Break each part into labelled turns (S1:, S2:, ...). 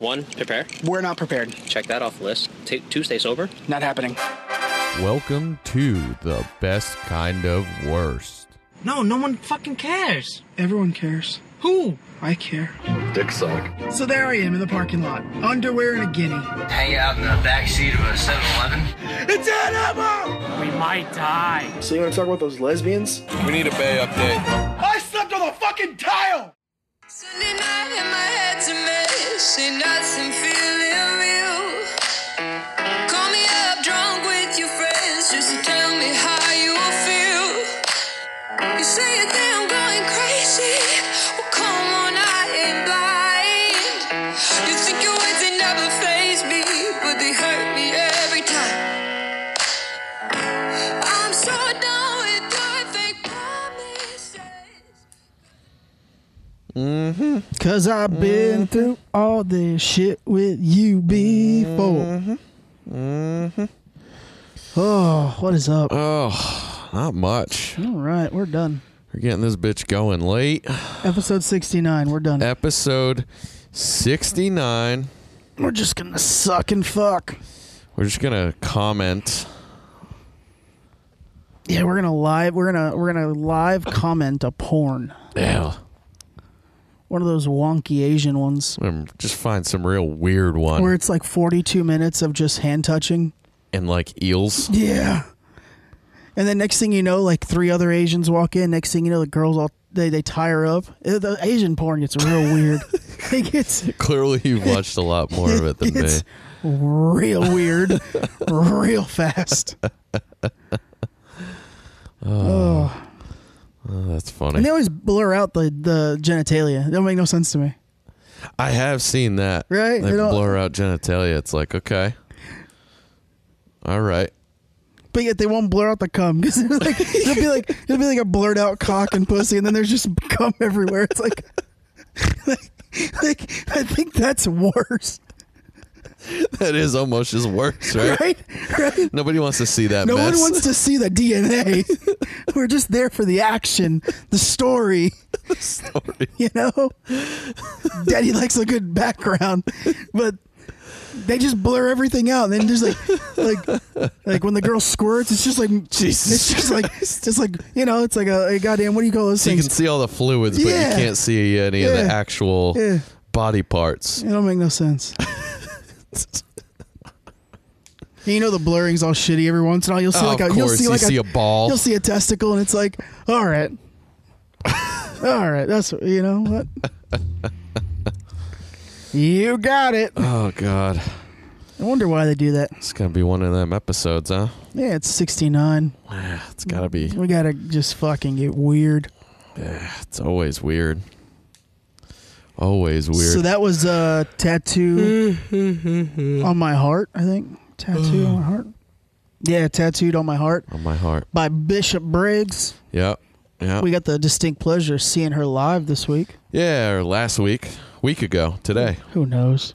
S1: One, prepare.
S2: We're not prepared.
S1: Check that off the list. T- two, stay sober.
S2: Not happening.
S3: Welcome to the best kind of worst.
S4: No, no one fucking cares.
S2: Everyone cares.
S4: Who?
S2: I care.
S5: Dick suck.
S2: So there I am in the parking lot, underwear and a guinea.
S6: hang out in the back seat of a 7-Eleven.
S4: We might die.
S5: So you want to talk about those lesbians?
S7: We need a Bay update.
S5: I slept on the fucking tile.
S8: Sunday night and my head's a mess and nothing feeling real. Call me up drunk with your friends just to tell me how you feel. You say you think I'm going crazy. Well, come on, I ain't blind. You think your words they never phase me, but they hurt me every time. I'm so done with perfect promises.
S2: Cause I've been through all this shit with you before. Mm-hmm. Oh, what is up?
S3: Oh, not much.
S2: All right, we're done.
S3: We're getting this bitch going late.
S2: Episode 69, we're done.
S3: Episode 69.
S2: We're just gonna suck and fuck.
S3: We're just going to comment.
S2: Yeah, we're gonna live we're gonna we're gonna live comment a porn.
S3: Yeah.
S2: One of those wonky Asian ones.
S3: Um, Just find some real weird one.
S2: Where it's like forty two minutes of just hand touching.
S3: and like eels.
S2: Yeah. And then next thing you know, like three other Asians walk in. Next thing you know, the girls all they, they tie her up. Uh, The Asian porn gets real weird. it gets
S3: Clearly, you've watched a lot more of it than me.
S2: it's real weird, real fast.
S3: Oh, that's
S2: And they
S3: funny.
S2: always blur out the the genitalia. It don't make no sense to me.
S3: I have seen that.
S2: Right,
S3: They
S2: they don't-
S3: blur out genitalia. It's like, okay. All right.
S2: But yet they won't blur out the cum because like, it'll be like it'll be like a blurred out cock and pussy, and then there's just cum everywhere. It's like, like, like I think that's worse,
S3: That is almost just worse, right?
S2: right? Right?
S3: Nobody wants to see that
S2: No
S3: mess.
S2: one wants to see the DNA. We're just there for the action, the story. You know, Daddy likes a good background, but they just blur everything out. And then there's like, like, like when the girl squirts, it's just like
S3: Jesus
S2: It's just like, it's just like you know, it's like a, a goddamn. What do you call those
S3: So you
S2: things?
S3: can see all the fluids, but
S2: Yeah.
S3: you can't see any of the
S2: Yeah.
S3: actual
S2: Yeah.
S3: body parts.
S2: It don't make no sense. And you know the blurring's all shitty every once in a while. You'll see
S3: Oh,
S2: like a
S3: of
S2: you'll
S3: course,
S2: see
S3: you
S2: like
S3: see a ball.
S2: You'll see a testicle, and it's like, all right, all right. That's you know what. you got it. I
S3: Oh God,
S2: wonder why they do that.
S3: it's gonna be one of them episodes, huh?
S2: Yeah, it's sixty nine.
S3: It's gotta be.
S2: We gotta just fucking get weird.
S3: It's always weird. Always weird.
S2: So that was uh, tattoo on my heart. I think tattoo on my heart. Yeah, tattooed on my heart
S3: on my heart.
S2: by Bishop Briggs.
S3: Yep. Yeah.
S2: We got the distinct pleasure of seeing her live this week.
S3: yeah. Or last week, week ago, today.
S2: Who knows?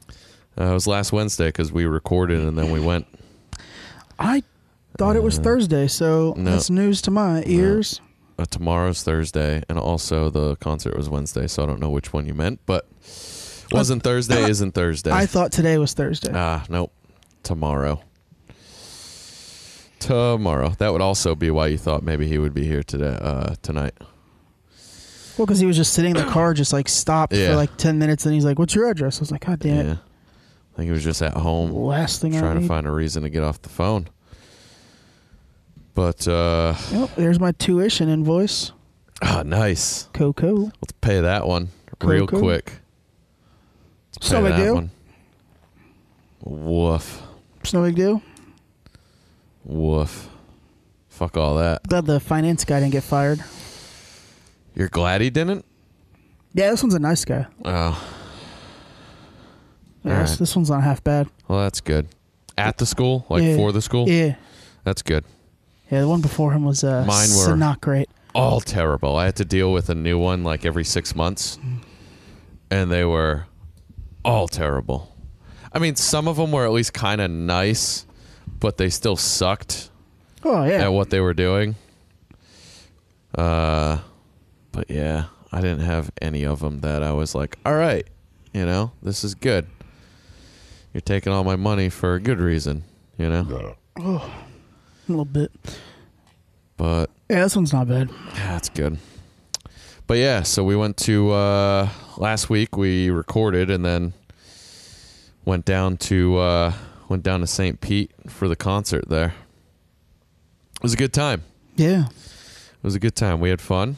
S3: Uh, it was last Wednesday because we recorded and then we went.
S2: I thought it was Thursday, so
S3: Uh, no.
S2: that's news to my ears.
S3: Uh, tomorrow's Thursday, and also the concert was Wednesday, so I don't know which one you meant, but wasn't Thursday. Isn't Thursday?
S2: Uh, I thought today was Thursday.
S3: Ah, nope. Tomorrow. Tomorrow. That would also be why you thought maybe he would be here today, uh, tonight.
S2: well, because he was just sitting in the car, just like stopped
S3: Yeah.
S2: for like 10 minutes, and he's like, What's your address? I was like, God damn it.
S3: Yeah. I think he was just at home
S2: Last thing I
S3: trying to
S2: need.
S3: find a reason to get off the phone. But uh,
S2: Oh, there's my tuition invoice.
S3: ah, nice.
S2: Coco.
S3: Let's pay that one real
S2: Cool, cool.
S3: quick.
S2: It's no big deal.
S3: Woof.
S2: It's no big deal.
S3: Woof. Fuck all that.
S2: Glad the finance guy didn't get fired.
S3: You're glad he didn't?
S2: Yeah, this one's a nice guy.
S3: Oh,
S2: Yeah, this,
S3: Alright.
S2: this one's not half bad.
S3: well, that's good. At the school? Like
S2: Yeah.
S3: for the school?
S2: Yeah.
S3: That's good.
S2: Yeah, the one before him was uh,
S3: Mine were-
S2: so not great.
S3: all terrible. I had to deal with a new one like every six months, and they were all terrible. I mean, some of them were at least kind of nice, but they still sucked
S2: Oh, yeah.
S3: at what they were doing. Uh, but yeah, I didn't have any of them that I was like, all right, you know, this is good. You're taking all my money for a good reason, you know?
S2: a little bit.
S3: But
S2: Yeah, this one's not bad.
S3: That's good. But yeah, so we went to uh last week we recorded and then went down to uh went down to St. Pete for the concert there. It was a good time.
S2: Yeah,
S3: It was a good time. We had fun.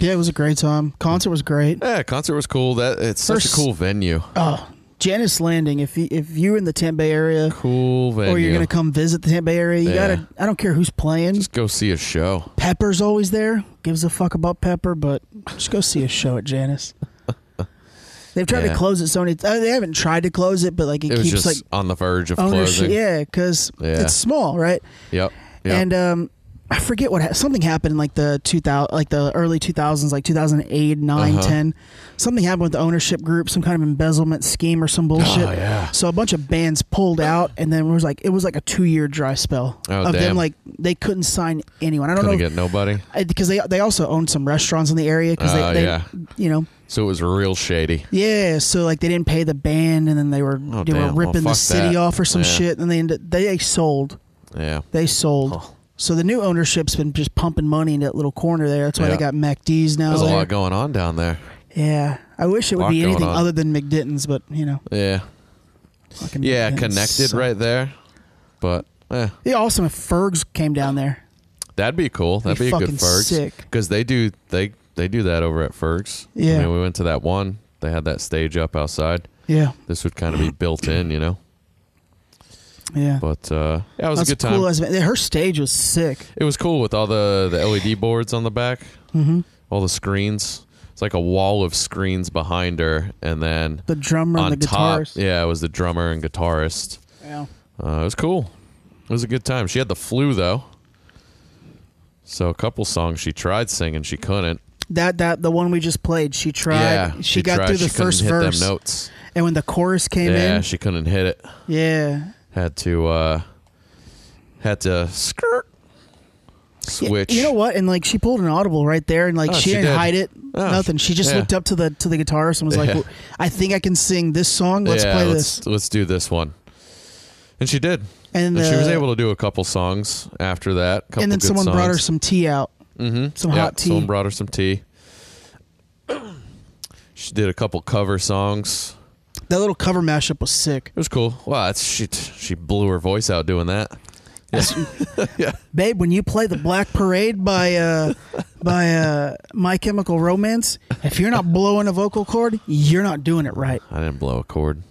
S2: yeah, it was a great time. Concert was great.
S3: Yeah, concert was cool. That it's such
S2: First-
S3: a cool venue.
S2: Janice Landing. If you, if you're in the Tampa Bay area
S3: cool venue.
S2: or Oh, you're gonna come visit the Tampa Bay area, you
S3: Yeah.
S2: gotta. I don't care who's playing.
S3: Just go see a show.
S2: Pepper's always there. Gives a fuck about Pepper, but just go see a show at Janice. They've tried
S3: Yeah.
S2: to close it so many. Uh, they haven't tried to close it, but like it,
S3: It was
S2: keeps
S3: just
S2: like
S3: on the verge of
S2: ownership.
S3: closing.
S2: Yeah, because
S3: Yeah.
S2: it's small, right?
S3: Yep. yep.
S2: And um, I forget what ha- something happened in like the two thousand, like the early two thousands, like 2008, 9,
S3: Uh-huh.
S2: 10. Something happened with the ownership group, some kind of embezzlement scheme or some bullshit.
S3: Oh, yeah.
S2: So a bunch of bands pulled out, and then it was like it was like a two year dry spell
S3: Oh,
S2: of
S3: damn.
S2: them. Like they couldn't sign anyone. I don't
S3: couldn't
S2: know.
S3: get nobody.
S2: because they they also owned some restaurants in the area because
S3: Oh,
S2: they, they
S3: yeah.
S2: you know
S3: So it was real shady.
S2: yeah so like they didn't pay the band and then they were
S3: Oh,
S2: they
S3: damn.
S2: were
S3: Well,
S2: ripping the
S3: fuck
S2: city
S3: that.
S2: off or some
S3: Yeah.
S2: shit and they ended, they sold
S3: Yeah.
S2: they sold. So the new ownership's been just pumping money in that little corner there. That's why
S3: Yeah.
S2: they got MacD's now.
S3: There's a
S2: there.
S3: lot going on down there.
S2: yeah, I wish it would
S3: lot
S2: be
S3: going
S2: anything
S3: on.
S2: other than McDitton's, but you know,
S3: Yeah.
S2: fucking
S3: Yeah,
S2: McDitton's
S3: connected
S2: suck.
S3: right there. But eh,
S2: It'd be awesome if Fergs came down there.
S3: that'd be cool. That'd
S2: be
S3: be, a
S2: fucking
S3: good Fergs
S2: sick.
S3: because they do they they do that over at Fergs.
S2: Yeah.
S3: I mean, we went to that one. They had that stage up outside.
S2: Yeah,
S3: This would kind of be built in, you know.
S2: yeah.
S3: But uh, yeah, it was
S2: That's
S3: a good time.
S2: cool. As, her stage was sick.
S3: it was cool with all the the LED boards on the back, mm-hmm. all the screens. It's like a wall of screens behind her, and then
S2: The drummer
S3: on
S2: and the
S3: top,
S2: guitarist.
S3: yeah, it was the drummer and guitarist.
S2: Yeah.
S3: Uh, it was cool. It was a good time. She had the flu though, so a couple songs she tried singing, she couldn't.
S2: That that the one we just played. She tried.
S3: yeah,
S2: she, got
S3: tried.
S2: through the
S3: She couldn't
S2: first
S3: hit
S2: verse,
S3: Them notes.
S2: and when the chorus came
S3: yeah,
S2: in,
S3: she couldn't hit it.
S2: yeah,
S3: Had to uh, had to skirt switch.
S2: You know what? And like she pulled an audible right there, and like
S3: Oh,
S2: she,
S3: she
S2: didn't
S3: did.
S2: hide it,
S3: Oh,
S2: nothing. She just
S3: yeah.
S2: looked up to the to the guitarist and was like,
S3: Yeah.
S2: "Well, "I think I can sing this song. Let's
S3: yeah,
S2: play
S3: let's,
S2: this."
S3: Let's do this one. And she did.
S2: And,
S3: she was
S2: uh,
S3: able to do a couple songs after that. couple
S2: And then
S3: good
S2: someone
S3: songs.
S2: brought her some tea out, mm-hmm. some
S3: yeah,
S2: hot tea.
S3: Someone brought her some tea. She did a couple cover songs.
S2: that little cover mashup was sick,
S3: It was cool. Wow, that's, she she blew her voice out doing that.
S2: babe. When you play the Black Parade by uh, by uh, My Chemical Romance, if you're not blowing a vocal cord, you're not doing it right.
S3: I didn't blow a chord.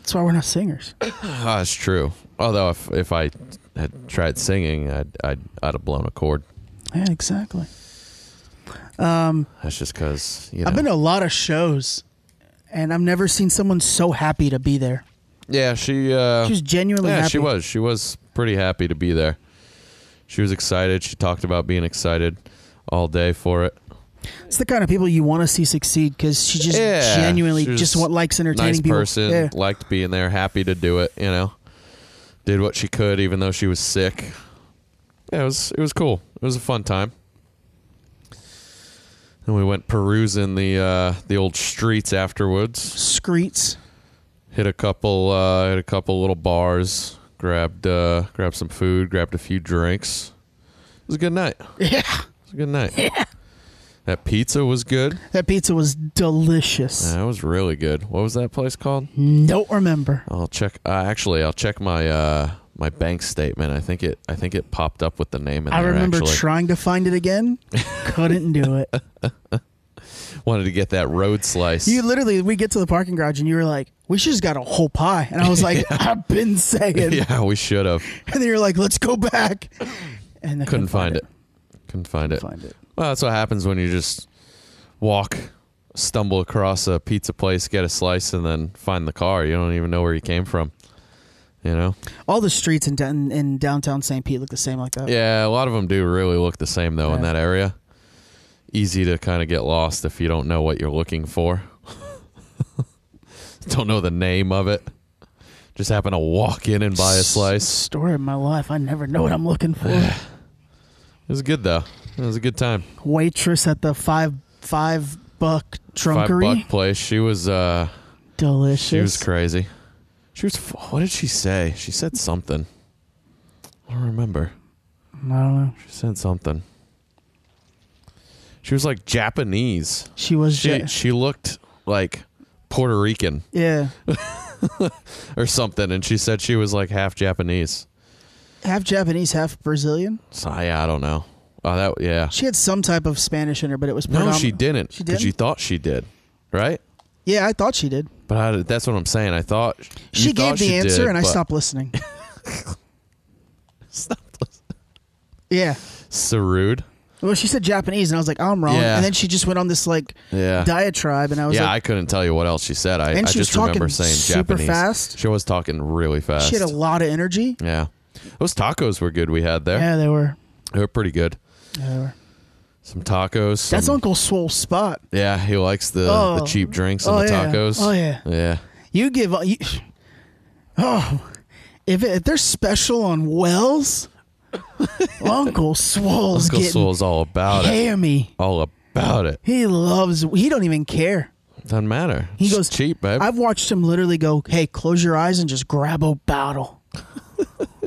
S2: That's why we're not singers.
S3: Ah, that's true. Although if if I had tried singing, I'd I'd, I'd have blown a chord.
S2: Yeah, exactly.
S3: That's just because you know.
S2: I've been to a lot of shows, and I've never seen someone so happy to be there.
S3: yeah, she. Uh,
S2: She was genuinely
S3: yeah,
S2: happy.
S3: she was. She was pretty happy to be there. She was excited. She talked about being excited all day for it.
S2: It's the kind of people you want to see succeed because she just
S3: Yeah,
S2: genuinely
S3: she was
S2: just what likes entertaining
S3: nice
S2: people.
S3: person.
S2: Yeah.
S3: Liked being there. Happy to do it. You know, did what she could, even though she was sick. Yeah, it was it was cool. It was a fun time. And we went perusing the uh, the old streets afterwards.
S2: Screets.
S3: hit a couple uh hit a couple little bars grabbed uh grabbed some food grabbed a few drinks it was a good night it
S2: Yeah.
S3: was a good night that pizza was good
S2: That pizza was delicious.
S3: that was really good what was that place called
S2: Don't remember.
S3: i'll check uh, actually i'll check my uh my bank statement i think it i think it popped up with the name in
S2: I
S3: there
S2: remember
S3: actually
S2: trying to find it again. Couldn't do it.
S3: wanted to get that road slice
S2: You literally, we get to the parking garage and you were like, we should just got a whole pie. And I was like, I've been saying.
S3: yeah we should have
S2: And then you're like, let's go back. And I
S3: couldn't find it. Couldn't find it.
S2: find it.
S3: Well, that's what happens when you just walk, stumble across a pizza place, get a slice, and then find the car. You don't even know where you came from. You know?
S2: All the streets in, down- in downtown St. Pete look the same like that.
S3: Yeah, a lot of them do really look the same though in
S2: Yeah.
S3: that area. Easy to kind of get lost if you don't know what you're looking for. don't know the name of it. Just happen to walk in and buy a slice.
S2: Story of my life. I never know what I'm looking for.
S3: It was good though. It was a good time.
S2: waitress at the five five buck
S3: Five
S2: trunkery.
S3: buck place. She was uh
S2: Delicious.
S3: She was crazy. She was. f- What did she say? She said something. I don't remember.
S2: I don't know.
S3: She said something. She was like Japanese.
S2: She was.
S3: She
S2: Ja-
S3: she looked like Puerto Rican
S2: yeah.
S3: or something, and she said she was like half Japanese.
S2: Half Japanese, half Brazilian.
S3: So yeah, I don't know. Oh, that yeah.
S2: She had some type of Spanish in her, but it was
S3: No,
S2: predomin-
S3: she didn't.
S2: She
S3: Because
S2: didn't.
S3: you thought she did, right?
S2: yeah, I thought she did.
S3: But I, that's what I'm saying. I thought you
S2: She gave
S3: thought
S2: the
S3: she
S2: answer,
S3: did,
S2: and I
S3: but-
S2: stopped listening.
S3: Stopped listening.
S2: yeah.
S3: Sarud.
S2: Well, she said Japanese, and I was like, I'm wrong.
S3: Yeah.
S2: And then she just went on this like
S3: Yeah.
S2: diatribe, and I was
S3: yeah, I
S2: like,
S3: couldn't tell you what else she said. I,
S2: And
S3: I
S2: she was
S3: just remember
S2: talking
S3: saying
S2: super
S3: Japanese.
S2: fast.
S3: She was talking really fast.
S2: she had a lot of energy.
S3: yeah. Those tacos were good we had there.
S2: Yeah, they were.
S3: They were pretty good.
S2: Yeah, they were.
S3: Some tacos. Some,
S2: That's Uncle Swole's spot.
S3: Yeah, he likes the, the
S2: Oh.
S3: cheap drinks and
S2: Oh,
S3: the
S2: yeah.
S3: tacos.
S2: Oh, yeah.
S3: Yeah.
S2: You give. You, oh, if, it, if they're special on Wells, Uncle Swole's
S3: Uncle
S2: getting
S3: Soul's all about it.
S2: hammy.
S3: All about it.
S2: He loves. He don't even care.
S3: Doesn't matter.
S2: He
S3: It's
S2: goes
S3: cheap, babe.
S2: I've watched him literally go, "Hey, close your eyes and just grab a bottle."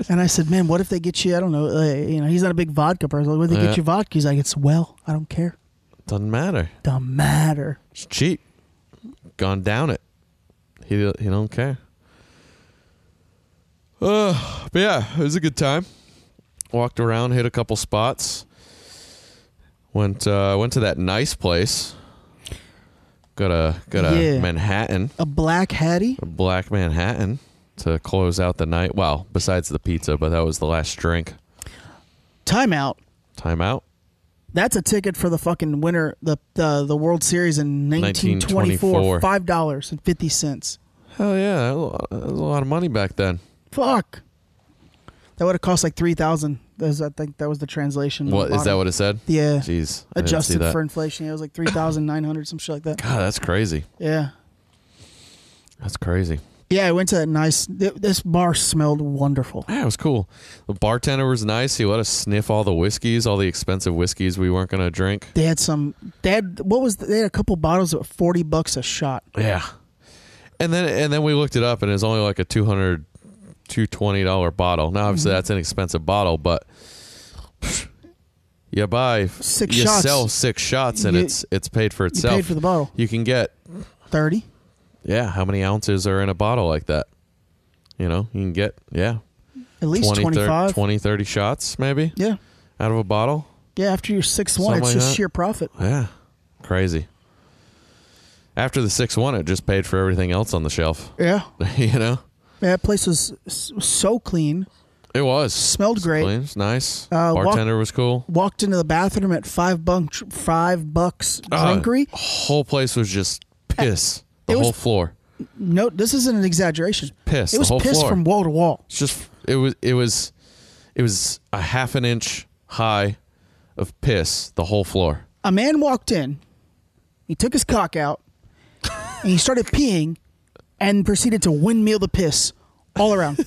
S2: and I said, "Man, what if they get you? I don't know. Uh, you know, he's not a big vodka person. What if they
S3: Yeah.
S2: get you vodka?" He's like, "It's well, I don't care.
S3: Doesn't matter.
S2: Don't matter."
S3: It's cheap. Gone down it. He do- he don't care. Uh, but yeah, it was a good time. Walked around, hit a couple spots. Went uh, went to that nice place. Got a got a
S2: Yeah.
S3: Manhattan,
S2: A black hattie.
S3: a black Manhattan to close out the night. Well, besides the pizza, but that was the last drink.
S2: Timeout.
S3: Time out.
S2: That's a ticket for the fucking winner, the the, the World Series in 1924.
S3: 1924.
S2: Five dollars and fifty cents.
S3: Hell yeah, that was a- that was a lot of money back then.
S2: Fuck. That would have cost like three thousand. I think that was the translation. on the
S3: What is that?
S2: bottom.
S3: What it said?
S2: Yeah.
S3: Jeez. I didn't see
S2: adjusted
S3: that.
S2: for inflation? It was like three thousand nine hundred, some shit like that.
S3: God, that's crazy.
S2: Yeah.
S3: That's crazy.
S2: Yeah, I went to that nice. th- This bar smelled wonderful.
S3: Yeah, it was cool. The bartender was nice. He let us sniff all the whiskeys, all the expensive whiskeys we weren't going to drink.
S2: They had some. They had what was? The, they had a couple bottles at forty bucks a shot.
S3: Yeah. And then and then we looked it up and it's only like a 200 220 dollar bottle. Now obviously
S2: Mm-hmm.
S3: that's an expensive bottle, but you buy
S2: Six
S3: you
S2: shots.
S3: sell six shots and
S2: You-
S3: it's it's paid for itself.
S2: for the bottle.
S3: You can get
S2: Thirty.
S3: yeah, how many ounces are in a bottle like that? You know, you can get yeah,
S2: At least
S3: 20
S2: twenty five.
S3: 20 30 shots maybe
S2: Yeah.
S3: out of a bottle.
S2: Yeah. After your sixth one,
S3: Something
S2: it's
S3: like
S2: just
S3: that.
S2: sheer profit.
S3: Yeah. Crazy. After the 6 1, it just paid for everything else on the shelf.
S2: Yeah.
S3: you know?
S2: Yeah, that place was s- so clean.
S3: It was.
S2: Smelled
S3: It's
S2: great.
S3: clean, It's nice.
S2: Uh, walk-
S3: Bartender was cool.
S2: Walked into the bathroom at five bunk, five bucks
S3: Oh,
S2: drinkery.
S3: whole place was just piss. The
S2: It was-
S3: whole floor.
S2: No, this isn't an exaggeration.
S3: Piss,
S2: It
S3: the
S2: was
S3: whole
S2: piss
S3: floor.
S2: from wall to wall.
S3: It's just it was it was it was a half an inch high of piss the whole floor.
S2: A man walked in. He took his cock out, and he started peeing, and proceeded to windmill the piss all around.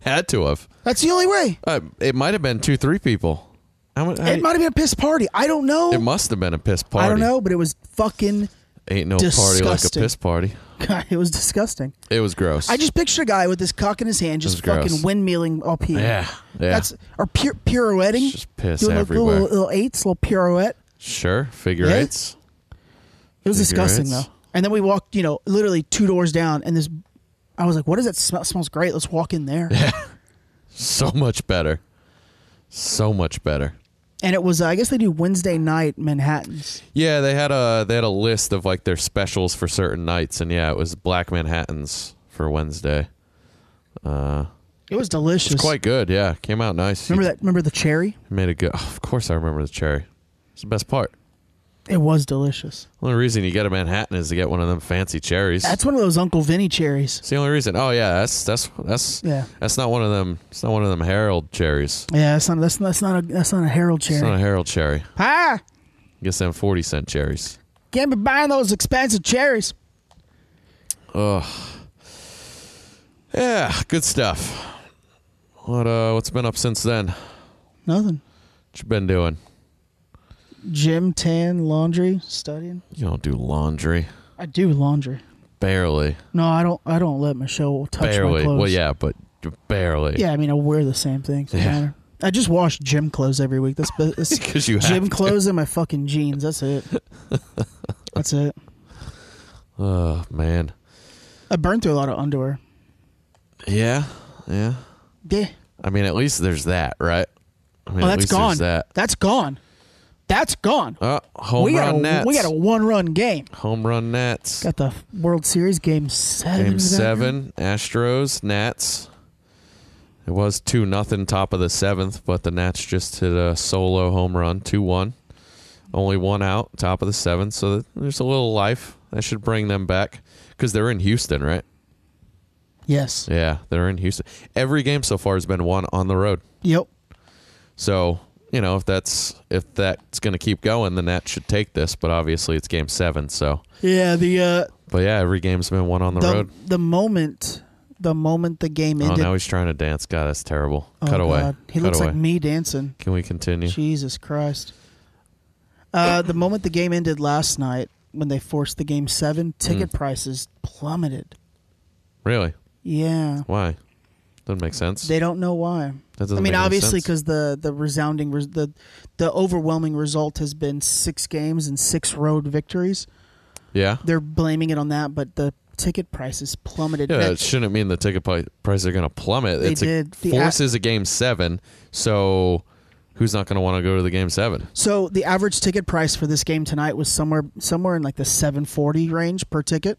S3: Had to have.
S2: That's the only way.
S3: Uh, it might have been 2 3 people. How, mu- how,
S2: It might have been a piss party. I don't know.
S3: it must have been a piss party.
S2: I don't know, but it was fucking.
S3: Ain't no party like a
S2: Disgusting.
S3: piss party.
S2: God, it was disgusting.
S3: It was gross.
S2: I just picture a guy with his cock in his hand, just
S3: It was
S2: fucking
S3: gross.
S2: windmilling all pee.
S3: Yeah, yeah.
S2: That's or pir- pirouetting.
S3: just piss
S2: doing like
S3: everywhere.
S2: Little, little eights, little pirouette.
S3: Sure, figure
S2: Yeah.
S3: eights.
S2: It was
S3: Figure
S2: disgusting
S3: eights.
S2: though. And then we walked, you know, literally two doors down, and this. I was like, "What does that smell? Smells great. Let's walk in there."
S3: So much better. So much better.
S2: and it was, uh, I guess they do Wednesday night Manhattan's.
S3: Yeah, they had a they had a list of like their specials for certain nights, and yeah, it was Black Manhattan's for Wednesday.
S2: It was delicious.
S3: It's quite good. Yeah, came out nice.
S2: remember that? Remember the cherry?
S3: Made a good. oh, of course, I remember the cherry. It's the best part.
S2: It was delicious.
S3: Only reason you get a Manhattan is to get one of them fancy cherries.
S2: That's one of those Uncle Vinny cherries.
S3: it's the only reason. Oh yeah, that's that's that's
S2: Yeah.
S3: That's not one of them. It's not one of them Herald cherries.
S2: Yeah, that's not that's, that's not a that's not a Herald cherry.
S3: It's not a Herald cherry.
S2: ah,
S3: Guess them forty cent cherries.
S2: can't be buying those expensive cherries.
S3: Yeah, good stuff. What uh what's been up since then? What
S2: Nothing.
S3: you been doing?
S2: Gym, tan, laundry, studying.
S3: You don't do laundry.
S2: I do laundry.
S3: Barely.
S2: No, I don't. I don't let Michelle touch my
S3: Barely.
S2: clothes.
S3: Well, yeah, but barely.
S2: Yeah, I mean, I wear the same things. doesn't
S3: Yeah.
S2: matter. I just wash gym clothes every week. That's that's
S3: Because you have
S2: gym
S3: to.
S2: clothes and my fucking jeans. That's it. That's it.
S3: Oh, man.
S2: I burned through a lot of underwear.
S3: Yeah. Yeah.
S2: Yeah.
S3: I mean, at least there's that, right? I mean,
S2: Oh,
S3: at
S2: that's
S3: least there's
S2: gone.
S3: That.
S2: That's gone. That's gone.
S3: Oh, home
S2: we
S3: run
S2: got a,
S3: Nats.
S2: we got a one run game.
S3: home run Nats.
S2: Got the World Series game seven.
S3: Game
S2: is that right?
S3: seven, Astros, Nats. It was two nothing top of the seventh, but the Nats just hit a solo home run, two one. Only one out, top of the seventh, so that- there's a little life. That should bring them back because they're in Houston, right?
S2: Yes.
S3: Yeah, they're in Houston. Every game so far has been won on the road.
S2: Yep.
S3: So you know if that's if that's going to keep going, then that should take this. But obviously, it's game seven. So,
S2: Yeah. The uh,
S3: but yeah, every game's been won on the,
S2: the
S3: road.
S2: the moment the moment the game
S3: Oh,
S2: ended.
S3: now he's trying to dance. God, that's terrible.
S2: Oh,
S3: Cut away.
S2: God. He
S3: Cut
S2: looks
S3: away.
S2: like me dancing.
S3: Can we continue?
S2: Jesus Christ. Uh, the moment the game ended last night, when they forced the game
S3: Mm.
S2: seven, ticket prices plummeted.
S3: Really?
S2: Yeah.
S3: Why? Doesn't make sense.
S2: They don't know why.
S3: That doesn't
S2: I mean,
S3: make any
S2: obviously,
S3: sense.
S2: because the the resounding res- the the overwhelming result has been six games and six road victories.
S3: yeah.
S2: They're blaming it on that, but the ticket prices plummeted.
S3: Yeah,
S2: That-
S3: it shouldn't mean the ticket pi- prices are going to plummet.
S2: They
S3: it's
S2: did.
S3: A,
S2: The
S3: force
S2: a-
S3: is a game seven, so who's not going to want to go to the game seven?
S2: so the average ticket price for this game tonight was somewhere somewhere in like the seven forty range per ticket,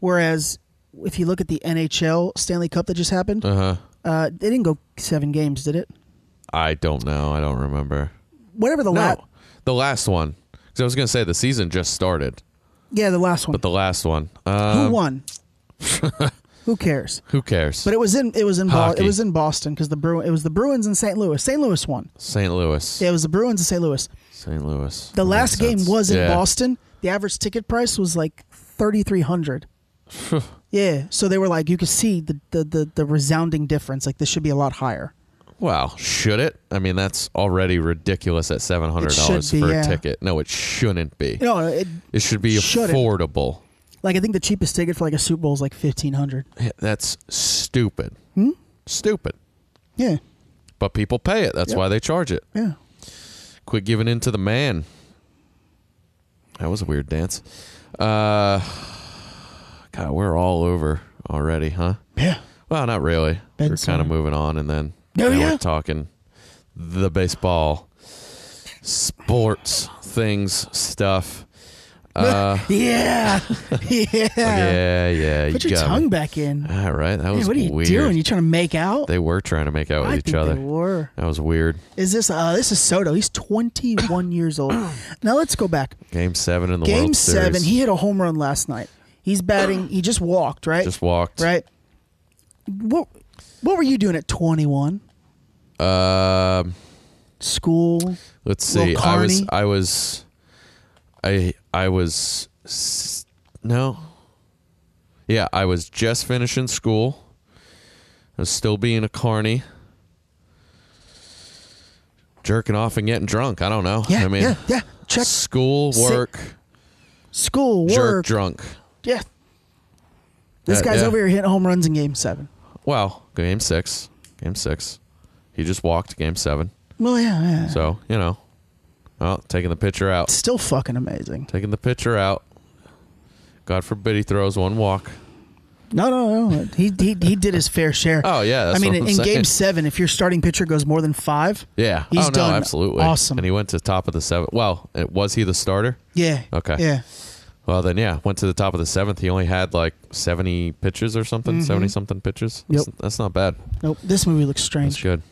S2: whereas if you look at the NHL Stanley Cup that just happened,
S3: Uh huh.
S2: uh, it didn't go seven games, did it?
S3: I don't know. I don't remember.
S2: Whatever the
S3: No,
S2: last,
S3: the last one. Because I was going to say the season just started,
S2: yeah, the last one.
S3: but the last one.
S2: Who
S3: Um,
S2: won? Who cares?
S3: who cares?
S2: But it was in it was in Bo-
S3: Hockey.
S2: it was in Boston because the Brew it was the Bruins in St. Louis. St. Louis won.
S3: St. Louis.
S2: Yeah, it was the Bruins in St. Louis.
S3: St. Louis.
S2: The
S3: That
S2: last
S3: makes
S2: game
S3: sense.
S2: was in
S3: Yeah.
S2: Boston. The average ticket price was like thirty three hundred. yeah, so they were like, you could see the, the the the resounding difference. Like this should be a lot higher.
S3: Well, should it? I mean, that's already ridiculous at seven hundred
S2: It
S3: dollars
S2: should be,
S3: for a
S2: yeah.
S3: ticket. No, it shouldn't be.
S2: You know, uh, it,
S3: It should be
S2: Shouldn't.
S3: affordable.
S2: like I think the cheapest ticket for like a Super Bowl is like fifteen hundred.
S3: Yeah, That's stupid.
S2: Hmm?
S3: Stupid.
S2: Yeah,
S3: But people pay it. That's why they charge it.
S2: yeah.
S3: Quit giving in to the man. That was a weird dance. Uh, God, we're all over already, huh?
S2: Yeah.
S3: Well, not really.
S2: Been
S3: we're kind
S2: some.
S3: of moving on, and then now
S2: Oh, yeah?
S3: we're talking the baseball, sports things, stuff.
S2: yeah. yeah.
S3: Yeah, yeah.
S2: Put
S3: you
S2: your
S3: got me.
S2: tongue back in.
S3: All right, that
S2: Hey,
S3: was
S2: what are you
S3: weird.
S2: doing? You trying to make out?
S3: They were trying to make out with
S2: I
S3: each
S2: think
S3: other.
S2: They were.
S3: That was weird.
S2: Is this uh this is Soto. He's 21 years old. Now let's go back.
S3: Game seven in the
S2: Game
S3: World
S2: 7,
S3: Series.
S2: he hit a home run last night. He's batting, he just walked, right?
S3: just walked.
S2: Right. What what were you doing at 21?
S3: Um,
S2: School.
S3: let's
S2: Little
S3: see. I was.
S2: Carney.
S3: I was. I. I was. s- No. Yeah, I was just finishing school. I was still being a carny. Jerking off and getting drunk. I don't know.
S2: Yeah.
S3: I mean,
S2: yeah. Yeah. Check
S3: school,
S2: Sit-
S3: work,
S2: school
S3: jerk,
S2: work.
S3: drunk.
S2: Yeah. This
S3: Yeah,
S2: guy's
S3: yeah.
S2: over here hitting home runs in game 7.
S3: Well, game six. Game six. He just walked game seven.
S2: Well, yeah. yeah.
S3: So, you know. Well, taking the pitcher out.
S2: Still fucking amazing.
S3: Taking the pitcher out. God forbid he throws one walk.
S2: No, no, no. He he, he did his fair share.
S3: Oh, yeah, that's
S2: I mean,
S3: what I'm
S2: in
S3: saying.
S2: game seven, if your starting pitcher goes more than five,
S3: Yeah.
S2: he's
S3: oh no,
S2: done
S3: absolutely.
S2: awesome.
S3: And he went to the top of the seventh. Well, it, was he the starter?
S2: yeah,
S3: Okay.
S2: yeah,
S3: Well, then yeah, went to the top of the seventh. He only had like seventy pitches or something, 70 something pitches.
S2: Mm-hmm. Yep.
S3: That's, that's not bad.
S2: nope. This movie looks
S3: That's
S2: strange.
S3: good.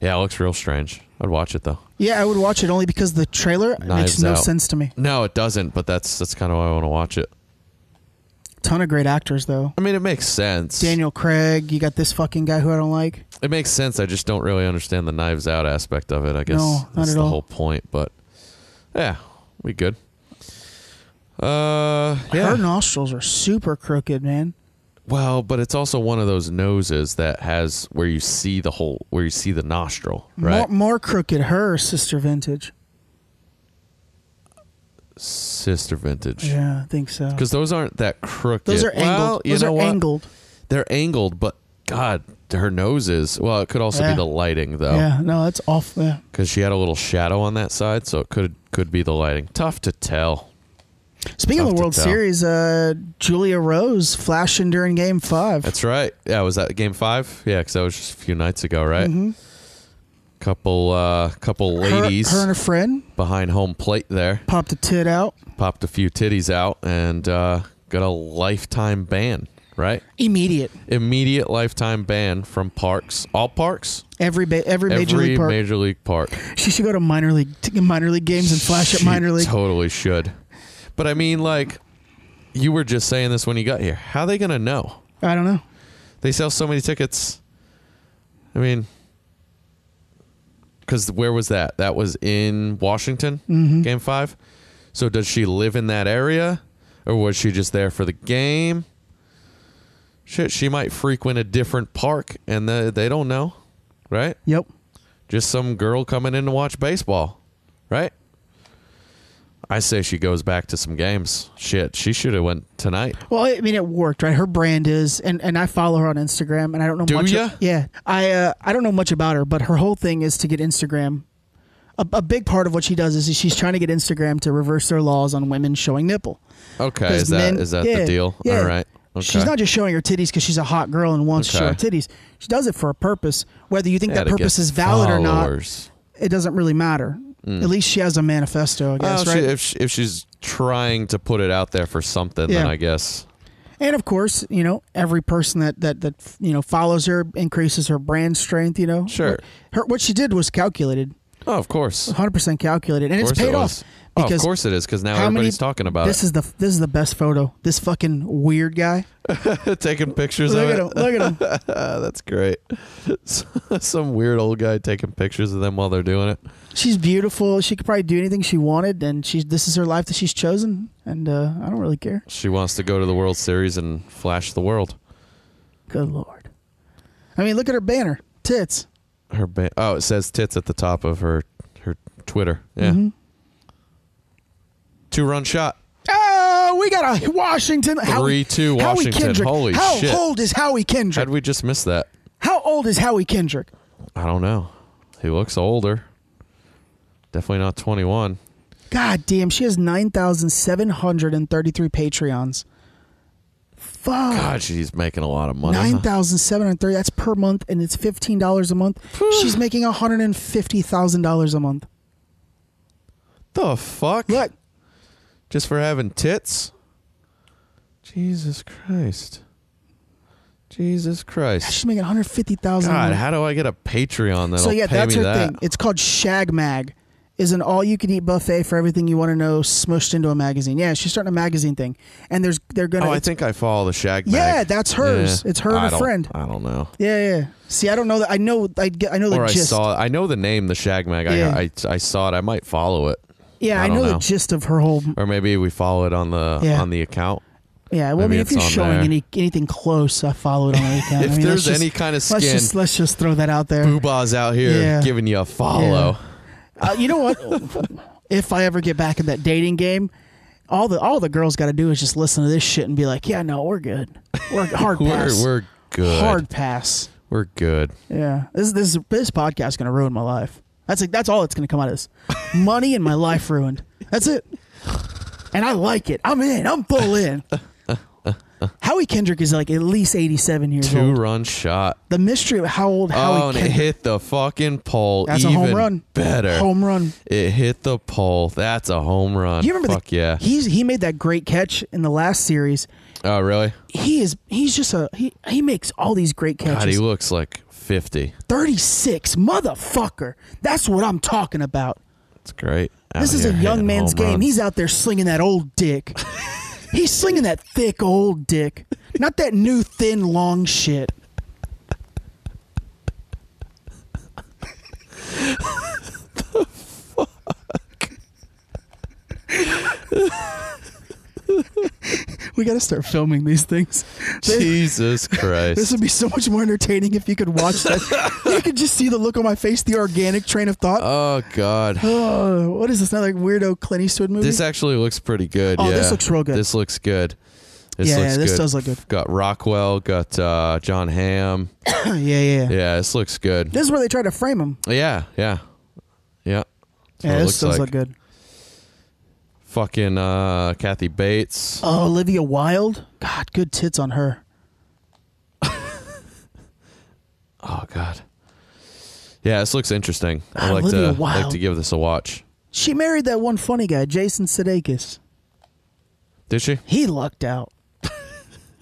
S3: Yeah, it looks real strange. I'd watch it though.
S2: Yeah, I would watch it only because the trailer
S3: Knives
S2: makes no
S3: Out.
S2: sense to me.
S3: No, it doesn't. But that's that's kind of why I want to watch it.
S2: Ton of great actors though.
S3: I mean, it makes sense.
S2: Daniel Craig. You got this fucking guy who I don't like.
S3: It makes sense. I just don't really understand the knives out aspect of it. I guess
S2: No, not
S3: that's
S2: at
S3: the
S2: all.
S3: whole point. But yeah, we good. Uh, yeah.
S2: Her nostrils are super crooked, man.
S3: Well, but it's also one of those noses that has where you see the whole where you see the nostril, right?
S2: More, more crooked. Her sister vintage.
S3: Sister Vintage.
S2: Yeah, I think so.
S3: Because those aren't that crooked.
S2: Those are
S3: Well,
S2: angled.
S3: you
S2: Those
S3: know
S2: are
S3: what?
S2: angled.
S3: They're angled, but God, her nose is. Well, it could also
S2: Yeah.
S3: be the lighting though.
S2: Yeah, no, that's off. Yeah.
S3: because she had a little shadow on that side, so it could could be the lighting. Tough to tell.
S2: Speaking of
S3: Tough
S2: the
S3: to
S2: World
S3: tell.
S2: Series, uh, Julia Rose flashing during Game Five.
S3: That's right. Yeah, was that game five? Yeah, because that was just a few nights ago, right? Couple uh, couple
S2: Mm-hmm. Her-
S3: ladies
S2: her and her friend
S3: behind home plate there
S2: popped a tit out
S3: popped a few titties out and uh, got a lifetime ban. Right,
S2: immediate.
S3: immediate lifetime ban from parks, all parks,
S2: Every ba- every major
S3: every
S2: league park.
S3: major league park.
S2: she should go to minor league t- minor league games and flash at
S3: She
S2: minor league.
S3: Totally should. But I mean, like, you were just saying this when you got here. How are they gonna know?
S2: I don't know.
S3: They sell so many tickets. I mean, because where was that? That was in Washington,
S2: Mm-hmm.
S3: Game Five. So does she live in that area, or was she just there for the game? Shit, she might frequent a different park, and the, they don't know, right?
S2: Yep.
S3: just some girl coming in to watch baseball, right? I say she goes back to some games. Shit, she should have went tonight.
S2: Well, I mean, it worked, right? Her brand is, and, and I follow her on Instagram, and I don't know
S3: Do
S2: much.
S3: ya?
S2: yeah, I uh, I don't know much about her, but her whole thing is to get Instagram. A, a big part of what she does is she's trying to get Instagram to reverse their laws on women showing nipple.
S3: Okay,
S2: 'Cause
S3: is that is
S2: men-
S3: that
S2: yeah,
S3: the deal?
S2: yeah.
S3: All right. Okay.
S2: She's not just showing her titties because she's a hot girl and wants to show her
S3: Okay.
S2: titties. She does it for a purpose. Whether you think
S3: Gotta
S2: that purpose
S3: get
S2: is valid or not,
S3: followers.
S2: it doesn't really matter. At least she has a manifesto, I guess,
S3: Mm. Oh,
S2: right?
S3: she, if she, if she's trying to put it out there for something, then
S2: Yeah.
S3: I guess
S2: and of course, you know, every person that that that you know follows her increases her brand strength. You know,
S3: Sure.
S2: Her what she did was calculated,
S3: Oh, of course. Of
S2: hundred percent calculated, and it's
S3: course it
S2: paid
S3: was.
S2: off.
S3: Oh,
S2: Because
S3: of course it is because now
S2: how many-
S3: everybody's talking about
S2: this
S3: it.
S2: is the this is the best photo. This fucking weird guy.
S3: taking pictures
S2: Look
S3: of
S2: at
S3: it.
S2: him. Look at him.
S3: Ah, that's great. Some weird old guy taking pictures of them while they're doing it.
S2: She's beautiful. She could probably do anything she wanted, and she's this is her life that she's chosen. And uh, I don't really care.
S3: She wants to go to the World Series and flash the world.
S2: Good lord. I mean, look at her banner, tits.
S3: Her ba- oh, it says tits at the top of her her Twitter. Yeah,
S2: Mm-hmm.
S3: two run shot.
S2: Oh, we got a Washington. Howie,
S3: 3-2
S2: Howie
S3: Washington.
S2: Kendrick.
S3: Holy
S2: How
S3: shit.
S2: old is Howie Kendrick?
S3: How'd we just miss that?
S2: How old is Howie Kendrick?
S3: I don't know. He looks older. Definitely not twenty one.
S2: God damn, she has 9,733 Patreons. Fuck.
S3: God, she's making a lot of money. huh?
S2: 9,730. That's per month, and it's $15 a month. She's making $150,000 a month.
S3: the fuck?
S2: Look,
S3: Just for having tits? Jesus Christ! Jesus Christ!
S2: she's making $150,000. a
S3: God,
S2: month.
S3: how do I get a Patreon that'll
S2: so, yeah,
S3: pay
S2: that's
S3: me
S2: her
S3: that?
S2: thing. It's called Shag Mag. Is an all-you-can-eat buffet for everything you want to know, smushed into a magazine. Yeah, she's starting a magazine thing, and there's they're gonna.
S3: Oh, I
S2: it's-
S3: think I follow the shag. Bag.
S2: Yeah, that's hers. It's her and
S3: I
S2: a
S3: don't-
S2: friend.
S3: I don't know.
S2: yeah, yeah. See, I don't know that. I know. I, get- I know the
S3: or
S2: gist.
S3: I saw. I know the name, the shag mag.
S2: Yeah.
S3: I, I I saw it. I might follow it,
S2: Yeah,
S3: I
S2: I,
S3: don't
S2: know,
S3: know.
S2: the gist of her whole.
S3: or maybe we follow it on the
S2: Yeah.
S3: on the account.
S2: Yeah, well, I
S3: Maybe
S2: mean,
S3: it's
S2: if you're
S3: on
S2: showing
S3: there.
S2: any anything close, I follow it on the account.
S3: If
S2: I mean,
S3: there's
S2: let's just-
S3: any kind of
S2: let's
S3: skin-
S2: just let's just throw that out there.
S3: Boobah's out here
S2: Yeah.
S3: giving you a follow.
S2: Uh, you know what? if I ever get back in that dating game, all the all the girls got to do is just listen to this shit and be like, "Yeah, no, we're good. We're hard pass.
S3: We're we're good.
S2: hard pass."
S3: We're good.
S2: Yeah, this this this podcast is gonna ruin my life. That's like that's all that's gonna come out of this. Money and my life ruined. That's it. And I like it. I'm in. I'm full in. Howie Kendrick is like at least 87 years
S3: Two
S2: old.
S3: run shot.
S2: The mystery of how old Howie
S3: Oh, and it
S2: Kendrick.
S3: hit the fucking pole.
S2: That's a
S3: Even
S2: home run.
S3: Better
S2: Home run.
S3: It hit the pole. That's a home run.
S2: You remember?
S3: Fuck
S2: the,
S3: yeah.
S2: He's he made that great catch in the last series.
S3: oh really?
S2: He is he's just a he he makes all these great catches.
S3: God, he looks like fifty.
S2: 36 motherfucker. That's what I'm talking about.
S3: That's great. Out
S2: This is
S3: here
S2: a young
S3: hitting
S2: man's
S3: home
S2: game.
S3: runs.
S2: He's out there slinging that old dick. He's slinging that thick old dick, not that new thin long shit. We got to start filming these things. They-
S3: Jesus
S2: This
S3: Christ.
S2: would be so much more entertaining if you could watch that. you could just see the look on my face, the organic train of thought.
S3: Oh God.
S2: Oh, what is this? Another weirdo Clint Eastwood movie?
S3: This actually looks pretty good.
S2: Oh,
S3: yeah.
S2: this looks real good.
S3: This looks good. This
S2: Yeah,
S3: looks
S2: this
S3: good.
S2: does look good.
S3: Got Rockwell, got uh, John Hamm.
S2: Ah, yeah, yeah, yeah.
S3: Yeah, this looks good.
S2: This is where they try to frame him.
S3: Oh, Yeah, yeah, yeah. That's what
S2: Yeah,
S3: it
S2: this
S3: looks
S2: does
S3: like.
S2: look good.
S3: Fucking uh, Kathy Bates.
S2: Oh, Olivia Wilde. God, good tits on her.
S3: Oh God. Yeah, this looks interesting. I
S2: Ah,
S3: like
S2: Olivia
S3: to like
S2: Wilde.
S3: to give this a watch.
S2: She married that one funny guy, Jason Sudeikis.
S3: Did she?
S2: He lucked out.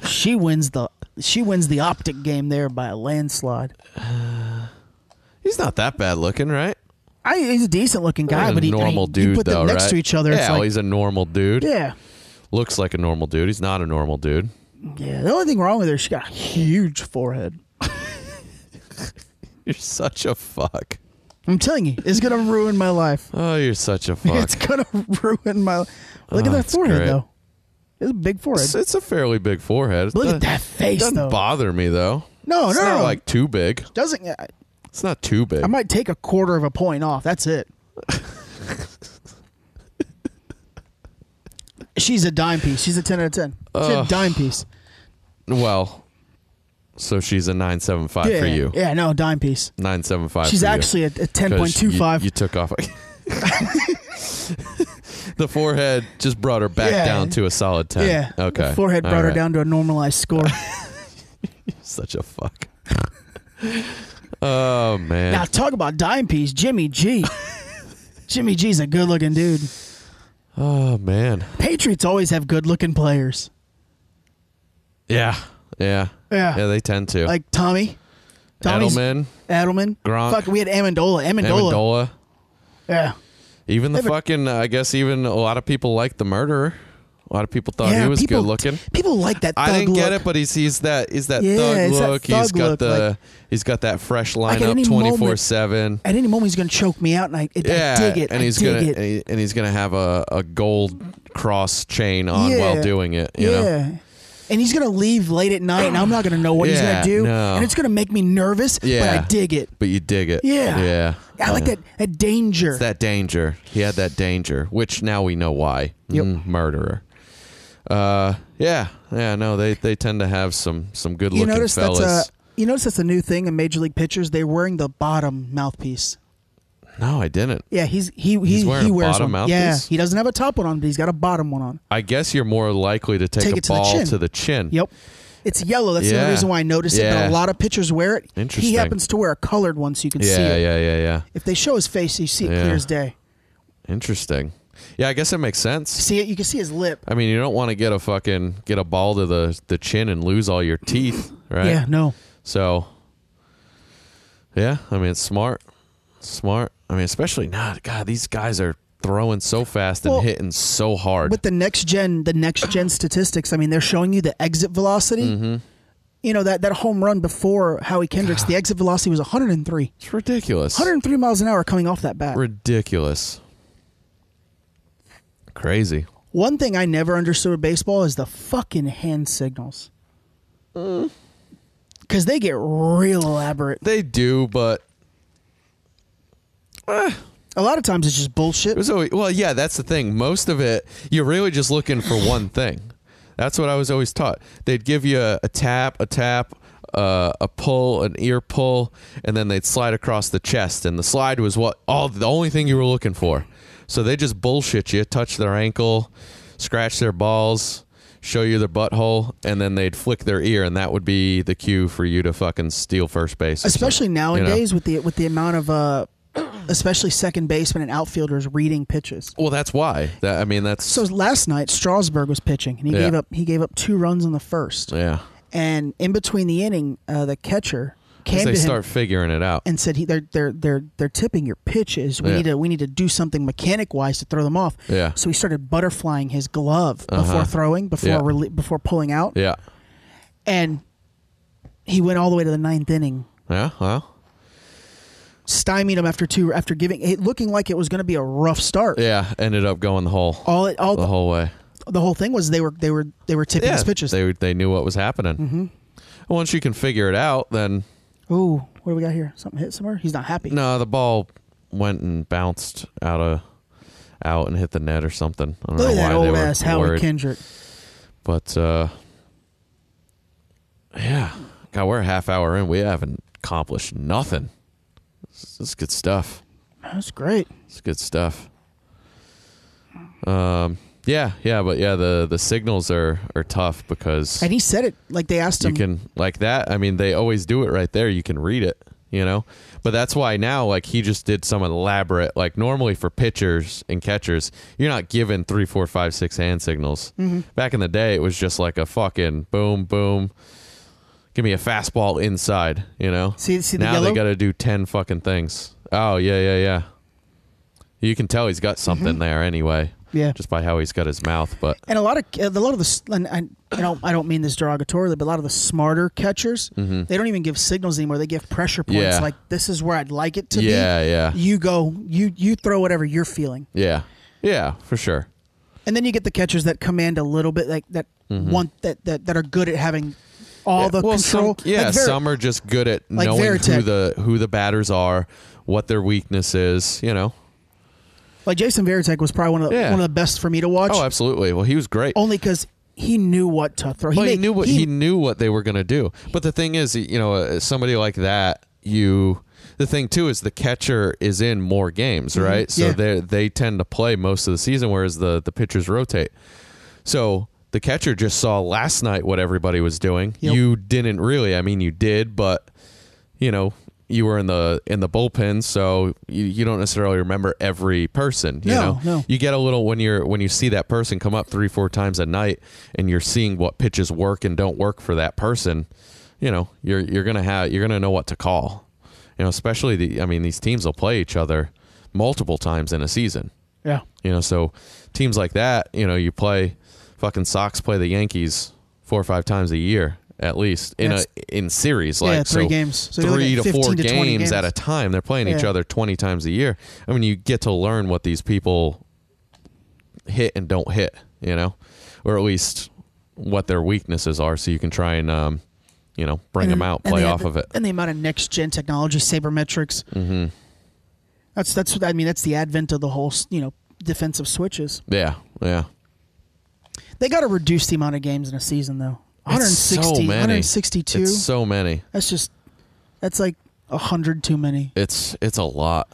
S2: she wins the she wins the optic game there by a landslide.
S3: He's not that bad looking, right?
S2: I he's a decent looking guy,
S3: He's a
S2: but he, I mean,
S3: normal
S2: you
S3: dude
S2: put them
S3: though,
S2: next
S3: right?
S2: to each other.
S3: Yeah,
S2: it's
S3: well,
S2: like,
S3: he's a normal dude.
S2: yeah,
S3: Looks like a normal dude. He's not a normal dude.
S2: yeah. The only thing wrong with her, she got a huge forehead.
S3: You're such a fuck.
S2: I'm telling you, it's gonna ruin my life.
S3: Oh, you're such a fuck.
S2: It's gonna ruin my. Look at that
S3: it's
S2: forehead
S3: great.
S2: though. It's a big forehead.
S3: It's, it's a fairly big forehead. It
S2: Look
S3: doesn't-
S2: at that face
S3: Doesn't
S2: though.
S3: bother me though.
S2: No,
S3: it's
S2: no,
S3: not
S2: no.
S3: like too big.
S2: Doesn't. I,
S3: It's not too big.
S2: I might take a quarter of a point off. That's it. She's a dime piece. She's a ten out of ten. She's a dime piece.
S3: well, so she's a nine seven five
S2: Yeah,
S3: for you.
S2: yeah, no dime piece.
S3: Nine seven five.
S2: She's
S3: for you.
S2: actually a, a ten
S3: 'Cause
S2: point two five.
S3: You, you took off. the forehead just brought her back
S2: Yeah.
S3: down to a solid ten.
S2: Yeah.
S3: Okay.
S2: The forehead
S3: All
S2: brought her
S3: right.
S2: down to a normalized score.
S3: Such a fuck. oh man.
S2: now talk about dime piece, Jimmy G. Jimmy G's a good looking dude.
S3: oh man.
S2: Patriots always have good looking players.
S3: Yeah. Yeah.
S2: Yeah.
S3: Yeah. They tend to.
S2: Like Tommy. Tommy's-
S3: Edelman,
S2: Edelman.
S3: Gronk.
S2: Fuck, we had Amendola. Amendola.
S3: Amendola.
S2: Yeah.
S3: Even the
S2: Never-
S3: fucking, I guess, even a lot of people liked the murderer. A lot of people thought
S2: yeah,
S3: Oh, he was
S2: people,
S3: good looking.
S2: People like that thug
S3: I didn't get
S2: look.
S3: it, but he's he's that he's that
S2: Yeah,
S3: thug
S2: it's that
S3: look. he's
S2: thug
S3: got
S2: look,
S3: the
S2: like-
S3: he's got that fresh
S2: Like, at
S3: lineup
S2: any
S3: twenty
S2: moment-
S3: four seven.
S2: At any moment, he's going to choke me out, and I, it,
S3: Yeah,
S2: I dig it.
S3: and
S2: I
S3: he's
S2: dig
S3: gonna eh,
S2: it.
S3: and, he- and he's gonna have a, a gold cross chain on while
S2: Yeah.
S3: doing it. You
S2: yeah.
S3: know,
S2: And he's gonna leave late at night, and I'm not gonna know what he's
S3: Yeah,
S2: gonna do,
S3: no.
S2: and it's gonna make me nervous.
S3: Yeah.
S2: but I dig it.
S3: but you dig it.
S2: Yeah.
S3: yeah.
S2: I like that that danger.
S3: It's that danger. He had that danger, which now we know why. Mm,
S2: Yep.
S3: murderer. Uh, yeah, yeah. No, they they tend to have some some good
S2: you
S3: looking
S2: notice
S3: fellas.
S2: that's a you notice that's a new thing in major league pitchers. They're wearing the bottom mouthpiece.
S3: No, I didn't.
S2: Yeah, he's he he,
S3: wearing
S2: he
S3: a
S2: wears
S3: bottom
S2: one. Yeah,
S3: mouthpiece?
S2: he doesn't have a top one on, but he's got a bottom one on.
S3: I guess you're more likely to take,
S2: Take
S3: a
S2: it to the
S3: ball
S2: chin.
S3: to the chin.
S2: Yep. It's yellow. That's the
S3: Hmm. Yeah.
S2: only reason why I notice it.
S3: Yeah.
S2: But a lot of pitchers wear it.
S3: Interesting.
S2: He happens to wear a colored one, so you can see
S3: Yeah,
S2: it.
S3: yeah, yeah, yeah.
S2: If they show his face, you see it
S3: Yeah.
S2: clear as day.
S3: Interesting. Yeah, I guess it makes sense.
S2: See it. You can see his lip.
S3: I mean, you don't want to get a fucking get a ball to the the chin and lose all your teeth, right?
S2: Yeah. No.
S3: So, yeah, I mean, it's smart, smart. I mean, especially not God. These guys are throwing so fast and
S2: Well,
S3: hitting so hard.
S2: With the next gen, the next gen statistics. I mean, they're showing you the exit velocity.
S3: Mm-hmm.
S2: You know that that home run before Howie Kendricks, the exit velocity was 103.
S3: it's ridiculous.
S2: 103 miles an hour coming off that bat.
S3: ridiculous. Crazy.
S2: One thing I never understood with baseball is the fucking hand signals.
S3: Mm.
S2: Because they get real elaborate.
S3: They do, but
S2: A lot of times it's just bullshit.
S3: It was always, well, yeah, that's the thing. Most of it, you're really just looking for one thing. That's what I was always taught. They'd give you a, a tap, a tap, uh, a pull, an ear pull, and then they'd slide across the chest. And the slide was what all the only thing you were looking for. So they just bullshit you, touch their ankle, scratch their balls, show you their butthole, and then they'd flick their ear, and that would be the cue for you to fucking steal first base. or
S2: especially
S3: something, you know?
S2: nowadays with the with the amount of uh, especially second baseman and outfielders reading pitches.
S3: Well, that's why. That, I mean, that's
S2: So last night Strasburg was pitching and he
S3: Yeah.
S2: gave up he gave up two runs on the first.
S3: yeah.
S2: And in between the inning, uh, the catcher came
S3: 'Cause
S2: to
S3: they
S2: him
S3: start figuring it out.
S2: and said he, they're they're they're they're tipping your pitches. We
S3: Yeah.
S2: need to we need to do something mechanic wise to throw them off.
S3: Yeah.
S2: So he started butterflying his glove
S3: Uh-huh.
S2: before throwing, before
S3: Yeah.
S2: rele- before pulling out,
S3: Yeah.
S2: and he went all the way to the ninth inning
S3: Yeah. Well.
S2: stymied him after two after giving it looking like it was going to be a rough start.
S3: Yeah. Ended up going the whole
S2: All it all
S3: the whole way.
S2: the whole thing was they were they were they were tipping his pitches.
S3: They they knew what was happening. Mm-hmm. Once you can figure it out, then
S2: Ooh, what do we got here? Something hit somewhere? He's not happy.
S3: no, the ball went and bounced out of out and hit the net or something. I don't
S2: Look
S3: know
S2: at that
S3: why they were
S2: old ass Howard
S3: worried.
S2: Kendrick.
S3: But uh, yeah, God, we're a half hour in. We haven't accomplished nothing. This this is good stuff.
S2: That's great.
S3: It's good stuff. Um, yeah, yeah, but yeah, the the signals are are tough because
S2: And he said it like they asked him.
S3: you can like that. I mean, they always do it right there. You can read it, you know. But that's why now, like he just did some elaborate. Like normally for pitchers and catchers, you're not given three, four, five, six hand signals.
S2: Mm-hmm.
S3: Back in the day, it was just like a fucking boom, boom. Give me a fastball inside, you know.
S2: See- see the
S3: now they
S2: yellow?
S3: got to do ten fucking things. Oh yeah, yeah, yeah. You can tell he's got something there anyway.
S2: Mm-hmm. Yeah.
S3: just by how he's got his mouth. But
S2: and a lot of uh, a lot of the s- and I, I don't I don't mean this derogatorily, but a lot of the smarter catchers they don't even give signals anymore. They give pressure points
S3: Mm-hmm. Yeah.
S2: like this is where I'd like it to be.
S3: Yeah, yeah.
S2: You go, you you throw whatever you're feeling,
S3: yeah, yeah, for sure.
S2: and then you get the catchers that command a little bit like that want that that that are good at having all the
S3: well,
S2: control.
S3: Some, Mm-hmm. yeah,
S2: Like, very-
S3: some are just good at
S2: like
S3: knowing who
S2: Veritek.
S3: the who the batters are, what their weakness is. You know.
S2: like Jason Veritek was probably one of the,
S3: Yeah.
S2: one of the best for me to watch,
S3: Oh, absolutely. Well, he was great.
S2: only because he knew what to throw.
S3: Well, he,
S2: made-
S3: knew what he, knew what they were going to do. But the thing is, you know, uh, somebody like that, you. The thing too is the catcher is in more games, right? So
S2: Mm-hmm. Yeah.
S3: they they tend to play most of the season, whereas the the pitchers rotate. So the catcher just saw last night what everybody was doing.
S2: Yep.
S3: You didn't really. I mean, you did, but you know you were in the in the bullpen so you, you don't necessarily remember every person you
S2: No,
S3: know
S2: no.
S3: you get a little when you're when you see that person come up three four times a night and you're seeing what pitches work and don't work for that person you know you're you're gonna have you're gonna know what to call you know especially the i mean these teams will play each other multiple times in a season
S2: yeah.
S3: you know, so teams like that, you know, you play fucking Sox play the Yankees four or five times a year at least in
S2: That's-
S3: a in series,
S2: Yeah,
S3: like
S2: three
S3: so
S2: games. So you're
S3: three
S2: looking
S3: to
S2: at
S3: four
S2: 15 to 20
S3: games,
S2: games.
S3: at a time. They're playing each
S2: Yeah.
S3: other twenty times a year. I mean, you get to learn what these people hit and don't hit, you know, or at least what their weaknesses are, so you can try and um, you know bring them
S2: And-
S3: out,
S2: and
S3: play
S2: the-
S3: off of it.
S2: and the amount of next gen technology, sabermetrics. Mm-hmm. That's that's what I mean. That's the advent of the whole you know defensive switches.
S3: Yeah, yeah.
S2: They got to reduce the amount of games in a season though.
S3: It's
S2: 160,
S3: so many.
S2: 162.
S3: It's so many.
S2: that's just that's like a hundred too many.
S3: It's it's a lot.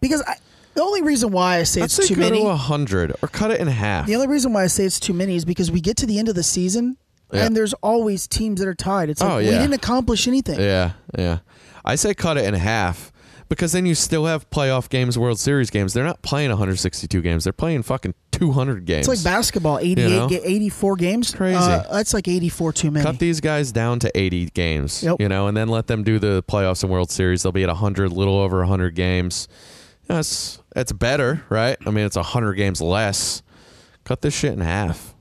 S2: Because I, the only reason why I say
S3: I'd
S2: it's
S3: say
S2: too
S3: go
S2: many.
S3: to hundred or cut it in half.
S2: the only reason why I say it's too many is because we get to the end of the season
S3: Yeah.
S2: and there's always teams that are tied. It's like
S3: Oh,
S2: we
S3: yeah.
S2: didn't accomplish anything.
S3: Yeah, yeah. I say cut it in half because then you still have playoff games, World Series games. They're not playing 162 games. They're playing fucking 200 games.
S2: It's like basketball, 88,
S3: You know?
S2: ga- 84 games.
S3: Crazy.
S2: Uh, that's like 84 too many.
S3: Cut these guys down to 80 games,
S2: Yep.
S3: you know, and then let them do the playoffs and World Series. They'll be at 100, little over 100 games. That's that's better, right? I mean, it's 100 games less. Cut this shit in half.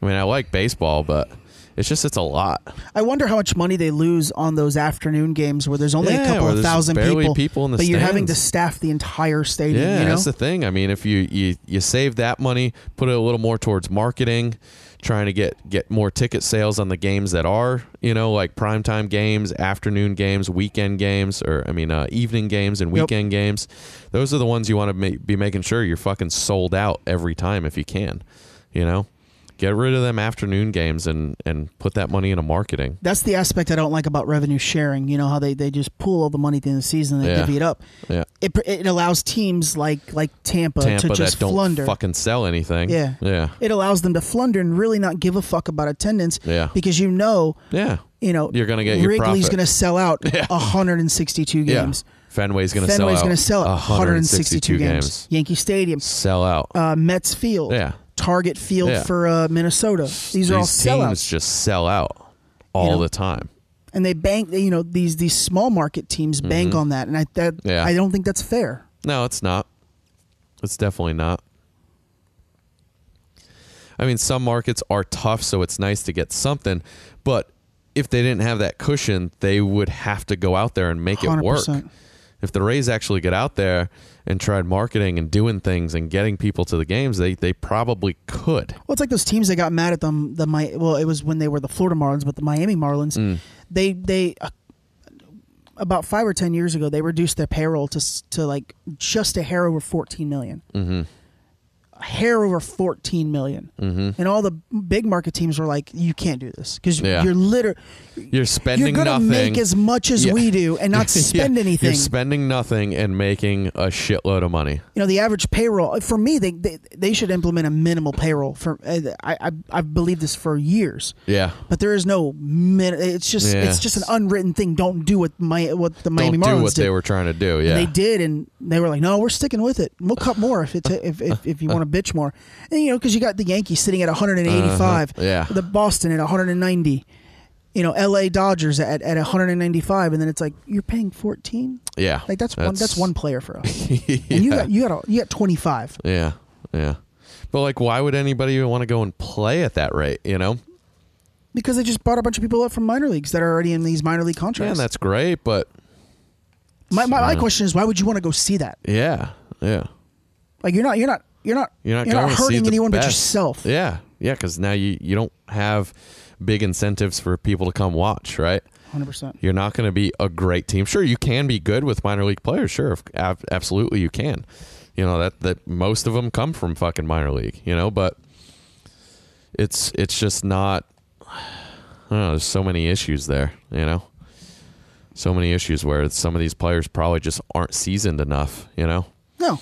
S3: I mean, I like baseball, but it's just it's a lot.
S2: I wonder how much money they lose on those afternoon games where there's only
S3: Yeah,
S2: a couple
S3: where
S2: of
S3: there's
S2: thousand
S3: barely
S2: people,
S3: people in the
S2: but you're having to
S3: stands.
S2: staff the entire stadium.
S3: Yeah,
S2: you know?
S3: that's the thing. I mean, if you, you you save that money, put it a little more towards marketing, trying to get get more ticket sales on the games that are, you know, like primetime games, afternoon games, weekend games, or I mean, uh, evening games and
S2: Yep.
S3: weekend games. Those are the ones you want to ma- be making sure you're fucking sold out every time if you can. You know, get rid of them afternoon games and and put that money into marketing.
S2: That's the aspect I don't like about revenue sharing. You know how they, they just pool all the money at the end of the season and they
S3: Yeah.
S2: divvy it up.
S3: Yeah.
S2: It, pr- it allows teams like like Tampa,
S3: Tampa
S2: Uh, to
S3: that
S2: just
S3: don't
S2: flunder.
S3: fucking sell anything.
S2: yeah.
S3: yeah,
S2: It allows them to flunder and really not give a fuck about attendance
S3: Yeah.
S2: because you know,
S3: yeah.
S2: you know,
S3: You're gonna get your
S2: Wrigley's
S3: profit.
S2: going to sell out
S3: Yeah.
S2: 162 games.
S3: Yeah. Fenway's going to sell out.
S2: Fenway's going to sell out
S3: 162,
S2: 162 games.
S3: games.
S2: Yankee Stadium.
S3: Sell out.
S2: uh, Mets Field,
S3: Yeah.
S2: Target Field
S3: Yeah.
S2: for uh, Minnesota. These
S3: These
S2: are all
S3: teams
S2: sellouts,
S3: just sell out all
S2: You know?
S3: the time.
S2: and they bank. You know these these small market teams bank on that, and I that
S3: Mm-hmm. Yeah.
S2: I don't think that's fair.
S3: No, it's not. It's definitely not. I mean, some markets are tough, so it's nice to get something, but if they didn't have that cushion, they would have to go out there and make it work.
S2: 100%.
S3: If the Rays actually get out there and tried marketing and doing things and getting people to the games, they they probably could.
S2: Well, it's like those teams that got mad at them. The my well, it was when they were the Florida Marlins, but the Miami Marlins,
S3: Mm.
S2: they they uh, about five or ten years ago, they reduced their payroll to s- to like just a hair over fourteen Mm-hmm. A hair over fourteen Mm-hmm. And all the big market teams were like, "You can't do this because
S3: Yeah.
S2: you're liter
S3: You're
S2: you're
S3: spending
S2: gonna
S3: nothing.
S2: make as much as
S3: Yeah.
S2: we do and not
S3: Yeah,
S2: spend anything."
S3: You're spending nothing and making a shitload of money.
S2: you know the average payroll for me they they, they should implement a minimal payroll for uh, I I I've believed this for years
S3: Yeah.
S2: but there is no min it's just
S3: Yeah.
S2: it's just an unwritten thing don't do what my what the Miami
S3: Don't
S2: Marlins
S3: do what
S2: did
S3: they were trying to do. Yeah.
S2: they did and they were like no we're sticking with it we'll cut more if it ta- if, if, if you want to bitch more and you know cuz you got the Yankees sitting at 185
S3: Uh-huh. Yeah.
S2: the Boston at 190 you know LA Dodgers at at 195 and then it's like you're paying 14
S3: Yeah.
S2: like that's, one that's one player for us.
S3: yeah.
S2: And you got you got a, you got 25.
S3: yeah. Yeah. But like why would anybody even want to go and play at that rate, you know?
S2: Because they just brought a bunch of people up from minor leagues that are already in these minor league
S3: Yeah,
S2: contracts.
S3: and that's great, but
S2: my, my, my question is why would you want to go see that?
S3: yeah. Yeah.
S2: Like you're not you're not you're not
S3: You're not going to see
S2: hurting
S3: the
S2: anyone but
S3: best.
S2: yourself.
S3: Yeah. Yeah, cuz now you you don't have big incentives for people to come watch, right?
S2: 100%.
S3: You're not going to be a great team. Sure, you can be good with minor league players. Sure, of- ab- absolutely you can. You know that that most of them come from fucking minor league. You know, but it's it's just not. I don't know. There's so many issues there. You know, so many issues where some of these players probably just aren't seasoned enough. You know.
S2: No.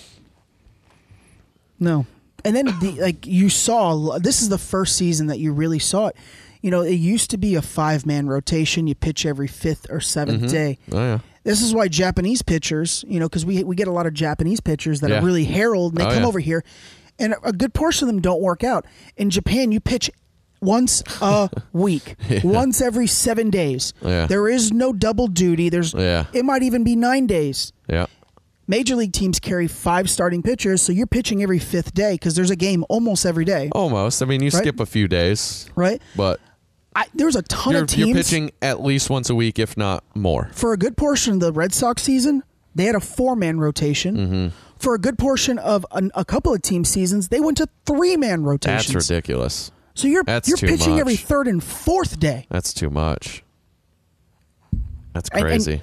S2: No. And then the, like you saw this is the first season that you really saw it. You know, it used to be a five-man rotation. You pitch every 5th or 7th day.
S3: Oh yeah.
S2: This is why Japanese pitchers, you know, because we we get a lot of Japanese pitchers that
S3: Yeah.
S2: are really heralded. And they
S3: Oh,
S2: come
S3: yeah.
S2: over here, and a good portion of them don't work out. In Japan, you pitch once a week, once every seven days.
S3: Yeah.
S2: There is no double duty. There's
S3: Yeah.
S2: it might even be nine days.
S3: Yeah.
S2: Major league teams carry five starting pitchers, so you're pitching every fifth day because there's a game almost every day,
S3: Almost. I mean, you
S2: Right.
S3: skip a few days,
S2: right?
S3: but
S2: I, there's a ton
S3: you're,
S2: of teams
S3: you're pitching at least once a week, if not more.
S2: for a good portion of the Red Sox season, they had a four man rotation.
S3: Mm-hmm.
S2: For a good portion of an, a couple of team seasons, they went to three man rotations.
S3: That's ridiculous.
S2: So you're
S3: That's
S2: you're
S3: too
S2: pitching
S3: much.
S2: every third and fourth day.
S3: That's too much. That's
S2: And- and
S3: crazy.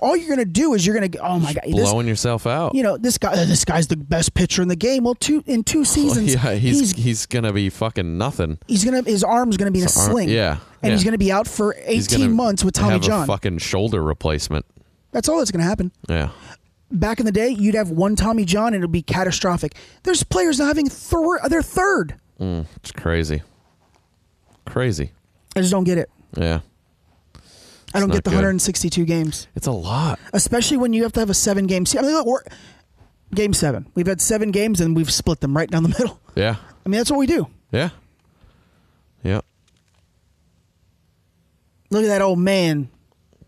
S2: All you're gonna do is you're gonna go, oh my god, this,
S3: Blowing yourself out.
S2: you know this guy uh, this guy's the best pitcher in the game. Well, two in two seasons,
S3: Oh, yeah, he's he's,
S2: he's
S3: gonna be fucking nothing.
S2: he's gonna his arm's gonna be in a
S3: His arm-
S2: sling.
S3: yeah,
S2: and he's
S3: yeah.
S2: gonna be out for
S3: He's gonna
S2: eighteen months with Tommy
S3: have
S2: John.
S3: A fucking shoulder replacement.
S2: That's all that's gonna happen.
S3: Yeah,
S2: Back in the day, you'd have one Tommy John and it'd be catastrophic. There's players now having thir- their third.
S3: Mm, it's crazy. Crazy.
S2: I just don't get it.
S3: Yeah,
S2: I don't
S3: not
S2: get the
S3: good.
S2: 162 games,
S3: it's a lot.
S2: especially when you have to have a seven game. See, I mean, look, we're game seven. We've had seven games and we've split them right down the middle.
S3: Yeah,
S2: I mean, that's what we do.
S3: yeah, yeah.
S2: Look at that old man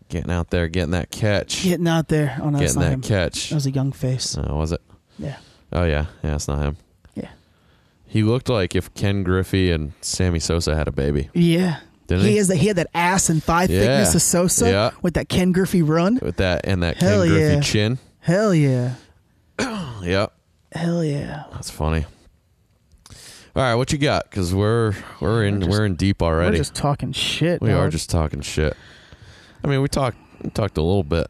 S3: Getting out there, getting that catch,
S2: getting out there. Oh no, that's
S3: getting
S2: not
S3: that
S2: him.
S3: catch.
S2: That was a young face.
S3: Oh, was it?
S2: Yeah,
S3: Oh yeah, yeah. It's not him.
S2: yeah,
S3: He looked like if Ken Griffey and Sammy Sosa had a baby
S2: yeah.
S3: Didn't
S2: he
S3: he?
S2: is that he had that ass and thigh thickness of Sosa
S3: Yeah.
S2: with that Ken Griffey run.
S3: with that and that
S2: Hell
S3: Ken Griffey
S2: yeah.
S3: chin.
S2: Hell yeah,
S3: Yep.
S2: hell yeah.
S3: That's funny. All right, what you got? Because we're we're in we're,
S2: just-
S3: in deep already.
S2: We're just talking shit.
S3: We are
S2: dog.
S3: just talking shit. I mean, we talked we talked a little bit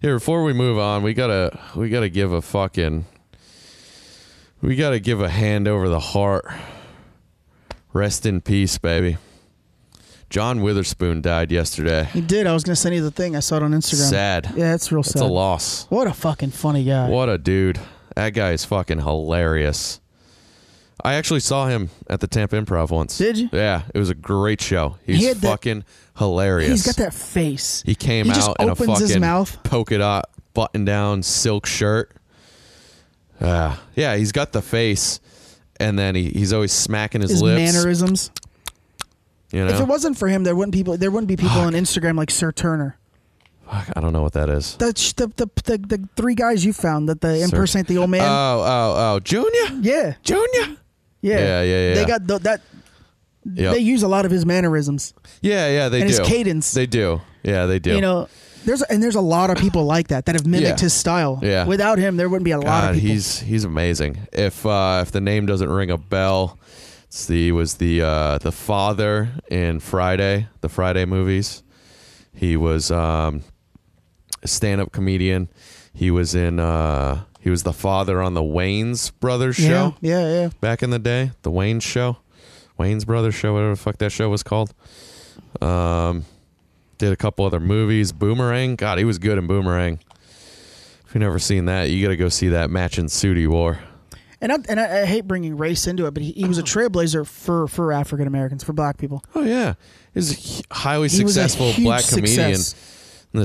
S3: here. Before we move on, we gotta we gotta give a fucking we gotta give a hand over the heart. Rest in peace, baby. John Witherspoon died yesterday.
S2: He did. I was gonna send you the thing. I saw it on Instagram.
S3: Sad.
S2: Yeah, it's real sad.
S3: It's a loss.
S2: What a fucking funny guy.
S3: What a dude. That guy is fucking hilarious. I actually saw him at the Tampa Improv once.
S2: Did you?
S3: Yeah, it was a great show. He's
S2: had that-
S3: fucking hilarious.
S2: He's got that face.
S3: He came
S2: He
S3: out
S2: just
S3: in a
S2: opens
S3: fucking
S2: his mouth.
S3: polka dot button down silk shirt. Ah, yeah, he's got the face, and then he, he's always smacking his,
S2: his
S3: lips.
S2: mannerisms.
S3: you know,
S2: If it wasn't for him, there wouldn't people there wouldn't be people on Instagram like Sir Turner.
S3: Fuck, I don't know what that is.
S2: The the the, the, the three guys you found that the impersonate the old man.
S3: Oh, oh, oh, Junior,
S2: yeah,
S3: Junior.
S2: yeah,
S3: yeah, yeah, yeah.
S2: They got the, that.
S3: Yep.
S2: They use a lot of his mannerisms.
S3: yeah, yeah, they
S2: and
S3: do.
S2: his cadence.
S3: They do. Yeah, they do.
S2: You know, There's and there's a lot of people like that that have mimicked
S3: Yeah.
S2: his style.
S3: Yeah.
S2: Without him, there wouldn't be a lot
S3: God,
S2: of people.
S3: he's he's amazing. If uh, if the name doesn't ring a bell, it's the he was the uh, the father in Friday, the Friday movies. He was um, a stand-up comedian. He was in uh, he was the father on the Wayne's Brothers
S2: yeah,
S3: show
S2: yeah, yeah.
S3: back in the day, the Wayne's show, Wayne's Brothers show, whatever the fuck that show was called. Um, did a couple other movies. Boomerang, God, he was good in Boomerang. If you've never seen that, you got to go see that match and suit he wore.
S2: And I, and I, I hate bringing race into it, but he, he was a trailblazer for for African Americans, for Black people.
S3: Oh yeah, he was a hu- highly
S2: He was a
S3: successful
S2: huge
S3: black comedian
S2: success. Mm-hmm.
S3: in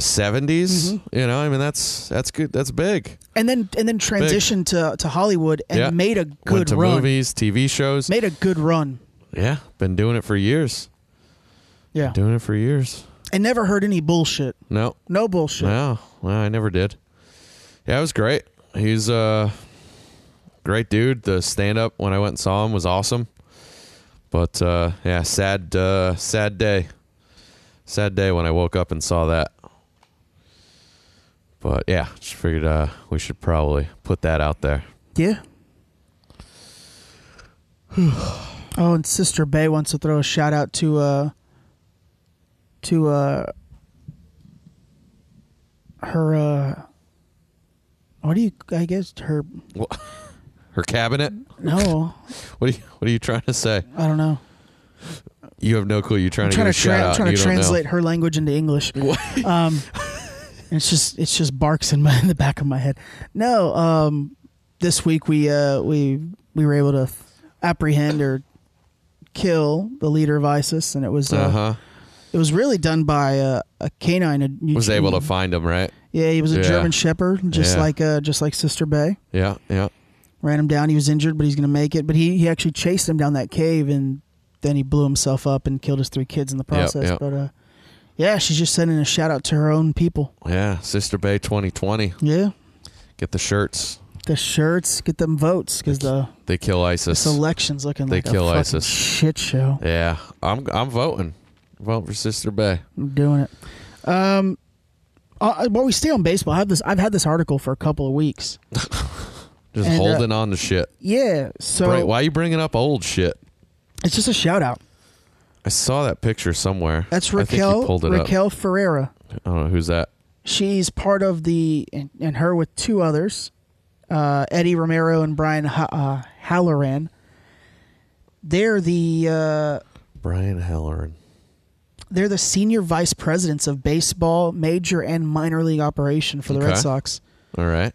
S3: the 70s You know, I mean that's that's good. That's big.
S2: and then and then transitioned to, to Hollywood and
S3: yeah,
S2: made a
S3: Went
S2: good
S3: to
S2: run.
S3: movies, TV shows.
S2: Made a good run.
S3: yeah, been doing it for years.
S2: Yeah,
S3: Doing it for years.
S2: I never heard any bullshit.
S3: No,
S2: No bullshit.
S3: No, no, I never did. Yeah, it was great. He's a great dude. The stand up when I went and saw him was awesome. But uh, yeah, sad, uh, sad day. Sad day when I woke up and saw that. But yeah, just figured uh, we should probably put that out there.
S2: Yeah. oh, and Sister Bay wants to throw a shout out to uh to uh her uh what do you I guess her
S3: Her cabinet.
S2: no
S3: What are you? What are you trying to say?
S2: I don't know
S3: You have no clue. You're trying
S2: I'm
S3: to
S2: trying
S3: give
S2: to
S3: a shout
S2: tra- I'm
S3: out.
S2: trying
S3: and
S2: to
S3: you don't know.
S2: translate her language into English um and it's just it's just barks in my in the back of my head no um this week we uh we we were able to f- apprehend or kill the leader of ISIS and it was uh,
S3: Uh-huh.
S2: It was really done by a, a canine. A,
S3: Was able to find him, right?
S2: Yeah, he was a
S3: Yeah.
S2: German Shepherd, just
S3: Yeah.
S2: like uh, just like Sister Bay.
S3: Yeah, yeah.
S2: Ran him down. He was injured, but he's going to make it. But he he actually chased him down that cave, and then he blew himself up and killed his three kids in the process.
S3: yep.
S2: But uh, yeah, she's just sending a shout out to her own people.
S3: Yeah, Sister Bay 2020.
S2: Yeah,
S3: Get the shirts.
S2: the shirts, get them votes because the
S3: They kill ISIS.
S2: selection's looking
S3: They
S2: like a
S3: kill
S2: fucking
S3: ISIS.
S2: shit show.
S3: yeah, I'm I'm voting. Vote for Sister Bay.
S2: I'm doing it. Um, uh, while we stay on baseball, I have this. I've had this article for a couple of weeks.
S3: Just
S2: And, uh,
S3: holding on to shit.
S2: Yeah, so
S3: Bra- why are you bringing up old shit?
S2: It's just a shout out.
S3: I saw that picture somewhere.
S2: That's
S3: I think you
S2: Raquel
S3: pulled it
S2: Raquel Ferreira.
S3: Up. I don't know who's that.
S2: She's part of the and, and her with two others, uh, Eddie Romero and Brian ha- uh, Halloran. They're the uh,
S3: Brian Halloran.
S2: they're the senior vice presidents of baseball, major and minor league operation for the Red
S3: Okay.
S2: Sox.
S3: All right.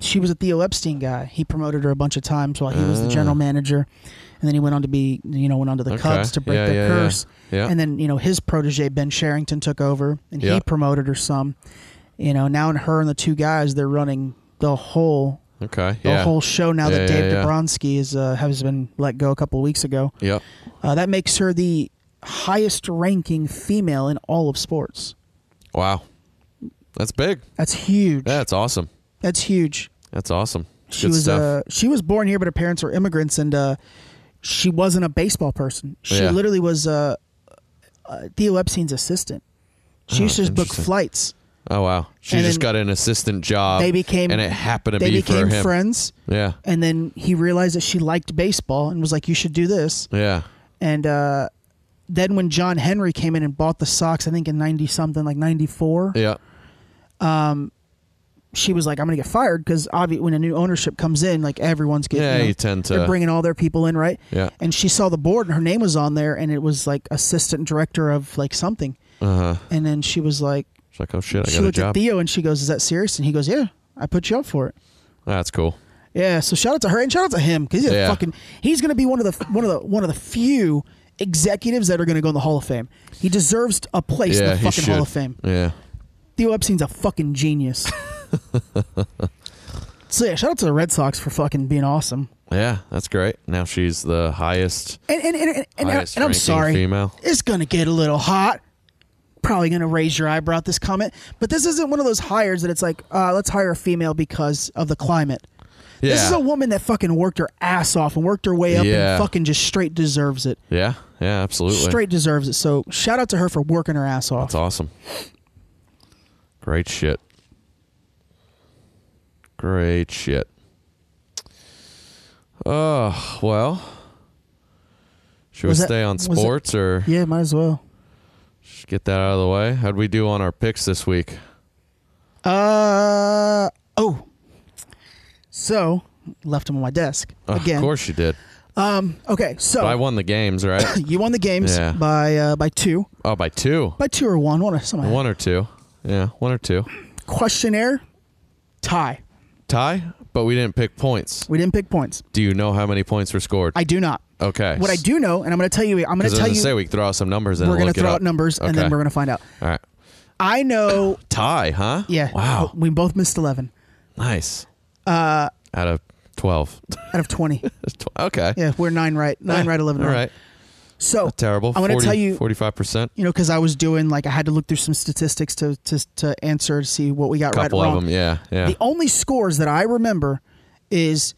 S2: She was a Theo Epstein guy. He promoted her a bunch of times while he was the general manager, and then he went on to be you know went on to the
S3: Ah. Okay.
S2: Cubs to break
S3: Yeah,
S2: their
S3: yeah, yeah.
S2: curse.
S3: Yeah.
S2: And then you know his protege Ben Sherrington took over, and
S3: Yeah.
S2: he promoted her some. You know now, and her and the two guys they're running the whole
S3: Okay.
S2: the
S3: yeah.
S2: whole show now
S3: Yeah,
S2: that Dave
S3: yeah, yeah.
S2: Dabrowski is uh, has been let go a couple of weeks ago.
S3: Yep.
S2: Uh, that makes her the highest ranking female in all of sports.
S3: Wow. That's big.
S2: That's huge.
S3: That's awesome.
S2: That's huge.
S3: That's awesome.
S2: She
S3: Good
S2: was
S3: stuff.
S2: uh, she was born here, but her parents were immigrants, and uh, she wasn't a baseball person. She
S3: Yeah.
S2: literally was uh, uh, Theo Epstein's assistant. She used to just book
S3: interesting.
S2: flights.
S3: oh wow. She
S2: and
S3: just
S2: then
S3: got an assistant job.
S2: They became
S3: and it happened to
S2: they
S3: be
S2: became
S3: for him.
S2: friends,
S3: Yeah.
S2: and then he realized that she liked baseball and was like, "You should do this."
S3: Yeah.
S2: And uh, then when John Henry came in and bought the Sox, I think in ninety something, like ninety four,
S3: Yeah.
S2: she was like, "I'm gonna get fired," because obviously when a new ownership comes in, like everyone's getting
S3: Yeah,
S2: you, know,
S3: you tend to-
S2: they're bringing all their people in, right?
S3: Yeah.
S2: And she saw the board, and her name was on there, and it was like assistant director of like something,
S3: Uh huh.
S2: and then she was like,
S3: She's like, oh shit, I
S2: she
S3: got a
S2: looked at
S3: job.
S2: Theo, and she goes, "Is that serious?" And he goes, "Yeah, I put you up for it."
S3: That's cool.
S2: Yeah, so shout out to her and shout out to him because he's a
S3: Yeah.
S2: fucking he's gonna be one of the one of the one of the few executives that are gonna go in the Hall of Fame. He deserves a place
S3: yeah,
S2: in the
S3: he
S2: fucking
S3: should.
S2: Hall of Fame.
S3: Yeah.
S2: Theo Epstein's a fucking genius. so yeah, shout out to the Red Sox for fucking being awesome.
S3: Yeah, that's great. Now she's the highest.
S2: And and and, and, and, I,
S3: Highest
S2: am
S3: ranking
S2: sorry,
S3: female.
S2: it's gonna get a little hot. Probably gonna raise your eyebrow at this comment, but this isn't one of those hires that it's like, uh, let's hire a female because of the climate.
S3: Yeah.
S2: This is a woman that fucking worked her ass off and worked her way up
S3: Yeah.
S2: and fucking just straight deserves it.
S3: yeah, yeah, absolutely.
S2: Straight deserves it. So shout out to her for working her ass off.
S3: That's awesome. Great shit. Great shit. Oh, well. Should
S2: Was
S3: we
S2: that-
S3: stay on
S2: was it-
S3: sports or
S2: Yeah, might as well.
S3: just get that out of the way? How'd we do on our picks this week?
S2: Uh oh. So left him on my desk
S3: Ugh,
S2: again. Oh.
S3: Of course you did.
S2: Okay, so
S3: But I won the games, right?
S2: you won the games
S3: Yeah.
S2: by uh, by two,
S3: oh, by two.
S2: by two or one. One or something.
S3: One or two. Yeah, one or two.
S2: Questionnaire tie.
S3: Tie, but we didn't pick points.
S2: We didn't pick points.
S3: Do you know how many points were scored?
S2: I do not.
S3: okay.
S2: What I do know, and I'm going to tell you, I'm going
S3: Because I was
S2: to tell
S3: gonna
S2: you,
S3: say we could throw out some numbers and
S2: we're
S3: going
S2: gonna
S3: to
S2: throw out numbers, and then we're going to find out.
S3: All right.
S2: I know.
S3: Tie, huh?
S2: Yeah.
S3: Wow.
S2: We both missed eleven
S3: Nice. Uh, out of twelve.
S2: out of twenty.
S3: Tw- okay.
S2: yeah, we're nine right, nine right, eleven
S3: Ah, All
S2: right.
S3: right.
S2: So
S3: Terrible.
S2: I'm going to tell you,
S3: forty-five percent.
S2: you know, because I was doing like I had to look through some statistics to to, to answer to see what we got right
S3: Couple
S2: or wrong.
S3: of them. Yeah. Yeah.
S2: The only scores that I remember is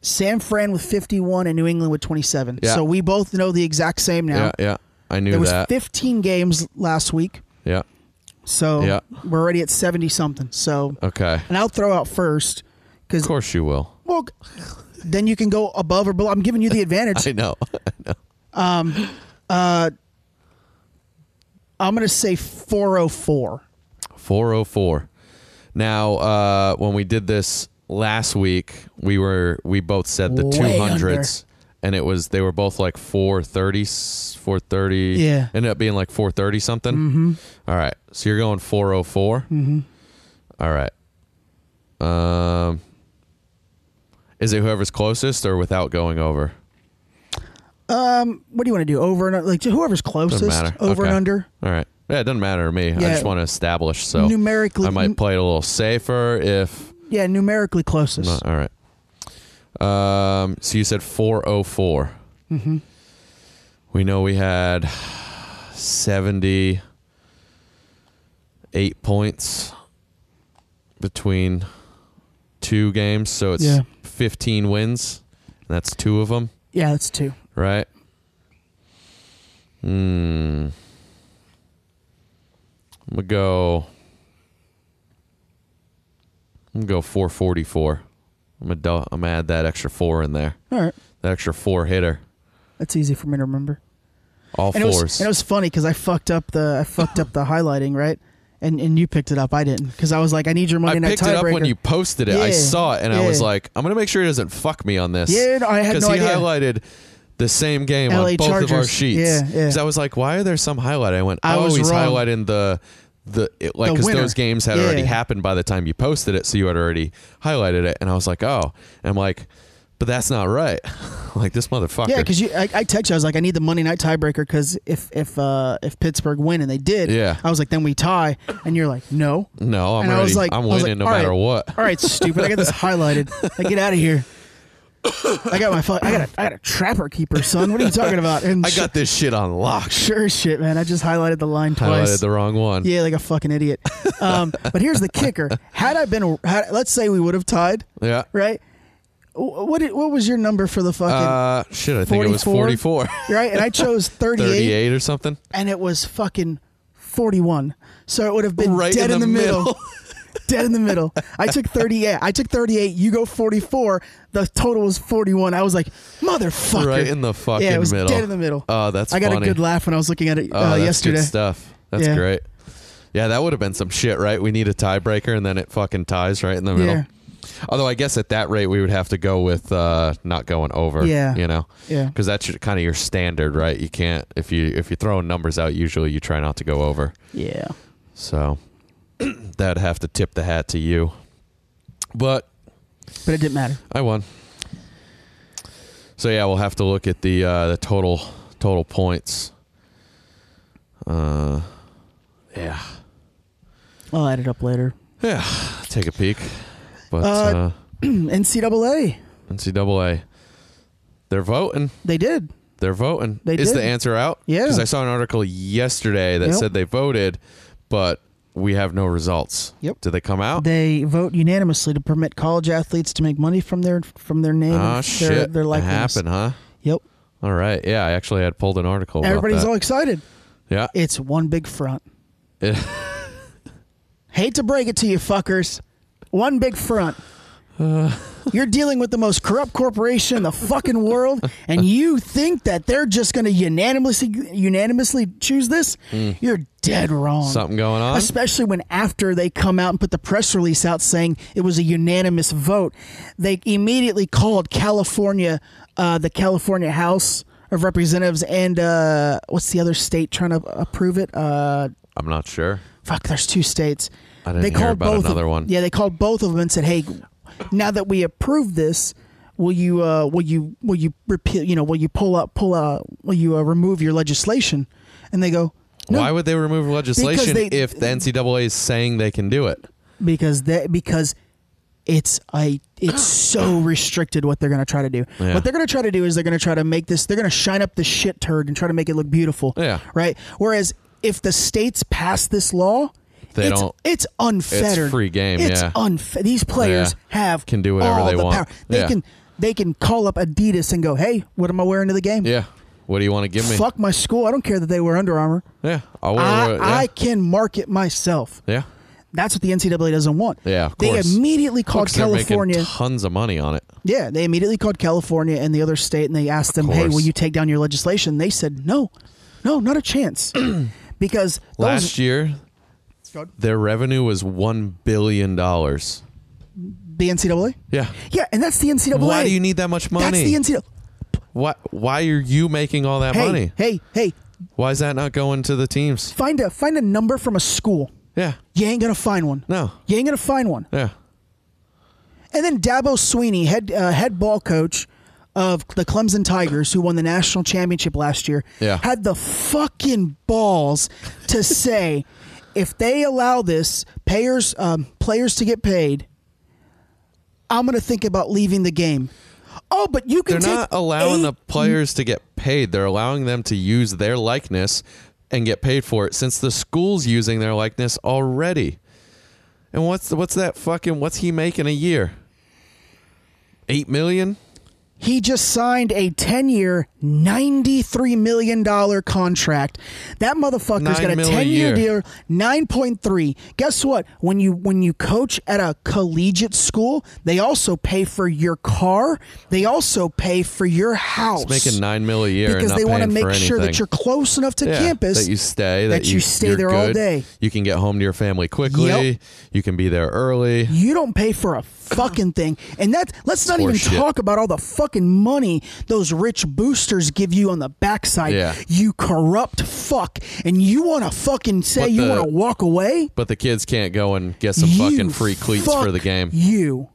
S2: San Fran with 51 and New England with 27.
S3: Yeah.
S2: So we both know the exact same now.
S3: yeah. Yeah. I knew
S2: there was
S3: that.
S2: 15 games last week,
S3: yeah.
S2: so
S3: Yeah.
S2: we're already at 70 something. So,
S3: Okay.
S2: and I'll throw out first because
S3: Of course you will.
S2: well, then you can go above or below. I'm giving you the advantage.
S3: I know.
S2: I'm going to say 404.
S3: Four oh four. Now, uh, when we did this last week, we were we both said the
S2: Way
S3: two hundreds, and it was they were both like four thirty, four thirty.
S2: Yeah. Mm-hmm.
S3: ended up being like four thirty something. All right, so you're going four oh four. All right. Um, is it whoever's closest or without going over?
S2: What do you want to do? Over and under, like whoever's
S3: Doesn't
S2: closest,
S3: matter.
S2: over
S3: Okay.
S2: and under.
S3: All right. Yeah, it doesn't matter to me. I
S2: Yeah.
S3: just want to establish. So
S2: Numerically-
S3: I might play it a little safer if.
S2: Yeah, numerically closest.
S3: Uh, all right. Um, so you said 404. Mm-hmm. We know we had 78 points between two games. So it's
S2: Yeah.
S3: 15 wins. And that's two of them,
S2: Yeah, that's two.
S3: right? Hmm. I'm going to go. I'm gonna go 444. I'm gonna du- I'm gonna add that extra four in there.
S2: All right,
S3: That extra four hitter.
S2: that's easy for me to remember.
S3: All
S2: and
S3: fours.
S2: It was, and it was funny because I fucked up the I fucked up the highlighting right, and and you picked it up. I didn't because I was like, I need your
S3: I
S2: Monday night
S3: picked it up
S2: tiebreaker.
S3: when you posted it. I
S2: Yeah,
S3: saw it and I was
S2: yeah.
S3: like, I'm gonna make sure he doesn't fuck me on this.
S2: Yeah, no, I had no
S3: he
S2: idea.
S3: highlighted the same game
S2: LA
S3: on both of our
S2: Chargers.
S3: sheets.
S2: Yeah, yeah.
S3: 'Cause I was like, why are there some highlight? I went, oh,
S2: I was
S3: he's
S2: wrong.
S3: highlighting the the it, like
S2: The
S3: because
S2: winner.
S3: those games had
S2: Yeah.
S3: already happened by the time you posted it, so you had already highlighted it. And I was like, oh, and I'm like, but that's not right. like this motherfucker.
S2: Yeah, because you, I, I texted. you, I was like, I need the Monday night tiebreaker because if if uh, if Pittsburgh win and they did,
S3: Yeah.
S2: I was like, then we tie, and you're like, no,
S3: No, I'm
S2: and
S3: ready.
S2: I was like,
S3: I'm
S2: I was
S3: winning no
S2: like, all right,
S3: matter what.
S2: All right, stupid. I got this highlighted. Like, get out of here. I got my fu- I got a I got a trapper keeper, son. What are you talking about? And
S3: I got this shit on lock.
S2: sure as shit, man. I just highlighted the line twice.
S3: Highlighted the wrong one.
S2: Yeah, like a fucking idiot. Um, but here's the kicker: had I been, had, let's say we would have tied,
S3: Yeah.
S2: right? Wh- What did- what was your number for the fucking
S3: Uh, shit, I think it was 44.
S2: 44? right? And I chose 38,
S3: 38 or something.
S2: and it was fucking forty-one. So it would have been
S3: Right
S2: dead
S3: in
S2: in,
S3: the
S2: the, middle.
S3: middle.
S2: dead in the middle. I took thirty-eight. I took thirty-eight. You go forty-four. The total was forty-one. I was like, motherfucker,
S3: Right in the fucking
S2: yeah, it was
S3: middle.
S2: Dead in the middle.
S3: Oh, that's
S2: I got
S3: funny.
S2: a good laugh when I was looking at it
S3: Oh,
S2: uh,
S3: that's
S2: yesterday.
S3: good stuff. That's
S2: Yeah.
S3: great. Yeah, that would have been some shit, right? We need a tiebreaker, and then it fucking ties right in the middle.
S2: Yeah.
S3: Although I guess at that rate we would have to go with uh, not going over.
S2: Yeah.
S3: you know,
S2: Yeah.
S3: because that's your, kind of your standard, right? You can't if you if you're throwing numbers out, usually you try not to go over.
S2: Yeah.
S3: So that'd have to tip the hat to you. But
S2: But it didn't matter.
S3: I won. So yeah, we'll have to look at the uh, the total total points. Uh, yeah,
S2: I'll add it up later.
S3: yeah. Take a peek, but uh,
S2: Uh, NCAA.
S3: NCAA, they're voting.
S2: They did.
S3: They're voting.
S2: They
S3: Is the
S2: did.
S3: answer out?
S2: Yeah.
S3: because I saw an article yesterday that
S2: Yep.
S3: said they voted, but we have no results.
S2: Yep.
S3: Did they come out?
S2: They vote unanimously to permit college athletes to make money from their from their name.
S3: Ah,
S2: and
S3: shit.
S2: Their, their
S3: It
S2: likeness.
S3: happened, huh?
S2: Yep.
S3: All right. Yeah, I actually had pulled an article. about
S2: Everybody's
S3: that.
S2: all excited.
S3: yeah.
S2: It's one big front. Hate to break it to you, fuckers. One big front.
S3: Uh.
S2: You're dealing with the most corrupt corporation in the fucking world, and you think that they're just going to unanimously unanimously choose this? You're dead wrong.
S3: Hmm. Something going on?
S2: Especially when after they come out and put the press release out saying it was a unanimous vote, they immediately called California, uh, the California House of Representatives, and uh, what's the other state trying to approve it? Uh,
S3: I'm not sure.
S2: fuck, there's two states.
S3: I didn't
S2: they
S3: hear
S2: called
S3: about
S2: both
S3: another
S2: of,
S3: one.
S2: Yeah, they called both of them and said, "Hey, now that we approve this, will you uh, will you will you repeal? You know, will you pull out pull out? Will you uh, remove your legislation?" And they go, "No,
S3: Why would they remove legislation
S2: they-
S3: if the NCAA is saying they can do it?
S2: because that because it's I it's so restricted what they're going to try to do.
S3: Yeah.
S2: What they're going to try to do is they're going to try to make this they're going to shine up the shit turd and try to make it look beautiful.
S3: Yeah.
S2: Right? Whereas if the states pass this law,
S3: They
S2: it's,
S3: don't-
S2: it's unfettered.
S3: free game,
S2: It's
S3: yeah.
S2: unfe- these players
S3: Yeah.
S2: have
S3: Can do whatever
S2: all
S3: they
S2: the
S3: want.
S2: Power. They
S3: Yeah.
S2: can they can call up Adidas and go, "Hey, what am I wearing to the game?"
S3: Yeah. What do you want to give me?
S2: Fuck my school. I don't care that they were Under Armour.
S3: Yeah. I'll wear
S2: I,
S3: what-
S2: I
S3: yeah.
S2: can market myself.
S3: yeah.
S2: That's what the NCAA doesn't want.
S3: Yeah, of
S2: they
S3: course.
S2: immediately called
S3: 'Cause they're making
S2: California.
S3: tons of money on it.
S2: yeah, they immediately called California and the other state, and they asked them, "Hey,
S3: course.
S2: will you take down your legislation?" They said, "No, no, not a chance," because those,
S3: Last year, their revenue was $1 billion. Yeah.
S2: the NCAA. Yeah, and that's the NCAA.
S3: Why do you need that much
S2: That's
S3: money?
S2: the NCAA.
S3: why, why are you making all that
S2: Hey,
S3: money?
S2: hey, hey!
S3: Why is that not going to the teams?
S2: Find a find a number from a school.
S3: Yeah.
S2: You ain't gonna find one.
S3: No.
S2: you ain't gonna find one.
S3: Yeah.
S2: And then Dabo Sweeney, head uh, head ball coach of the Clemson Tigers, who won the national championship last year,
S3: Yeah.
S2: had the fucking balls to say, if they allow this, payers um, players to get paid, I'm going to think about leaving the game. Oh, but you can
S3: They're
S2: take
S3: not allowing the
S2: eight-
S3: players to get paid. They're allowing them to use their likeness and get paid for it since the school's using their likeness already. And what's what's that fucking what's he making a year? 8 million?
S2: He just signed a 10 year, $93 million contract. That motherfucker's
S3: Nine
S2: got a
S3: million
S2: 10 year
S3: a
S2: deal,
S3: year.
S2: 9.3. Guess what? When you when you coach at a collegiate school, they also pay for your car. They also pay for your house.
S3: He's making 9 mil a year
S2: because
S3: and not
S2: they want to
S3: paying for
S2: make sure that
S3: anything.
S2: you're close enough to
S3: Yeah,
S2: campus
S3: that you stay
S2: that you stay
S3: you're
S2: there all
S3: good.
S2: day.
S3: You can get home to your family quickly.
S2: Yep.
S3: You can be there early.
S2: You don't pay for a fucking thing. And that let's not even
S3: horseshit.
S2: talk about all the fucking money those rich boosters give you on the backside.
S3: Yeah.
S2: You corrupt fuck. And you wanna fucking say
S3: But
S2: you
S3: the-
S2: wanna walk away?
S3: But the kids can't go and get some
S2: You
S3: fucking free cleats for
S2: fuck
S3: the game.
S2: You.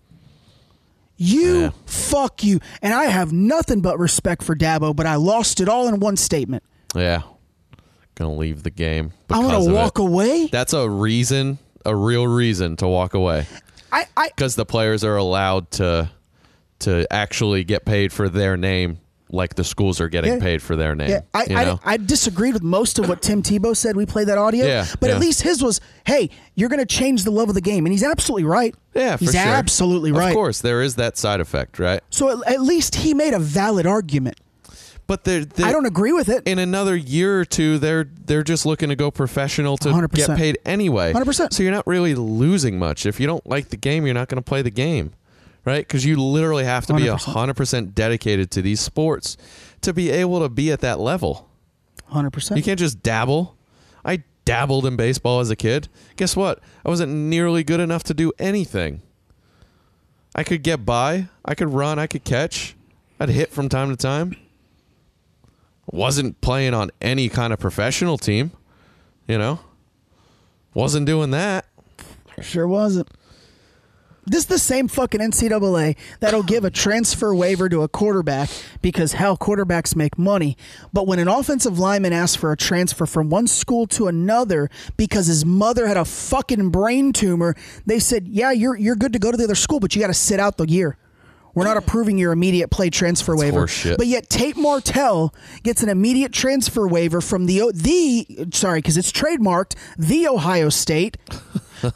S2: You
S3: Yeah.
S2: fuck you. And I have nothing but respect for Dabo, but I lost it all in one statement.
S3: Yeah. Gonna leave the game.
S2: I'm
S3: because
S2: gonna
S3: of it.
S2: walk away.
S3: That's a reason, a real reason to walk away
S2: I, I
S3: because the players are allowed to to actually get paid for their name, like the schools are getting
S2: Yeah.
S3: paid for their name.
S2: Yeah, I,
S3: you know?
S2: I, I disagreed with most of what Tim Tebow said. We played that audio,
S3: Yeah,
S2: but
S3: yeah.
S2: at least his was, "Hey, you're going to change the love of the game," and he's absolutely right.
S3: yeah, for
S2: he's
S3: sure.
S2: absolutely right.
S3: Of course, there is that side effect, right?
S2: So at, at least he made a valid argument.
S3: But they're, they
S2: I don't agree with it.
S3: in another year or two, they're they're just looking to go professional to
S2: 100%.
S3: get paid anyway.
S2: 100%.
S3: So you're not really losing much. If you don't like the game, you're not going to play the game, right? Because you literally have to be
S2: 100%.
S3: hundred percent dedicated to these sports to be able to be at that level.
S2: Hundred
S3: You
S2: percent.
S3: can't just dabble. I dabbled in baseball as a kid. Guess what? I wasn't nearly good enough to do anything. I could get by. I could run. I could catch. I'd hit from time to time. Wasn't playing on any kind of professional team, you know? Wasn't doing that.
S2: Sure wasn't. This is the same fucking NCAA that'll give a transfer waiver to a quarterback because hell, quarterbacks make money. But when an offensive lineman asks for a transfer from one school to another because his mother had a fucking brain tumor, they said, "Yeah, you're you're good to go to the other school, but you got to sit out the year. We're not approving your immediate play transfer waiver."
S3: horseshit.
S2: But yet Tate Martell gets an immediate transfer waiver from the O- the sorry because it's trademarked the Ohio State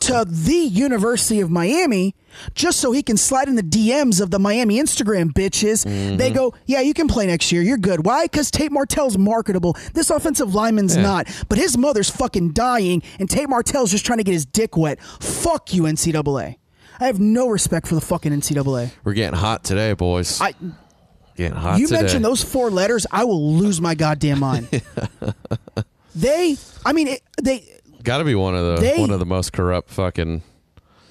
S2: to the University of Miami just so he can slide in the DMs of the Miami Instagram bitches. They go, yeah, you can play next year. You're good. Why? Because Tate Martell's marketable. This offensive lineman's not. But his mother's fucking dying, and Tate Martell's just trying to get his dick wet. Fuck you, NCAA. I have no respect for the fucking NCAA.
S3: We're getting hot today, boys.
S2: I,
S3: getting hot
S2: you
S3: today.
S2: mention those four letters, I will lose my goddamn mind. they, I mean, it, they
S3: Got to be one of the
S2: They-
S3: one of the most corrupt fucking.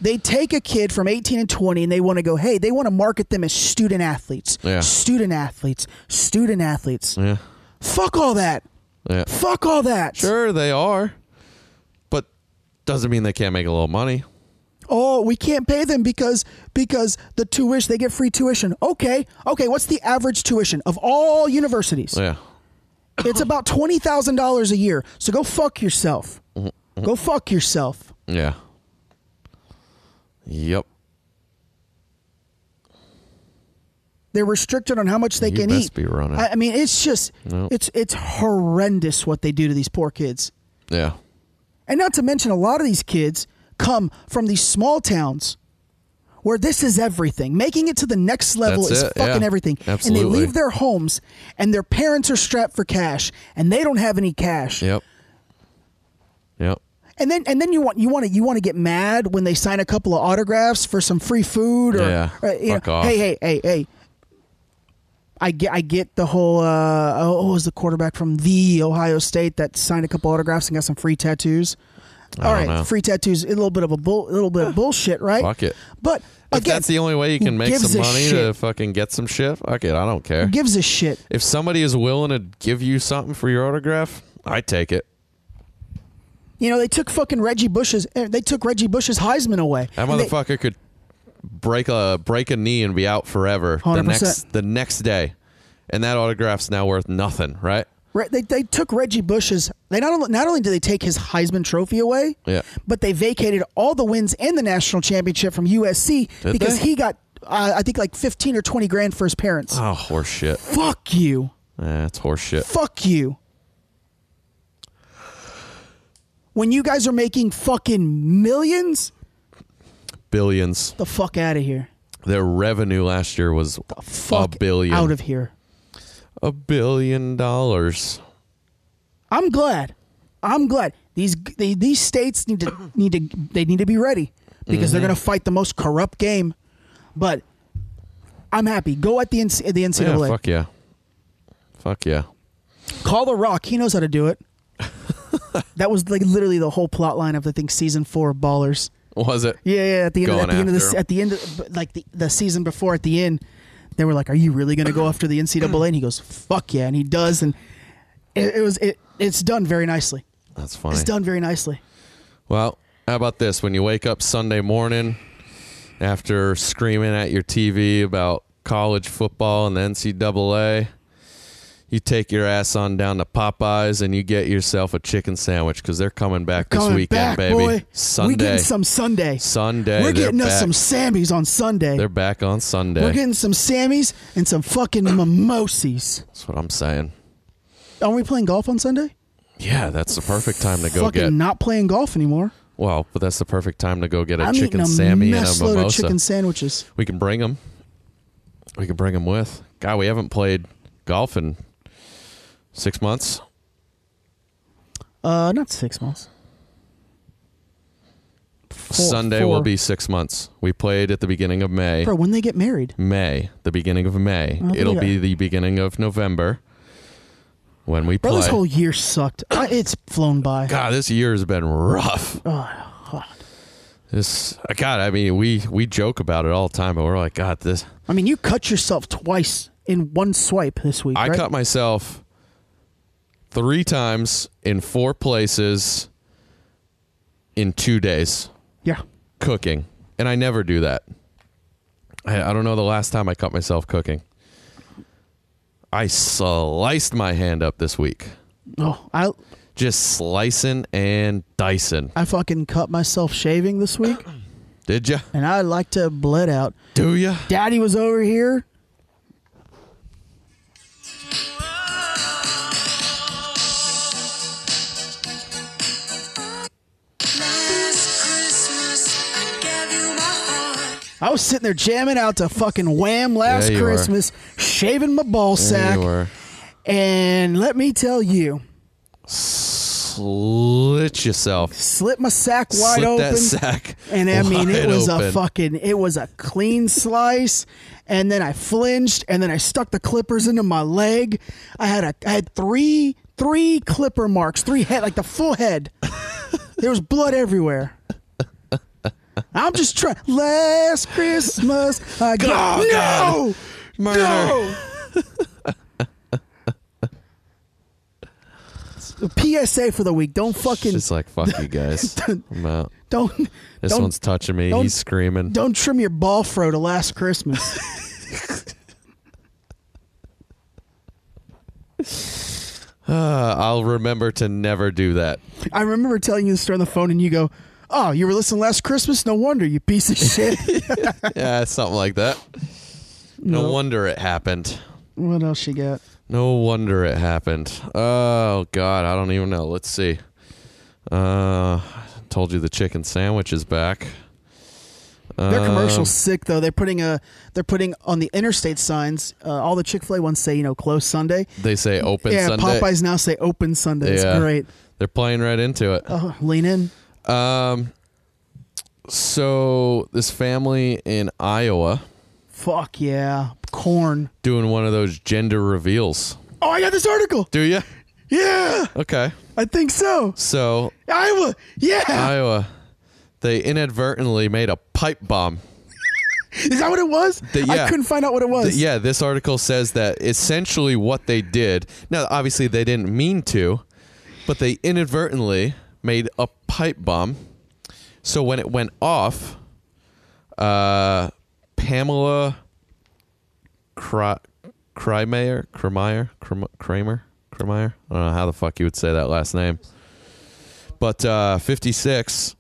S2: they take a kid from 18 and 20 and they want to go, hey, they want to market them as student athletes,
S3: Yeah.
S2: student athletes, student athletes.
S3: Yeah.
S2: Fuck all that.
S3: Yeah.
S2: Fuck all that.
S3: Sure, they are, but doesn't mean they can't make a little money.
S2: Oh, we can't pay them because because the tuition they get free tuition. Okay, okay. What's the average tuition of all universities?
S3: Yeah.
S2: It's about twenty thousand dollars a year. So go fuck yourself.
S3: Mm-hmm,
S2: Go fuck yourself.
S3: Yeah. Yep.
S2: They're restricted on how much they
S3: You
S2: can
S3: best
S2: eat.
S3: be running.
S2: I, I mean, it's just it's it's horrendous what they do to these poor kids.
S3: Yeah.
S2: And not to mention, a lot of these kids come from these small towns where this is everything. Making it to the next level
S3: That's
S2: is
S3: it,
S2: fucking
S3: yeah.
S2: everything. And they
S3: Absolutely.
S2: leave their homes and their parents are strapped for cash and they don't have any cash.
S3: Yep. Yep.
S2: And then and then you want you want to you want to get mad when they sign a couple of autographs for some free food or,
S3: Yeah,
S2: or, you
S3: fuck
S2: know,
S3: off.
S2: hey hey hey hey. I get I get the whole uh, oh what was the quarterback from the Ohio State that signed a couple autographs and got some free tattoos. All right,
S3: know.
S2: free tattoos a little bit of a bull, a little bit of bullshit, right?
S3: Fuck it.
S2: But
S3: If
S2: again,
S3: that's the only way you can
S2: who
S3: make
S2: gives
S3: some
S2: a
S3: money to
S2: shit?
S3: fucking get some shit, fuck it. I don't care.
S2: gives a shit.
S3: if somebody is willing to give you something for your autograph, I take it.
S2: You know they took fucking Reggie Bush's eh, they took Reggie Bush's Heisman away.
S3: That
S2: And they-
S3: motherfucker could break a break a knee and be out forever the
S2: 100%.
S3: next the next day, and that autograph's now worth nothing, right?
S2: Right, they, they took Reggie Bush's. They not only, not only did they take his Heisman Trophy away,
S3: Yeah.
S2: but they vacated all the wins and the national championship from USC
S3: Did
S2: because
S3: they?
S2: he got uh, I think like fifteen or twenty grand for his parents.
S3: Oh, horseshit.
S2: Fuck you,
S3: That's horseshit.
S2: fuck you. When you guys are making fucking millions,
S3: Billions.
S2: the fuck out of here,
S3: Their revenue last year was a
S2: fuck
S3: billion.
S2: out of here.
S3: a billion dollars.
S2: I'm glad. I'm glad these they, these states need to need to they need to be ready because
S3: Mm-hmm.
S2: they're going to fight the most corrupt game. But I'm happy. Go at the NC the
S3: Yeah,
S2: NCAA.
S3: fuck yeah. Fuck yeah.
S2: Call the Rock. He knows how to do it. that was like literally the whole plot line of the thing season four of Ballers.
S3: Was it?
S2: Yeah, yeah. At the end, of, at
S3: Going
S2: the end of
S3: after
S2: the
S3: him.
S2: at the end of but, like the, the season before at the end, they were like, "Are you really going to go after the NCAA?" And he goes, "Fuck yeah!" And he does, and it, it was it it's done very nicely.
S3: That's funny.
S2: It's done very nicely.
S3: Well, how about this? When you wake up Sunday morning after screaming at your TV about college football and the NCAA, you take your ass on down to Popeyes and you get yourself a chicken sandwich because they're coming back this
S2: Coming
S3: weekend,
S2: back,
S3: baby.
S2: boy.
S3: Sunday.
S2: We getting some Sunday.
S3: Sunday.
S2: We're
S3: they're
S2: getting us
S3: back.
S2: some Sammys on Sunday.
S3: They're back on Sunday.
S2: We're getting some Sammys and some fucking mimosas.
S3: That's what I'm saying.
S2: Aren't we playing golf on Sunday?
S3: Yeah, that's the perfect time to go
S2: fucking
S3: get.
S2: not playing golf anymore.
S3: well, but that's the perfect time to go get a
S2: I'm
S3: chicken
S2: eating a
S3: Sammy and a
S2: mess load of
S3: mimosa.
S2: chicken sandwiches.
S3: We can bring them. We can bring them with. God, we haven't played golf in six months.
S2: Uh, not six months. Four-
S3: Sunday
S2: four.
S3: will be six months. We played at the beginning of May.
S2: Bro, when they get married,
S3: May, the beginning of May.
S2: Oh,
S3: It'll
S2: yeah.
S3: be the beginning of November when we
S2: bro,
S3: play.
S2: this whole year sucked. I, it's flown by.
S3: God, this year has been rough. This uh, God, I mean, we we joke about it all the time, but we're like, God, this.
S2: I mean, you cut yourself twice in one swipe this week.
S3: I
S2: right?
S3: cut myself three times in four places in two days.
S2: Yeah,
S3: cooking, and I never do that. I, I don't know the last time I cut myself cooking. I sliced my hand up this week,
S2: oh, I
S3: just slicing and dicing.
S2: I fucking cut myself shaving this week.
S3: Did ya?
S2: and I like to bled out.
S3: Do ya?
S2: Daddy was over here.
S8: Last Christmas.
S2: I was sitting there jamming out to fucking Wham last
S3: you were.
S2: Christmas, shaving my ball sack,
S3: You were
S2: and let me tell you,
S3: slit yourself,
S2: slit my sack wide
S3: slit
S2: open.
S3: that sack,
S2: And I mean, it
S3: wide
S2: was a
S3: open.
S2: fucking, it was a clean slice. And then I flinched, and then I stuck the clippers into my leg. I had a, I had three, three clipper marks, three head, like the full head. there was blood everywhere. I'm just trying. Last Christmas, I got
S3: Oh,
S2: no,
S3: murder.
S2: no. PSA for the week. Don't fucking,
S3: Just like fuck you guys. I'm out.
S2: don't,
S3: This
S2: don't,
S3: one's touching me.
S2: don't-
S3: He's screaming.
S2: don't trim your ball fro to last Christmas.
S3: Uh, I'll remember to never do that.
S2: I remember telling you the story on the phone, and you go, "Oh, you were listening last Christmas? No wonder, you piece of shit."
S3: Yeah, something like that. no wonder it happened.
S2: what else you got?
S3: No wonder it happened. Oh God, I don't even know. Let's see. Uh, told you the chicken sandwich is back.
S2: Their
S3: Um,
S2: commercial's sick though. They're putting a they're putting on the interstate signs. Uh, all the Chick Fil A ones say, you know, close Sunday.
S3: Uh, They say open
S2: yeah,
S3: Sunday.
S2: Popeyes now say open Sunday. It's
S3: Yeah.
S2: great.
S3: They're playing right into it.
S2: Oh, lean in.
S3: So this family in Iowa
S2: Fuck yeah, corn.
S3: doing one of those gender reveals.
S2: Oh, I got this article.
S3: Do you?
S2: Yeah,
S3: Okay.
S2: I think so.
S3: So
S2: Iowa. Yeah,
S3: Iowa, they inadvertently made a pipe bomb.
S2: is that what it was?
S3: The-
S2: I
S3: yeah.
S2: couldn't find out what it was.
S3: Th- yeah, this article says that essentially what they did. Now, obviously, they didn't mean to, but they inadvertently made a pipe bomb. So when it went off, uh, Pamela Cri- Crimeyer, Crimeyer, Crim- Kramer, Kramer. I don't know how the fuck you would say that last name, but uh, fifty-six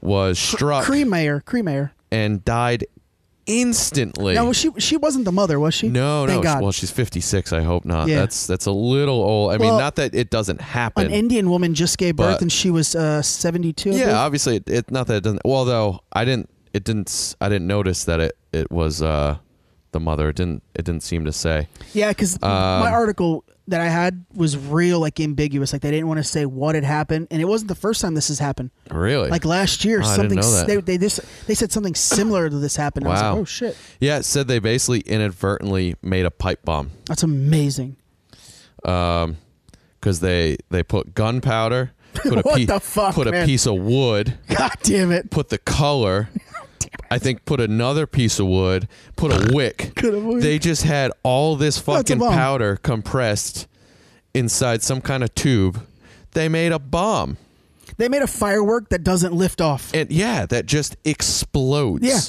S3: was struck
S2: Cremayer, Cremayer.
S3: and died instantly.
S2: No, she she wasn't the mother, was she?
S3: No,
S2: Thank
S3: no.
S2: God.
S3: Well, she's 56. I hope not.
S2: Yeah.
S3: That's that's a little old. I
S2: Well,
S3: mean, not that it doesn't happen.
S2: an Indian woman just gave birth
S3: But-
S2: and she was uh, 72. I believe.
S3: yeah, obviously, it, it not that it doesn't. Well, though, I didn't. It didn't. s- I didn't notice that it it was uh the mother. It didn't. It didn't seem to say.
S2: Yeah, because
S3: um,
S2: my article that I had was real, like ambiguous. Like they didn't want to say what had happened, and it wasn't the first time this has happened.
S3: Really.
S2: Like last year,
S3: Oh, I
S2: something
S3: didn't know
S2: s-
S3: that.
S2: they they this they said something similar to this happened. I was like,
S3: Wow.
S2: oh shit,
S3: yeah, it said they basically inadvertently made a pipe bomb
S2: that's amazing.
S3: because they they put gunpowder, put a
S2: What
S3: piece,
S2: the fuck,
S3: put
S2: man?
S3: a piece of wood.
S2: God damn it!
S3: put the color.
S2: Oh,
S3: I think put another piece of wood, put a wick.
S2: Good avoid.
S3: They just had all this
S2: a
S3: fucking
S2: bomb.
S3: powder compressed inside some kind of tube. They made a bomb.
S2: They made a firework that doesn't lift off.
S3: And yeah, that just explodes.
S2: Yeah.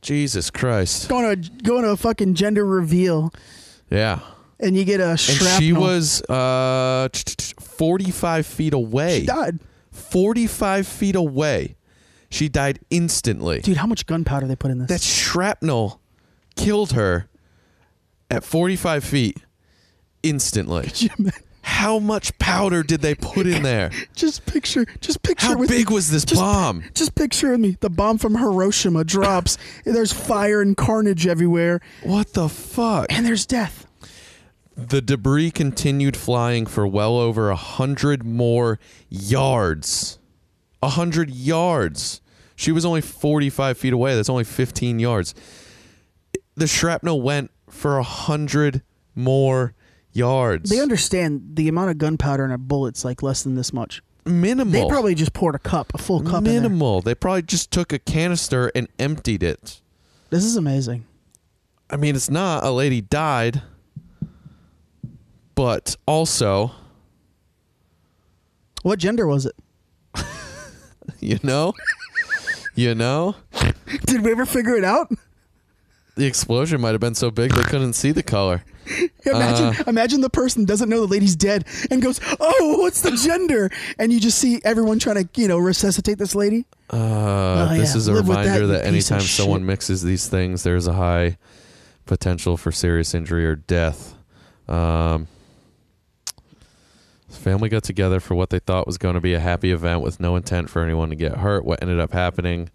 S3: Jesus Christ.
S2: going to a, going to a fucking gender reveal,
S3: Yeah.
S2: and you get a
S3: And
S2: shrapnel.
S3: she was uh, 45 feet away.
S2: She died,
S3: 45 feet away. She died instantly.
S2: dude. How much gunpowder they put in this?
S3: that shrapnel killed her at 45 feet instantly. How much powder did they put in there?
S2: just picture, just picture.
S3: How
S2: with
S3: big
S2: me-
S3: was this
S2: just-
S3: bomb?
S2: Just picture me. The bomb from Hiroshima drops. and there's fire and carnage everywhere,
S3: What the fuck?
S2: and there's death.
S3: The debris continued flying for well over a hundred more yards. A hundred yards. She was only 45 feet away. That's only 15 yards. The shrapnel went for a hundred more yards.
S2: They understand the amount of gunpowder in a bullet's like less than this much.
S3: minimal.
S2: They probably just poured a cup, a full cup. in there.
S3: minimal. They probably just took a canister and emptied it.
S2: This is amazing.
S3: I mean, it's not a lady died, but also,
S2: What gender was it?
S3: you know, you know,
S2: Did we ever figure it out?
S3: the explosion might have been so big they couldn't see the color.
S2: Imagine,
S3: Uh.
S2: imagine the person doesn't know the lady's dead and goes, "Oh, what's the gender?" And you just see everyone trying to, you know, resuscitate this lady.
S3: Uh,
S2: Oh,
S3: this
S2: yeah.
S3: is a
S2: Live with that,
S3: reminder
S2: you
S3: that,
S2: piece of
S3: anytime someone
S2: shit.
S3: mixes these things, there's a high potential for serious injury or death. Um, the family got together for what they thought was going to be a happy event with no intent for anyone to get hurt. What ended up happening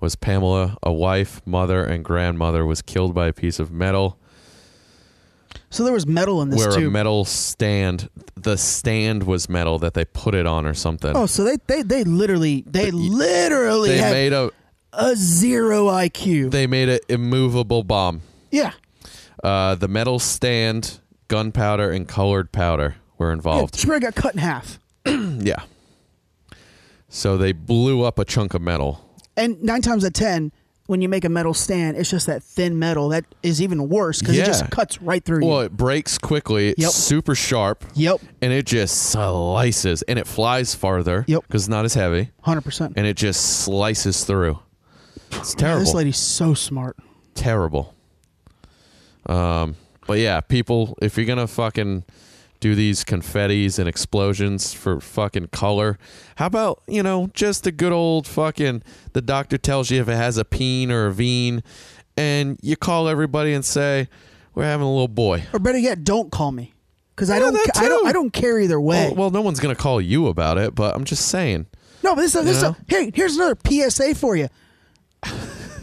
S3: was Pamela, a wife, mother, and grandmother, was killed by a piece of metal
S2: So there was metal in this
S3: where
S2: too.
S3: a metal stand, the stand was metal that they put it on or something.
S2: oh, so they they they literally they literally
S3: they
S2: had
S3: made a
S2: a zero IQ.
S3: they made an immovable bomb.
S2: yeah.
S3: Uh, the metal stand, gunpowder, and colored powder were
S2: yeah.
S3: involved.
S2: She probably got cut in half.
S3: Yeah. So they blew up a chunk of metal.
S2: And nine times out of ten, when you make a metal stand, it's just that thin metal that is even worse because it
S3: Yeah.
S2: just cuts right through
S3: Well,
S2: you.
S3: it breaks quickly. It's
S2: Yep.
S3: super sharp.
S2: Yep.
S3: And it just slices and it flies farther.
S2: Yep.
S3: Because it's not as heavy.
S2: Hundred percent.
S3: And it just slices through. It's terrible.
S2: This lady's so smart.
S3: terrible. Um, but yeah, people, if you're gonna fucking do these confettis and explosions for fucking color, how about you know just the good old fucking the doctor tells you if it has a peen or a veen, and you call everybody and say we're having a little boy.
S2: Or better yet, don't call me because I
S3: Yeah,
S2: don't
S3: that
S2: ca- I don't
S3: too.
S2: I don't care either way.
S3: Well, well, no one's gonna call you about it, but I'm just saying.
S2: No, but this is this is
S3: You know?
S2: hey, here's another PSA for you.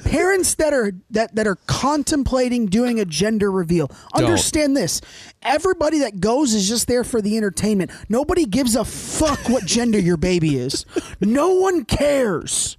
S2: Parents that are that that are contemplating doing a gender reveal,
S3: Don't.
S2: understand this. Everybody that goes is just there for the entertainment. Nobody gives a fuck what gender your baby is. No one cares.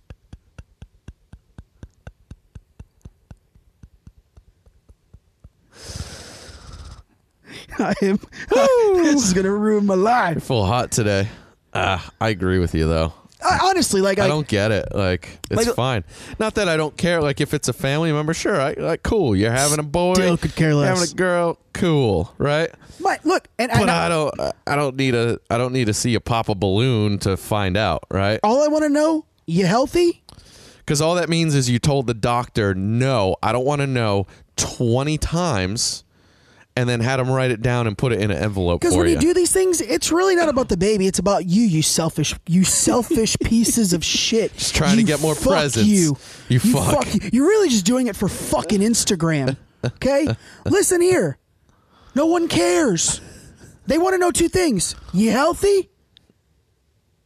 S2: I am. this is gonna ruin my life.
S3: Full hot today. Ah, I agree with you though.
S2: I, honestly, like
S3: I
S2: I,
S3: don't get it. Like it's
S2: Like-
S3: fine. Not that I don't care. Like if it's a family member, sure. I like cool. You're having a boy.
S2: Still could care
S3: you're
S2: less.
S3: Having a girl, cool, right?
S2: my, look, and
S3: But
S2: and
S3: I don't. I don't need a. I don't need to see you pop a balloon to find out, right?
S2: all I want to know, you healthy?
S3: Because all that means is you told the doctor, no, I don't want to know twenty times, and then had him write it down and put it in an envelope
S2: Because
S3: for
S2: when you do these things, it's really not about the baby; it's about you, you selfish, you selfish pieces of shit. Just
S3: trying to get more presents.
S2: You,
S3: You fuck.
S2: you. You're really just doing it for fucking Instagram. Okay, listen here. No one cares. They want to know two things: you healthy?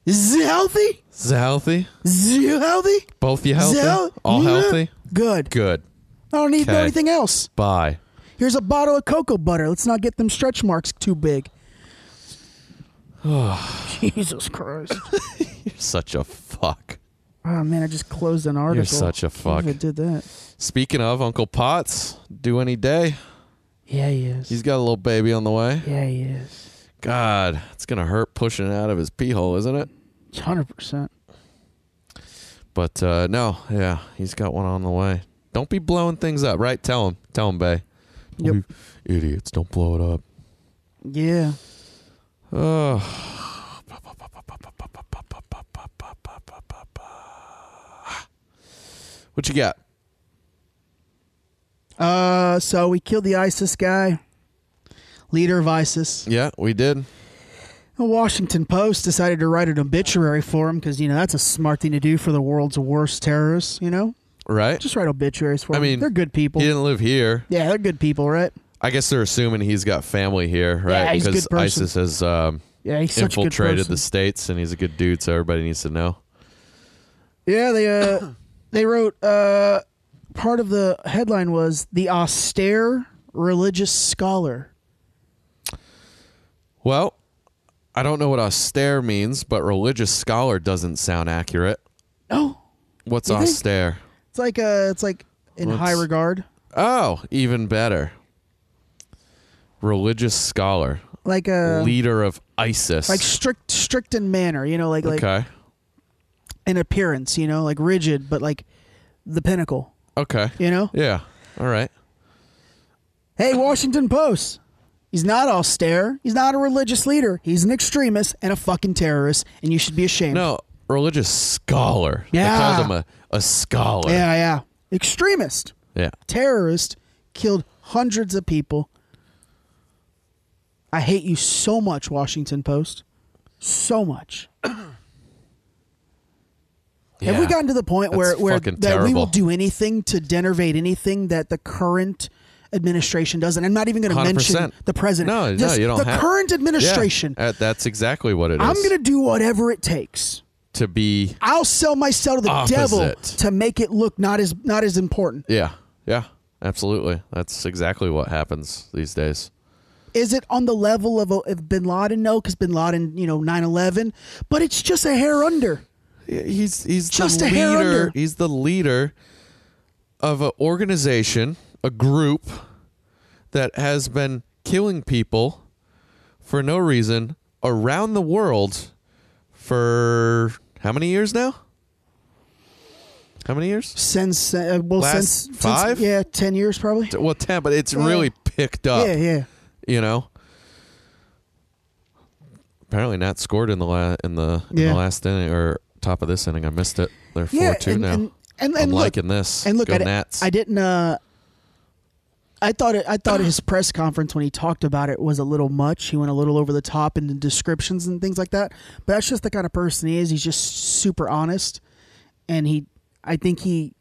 S2: Is you healthy?
S3: Is it healthy?
S2: Is you healthy?
S3: Both you healthy?
S2: Is hel-
S3: All
S2: Yeah.
S3: healthy?
S2: Good.
S3: Good.
S2: I don't need to know
S3: Okay.
S2: anything else.
S3: Bye.
S2: Here's a bottle of cocoa butter. Let's not get them stretch marks too big. Jesus Christ.
S3: Such a fuck.
S2: Oh man, I just closed an article.
S3: such a fuck.
S2: I did that.
S3: Speaking of Uncle Potts, do any day.
S2: Yeah, he is.
S3: He's got a little baby on the way.
S2: yeah, he is.
S3: God, it's gonna hurt pushing it out of his pee hole, isn't it?
S2: Hundred percent.
S3: But uh, no, yeah, he's got one on the way. Don't be blowing things up, right? Tell him, tell him, Bay.
S2: Yep.
S3: You idiots, don't blow it up.
S2: Yeah.
S3: Oh, what you got?
S2: Uh, so we killed the ISIS guy, leader of ISIS.
S3: Yeah, we did.
S2: The Washington Post decided to write an obituary for him because you know that's a smart thing to do for the world's worst terrorists. You know,
S3: Right?
S2: just write obituaries for
S3: I
S2: him.
S3: mean,
S2: they're good people.
S3: He didn't live here.
S2: Yeah, they're good people, right?
S3: I guess they're assuming he's got family here, right?
S2: Yeah, he's a
S3: because
S2: good person.
S3: ISIS has um,
S2: Yeah, he's such a
S3: infiltrated
S2: good person.
S3: the states, and he's a good dude, so everybody needs to know.
S2: Yeah, they uh, they wrote uh, part of the headline was the austere religious scholar.
S3: Well, I don't know what austere means, but religious scholar doesn't sound accurate.
S2: No,
S3: What's
S2: You think?
S3: austere?
S2: it's like uh, it's like in
S3: What's-
S2: high regard,
S3: Oh, even better. Religious scholar,
S2: like a
S3: leader of ISIS.
S2: Uh, like strict, strict in manner. You know, like like
S3: okay.
S2: in appearance. You know, like rigid, but like the pinnacle.
S3: Okay.
S2: You know,
S3: Yeah. All right.
S2: hey, Washington Post. He's not austere. He's not a religious leader. He's an extremist and a fucking terrorist, and you should be ashamed.
S3: No, religious scholar.
S2: Yeah.
S3: They called him a, a scholar.
S2: Yeah, yeah. Extremist.
S3: Yeah.
S2: terrorist killed hundreds of people. I hate you so much, Washington Post. So much. Have we
S3: Yeah.
S2: gotten to the point where,
S3: That's
S2: where
S3: fucking
S2: that we
S3: terrible.
S2: will do anything to denervate anything that the current administration does? And I'm not even going to mention
S3: 100%.
S2: the president.
S3: No,
S2: Just
S3: no, you don't
S2: The
S3: have
S2: current
S3: Yeah,
S2: administration.
S3: uh, that's exactly what it is.
S2: I'm going to do whatever it takes
S3: to be
S2: I'll sell my cell to the devil
S3: Opposite.
S2: to make it look not as not as important.
S3: yeah yeah absolutely that's exactly what happens these days
S2: Is it on the level of, a, of Bin Laden? No, because Bin Laden, you know, 9-11. but it's just a hair under.
S3: he's he's
S2: Just
S3: the
S2: a
S3: leader
S2: hair under.
S3: he's the leader of an organization a group that has been killing people for no reason around the world for how many years now how many years
S2: Since uh, well,
S3: Last
S2: since
S3: five?
S2: since yeah, ten years probably.
S3: well 10 but it's really picked up
S2: Yeah, yeah.
S3: you know apparently not scored in the la- in the in
S2: Yeah.
S3: the last inning or top of this inning i missed it they're 4-2
S2: Yeah, and-
S3: now
S2: and- and-
S3: i'm
S2: and look-
S3: liking this
S2: And look,
S3: Go
S2: I, di-
S3: Nats.
S2: I didn't. Uh, I thought it, I thought his press conference when he talked about it was a little much. He went a little over the top in the descriptions and things like that. But that's just the kind of person he is. He's just super honest, and he. I think he,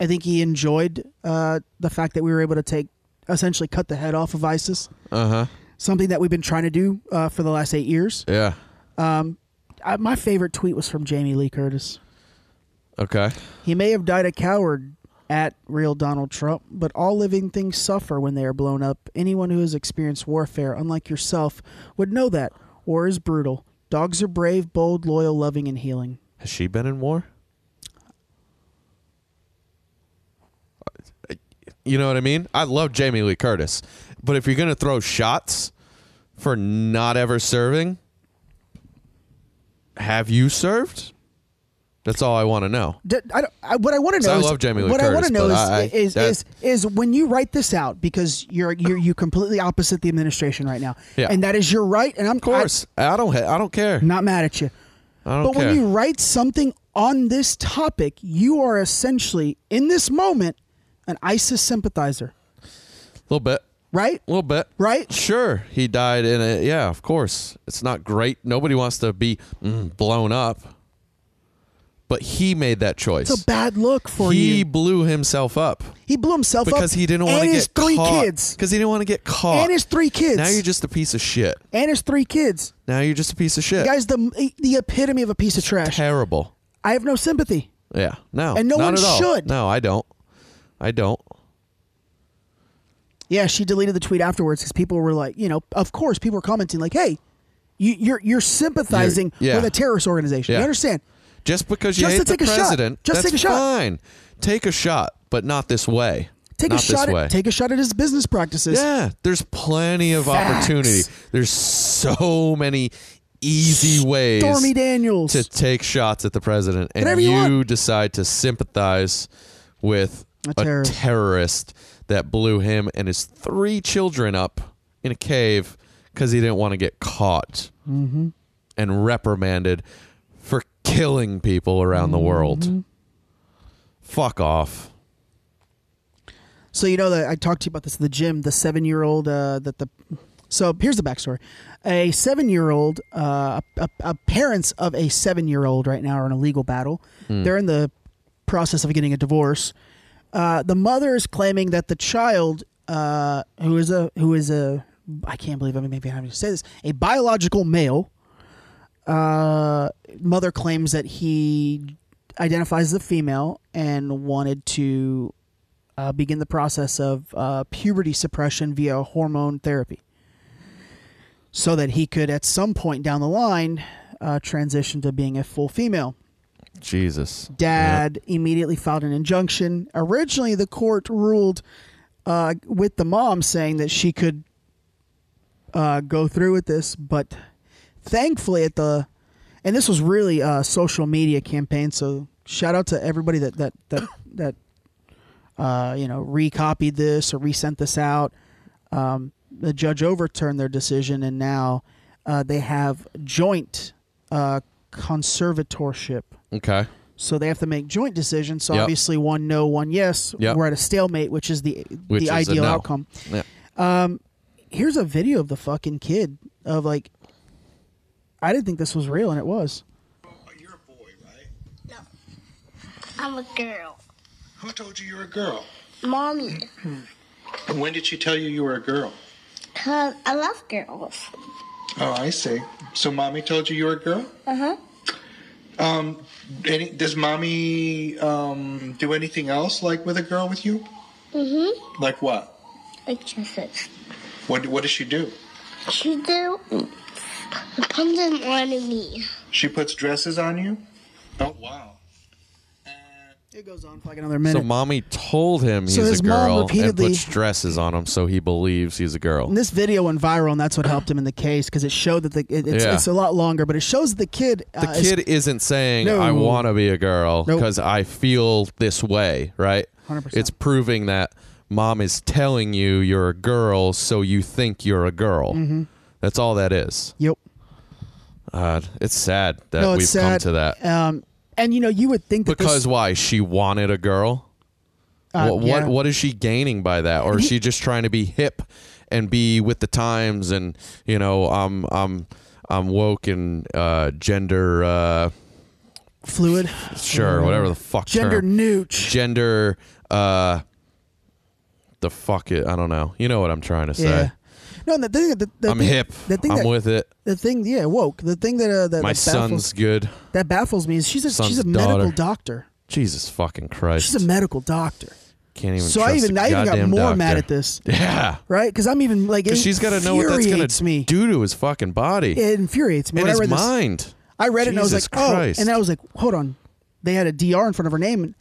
S2: I think he enjoyed uh, the fact that we were able to take essentially cut the head off of ISIS. Uh huh.
S3: Uh-huh.
S2: Something that we've been trying to do uh, for the last eight years.
S3: yeah
S2: I, my favorite tweet was from Jamie Lee Curtis.
S3: okay
S2: He may have died a coward at real Donald Trump, but all living things suffer when they are blown up. Anyone who has experienced warfare, unlike yourself, would know that. War is brutal. Dogs are brave, bold, loyal, loving, and healing.
S3: has she been in war you know what i mean i love jamie lee curtis but if you're gonna throw shots for not ever serving have you served that's all i want to know
S2: D- I don't- I- what I want to
S3: So
S2: know
S3: I
S2: is
S3: love Jamie Lee
S2: what I want
S3: Curtis,
S2: to know
S3: but
S2: is,
S3: I- I-
S2: is,
S3: that-
S2: is is when you write this out because you're you're you completely opposite the administration right now,
S3: Yeah.
S2: and that is your right, and I'm
S3: Of course, I, don't. Ha- I don't care.
S2: not mad at you.
S3: I don't
S2: But
S3: care.
S2: when you write something on this topic, you are essentially in this moment an ISIS sympathizer,
S3: little bit,
S2: right?
S3: little bit,
S2: Right?
S3: Sure, he died in it. Yeah, of course. It's not great. Nobody wants to be mm, blown up, but he made that choice.
S2: It's a bad look for
S3: he
S2: you.
S3: blew himself up
S2: He blew himself up
S3: because he didn't want to
S2: and
S3: get
S2: his three
S3: caught.
S2: kids,
S3: Because he didn't want to get caught.
S2: and his three kids,
S3: Now you're just a piece of shit.
S2: and his three kids.
S3: Now you're just a piece of shit.
S2: The guy's the the epitome of a piece of trash.
S3: Terrible.
S2: I have no sympathy.
S3: Yeah. No.
S2: And no
S3: not
S2: one
S3: at all.
S2: should.
S3: No, I don't. I don't.
S2: Yeah, she deleted the tweet afterwards because people were like, you know, of course, people were commenting like, "Hey, you, you're you're sympathizing
S3: You're- yeah.
S2: with a terrorist organization."
S3: Yeah.
S2: You understand?
S3: Just because you
S2: Just
S3: hate
S2: to take
S3: the
S2: a shot.
S3: president,
S2: Just
S3: that's
S2: take a shot.
S3: fine. Take a shot, but not this way.
S2: Take
S3: not
S2: a shot.
S3: This way.
S2: At, take a shot at his business practices.
S3: yeah, there's plenty of
S2: Facts.
S3: opportunity. There's so many easy ways
S2: Stormy Daniels.
S3: to take shots at the president, and
S2: Whatever you
S3: you,
S2: want.
S3: decide to sympathize with
S2: A
S3: a
S2: terrorist.
S3: terrorist that blew him and his three children up in a cave because he didn't want to get caught
S2: Mm-hmm.
S3: and reprimanded for killing people around the
S2: Mm-hmm.
S3: world. Fuck off.
S2: So you know that I talked to you about this at the gym. The seven-year-old uh, that the so here's the backstory: a seven-year-old, uh, a, a parents of a seven-year-old right now are in a legal battle. They're in the process of getting a divorce. Uh, the mother is claiming that the child, uh, who is a who is a I can't believe I'm maybe having to say this, a biological male. Uh, mother claims that he identifies as a female and wanted to uh, begin the process of uh, puberty suppression via hormone therapy so that he could at some point down the line uh, transition to being a full female
S3: Jesus.
S2: dad immediately filed an injunction originally the court ruled uh, with the mom saying that she could uh, go through with this but thankfully at the and this was really a social media campaign so shout out to everybody that that that that uh, you know recopied this or resent this out um, the judge overturned their decision and now uh, they have joint uh, conservatorship
S3: Okay.
S2: so they have to make joint decisions. So
S3: Yep.
S2: obviously, one no, one yes.
S3: Yep.
S2: We're at a stalemate, which is the
S3: Which
S2: the
S3: is a
S2: ideal
S3: no.
S2: outcome.
S3: Yeah.
S2: Here's a video of the fucking kid of like, I didn't think this was real, and it was.
S5: Oh, You're a boy, right?
S7: No. I'm a girl.
S5: Who told you you were a girl?
S7: Mommy.
S5: And when did she tell you you were a girl?
S7: Cause I love girls.
S5: Oh, I see. So mommy told you you were a girl?
S7: Uh huh.
S5: Um, any, does mommy um, do anything else like with a girl with you?
S7: Mm-hmm.
S5: Like what?
S7: Like Jesus.
S5: What What does she do?
S7: She do comes in on me.
S5: She puts dresses on you. Oh wow.
S2: It goes on for like another minute.
S3: So mommy told him he's
S2: So his
S3: a
S2: mom
S3: girl and
S2: repeatedly-
S3: puts dresses on him so he believes he's a girl.
S2: And this video went viral, and that's what helped him in the case because it showed that the it, it's,
S3: Yeah.
S2: it's a lot longer, but it shows the kid.
S3: The
S2: uh, is-
S3: kid isn't saying
S2: No.
S3: I want to be a girl
S2: Nope.
S3: because I feel this way, right?
S2: 100%.
S3: It's proving that mom is telling you you're a girl so you think you're a girl.
S2: Mm-hmm.
S3: That's all that is.
S2: Yep.
S3: Uh, it's sad that
S2: No, it's
S3: we've come
S2: sad.
S3: to that.
S2: Um, and you know, you would think that this-
S3: Because why? She wanted a girl?
S2: uh,
S3: what,
S2: yeah.
S3: what what is she gaining by that, or is she just trying to be hip and be with the times? And you know, I'm I'm I'm woke and uh, gender uh,
S2: fluid,
S3: sure, whatever the fuck.
S2: Mm-hmm. gender
S3: term.
S2: neutral.
S3: gender. Uh, the fuck it, I don't know. You know what I'm trying to say.
S2: Yeah. No, and the thing, the, the
S3: I'm
S2: thing,
S3: hip.
S2: The thing
S3: I'm
S2: that,
S3: with it.
S2: the thing, yeah, woke. The thing that uh, that,
S3: My
S2: that
S3: son's
S2: baffles,
S3: good.
S2: that baffles me is she's a she's
S3: son's
S2: a medical
S3: daughter.
S2: doctor.
S3: Jesus fucking Christ!
S2: She's a medical doctor.
S3: Can't even.
S2: so I
S3: trust
S2: even
S3: a
S2: I even got
S3: goddamn
S2: more
S3: doctor.
S2: mad at this,
S3: Yeah,
S2: right? Because I'm even like, it
S3: because she's got to know what that's gonna
S2: infuriates me.
S3: do to his fucking body.
S2: It infuriates me.
S3: in
S2: When I
S3: his
S2: read this-
S3: mind.
S2: I read it and I was
S3: Jesus
S2: like,
S3: Christ.
S2: oh, and I was like, hold on, they had a dr in front of her name, and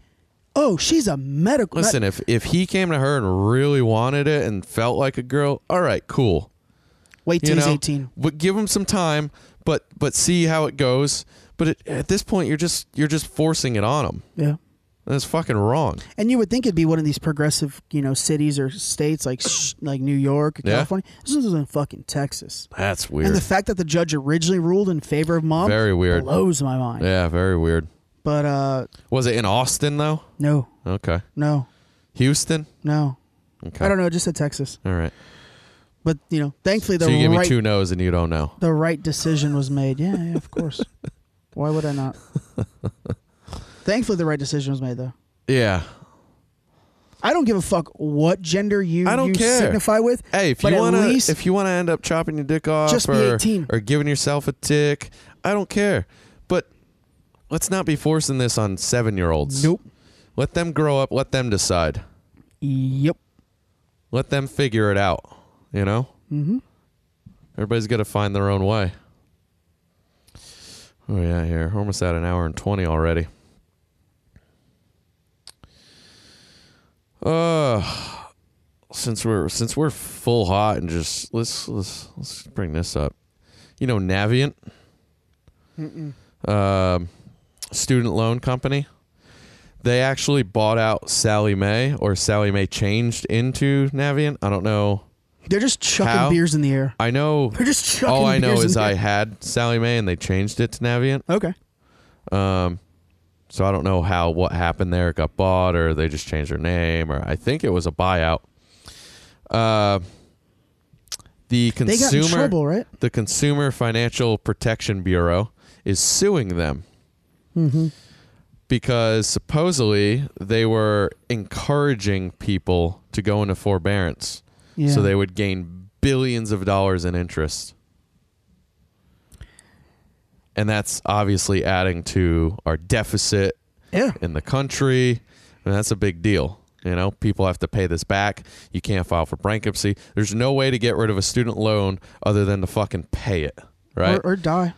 S2: oh, she's a medical.
S3: Listen, if if he came to her and really wanted it and felt like a girl, all right, cool.
S2: wait till
S3: You
S2: he's
S3: know,
S2: eighteen.
S3: but give him some time, but but see how it goes. But at, at this point, you're just you're just forcing it on him.
S2: Yeah,
S3: That's fucking wrong.
S2: and you would think it'd be one of these progressive, you know, cities or states like sh- like New York or
S3: Yeah.
S2: California. This was in fucking Texas,
S3: That's weird.
S2: and the fact that the judge originally ruled in favor of mom
S3: Very weird.
S2: blows my mind.
S3: yeah, very weird.
S2: But uh,
S3: Was it in Austin though?
S2: no,
S3: Okay,
S2: no,
S3: Houston.
S2: no.
S3: Okay,
S2: I don't know, just at Texas.
S3: All right.
S2: But you know, thankfully the
S3: So you give me
S2: right
S3: two no's and you don't know.
S2: the right decision was made. Yeah, yeah, of course. Why would I not? Thankfully, the right decision was made, though.
S3: Yeah.
S2: I don't give a fuck what gender you,
S3: I don't
S2: you
S3: care.
S2: signify with.
S3: Hey, if
S2: but
S3: you
S2: at
S3: want
S2: least
S3: to, if you want to end up chopping your dick off,
S2: Just be
S3: or,
S2: 18.
S3: or giving yourself a tick, I don't care. But let's not be forcing this on seven-year-olds.
S2: nope,
S3: Let them grow up. Let them decide.
S2: yep,
S3: Let them figure it out. You know. Mm-hmm. Everybody's got to find their own way. Oh yeah, here We're almost at an hour and twenty already. Uh since we're since we're full hot and just let's let's let's bring this up. You know, Navient, um, student loan company. They actually bought out Sally May, or Sally May changed into Navient. I don't know.
S2: they're just chucking
S3: How?
S2: beers in the air.
S3: I know.
S2: They're just chucking
S3: all I know
S2: beers in
S3: is
S2: the
S3: I
S2: air.
S3: had Sally May, and they changed it to Navient.
S2: Okay,
S3: So I don't know how what happened there. It got bought, or they just changed their name, or I think it was a buyout. Uh, the
S2: they got
S3: consumer,
S2: in trouble, right?
S3: the Consumer Financial Protection Bureau is suing them
S2: Mm-hmm.
S3: because supposedly they were encouraging people to go into forbearance,
S2: Yeah.
S3: so they would gain billions of dollars in interest. And that's obviously adding to our deficit
S2: yeah,
S3: in the country. And that's a big deal. You know, people have to pay this back. You can't file for bankruptcy. There's no way to get rid of a student loan other than to fucking pay it, right?
S2: or, or die.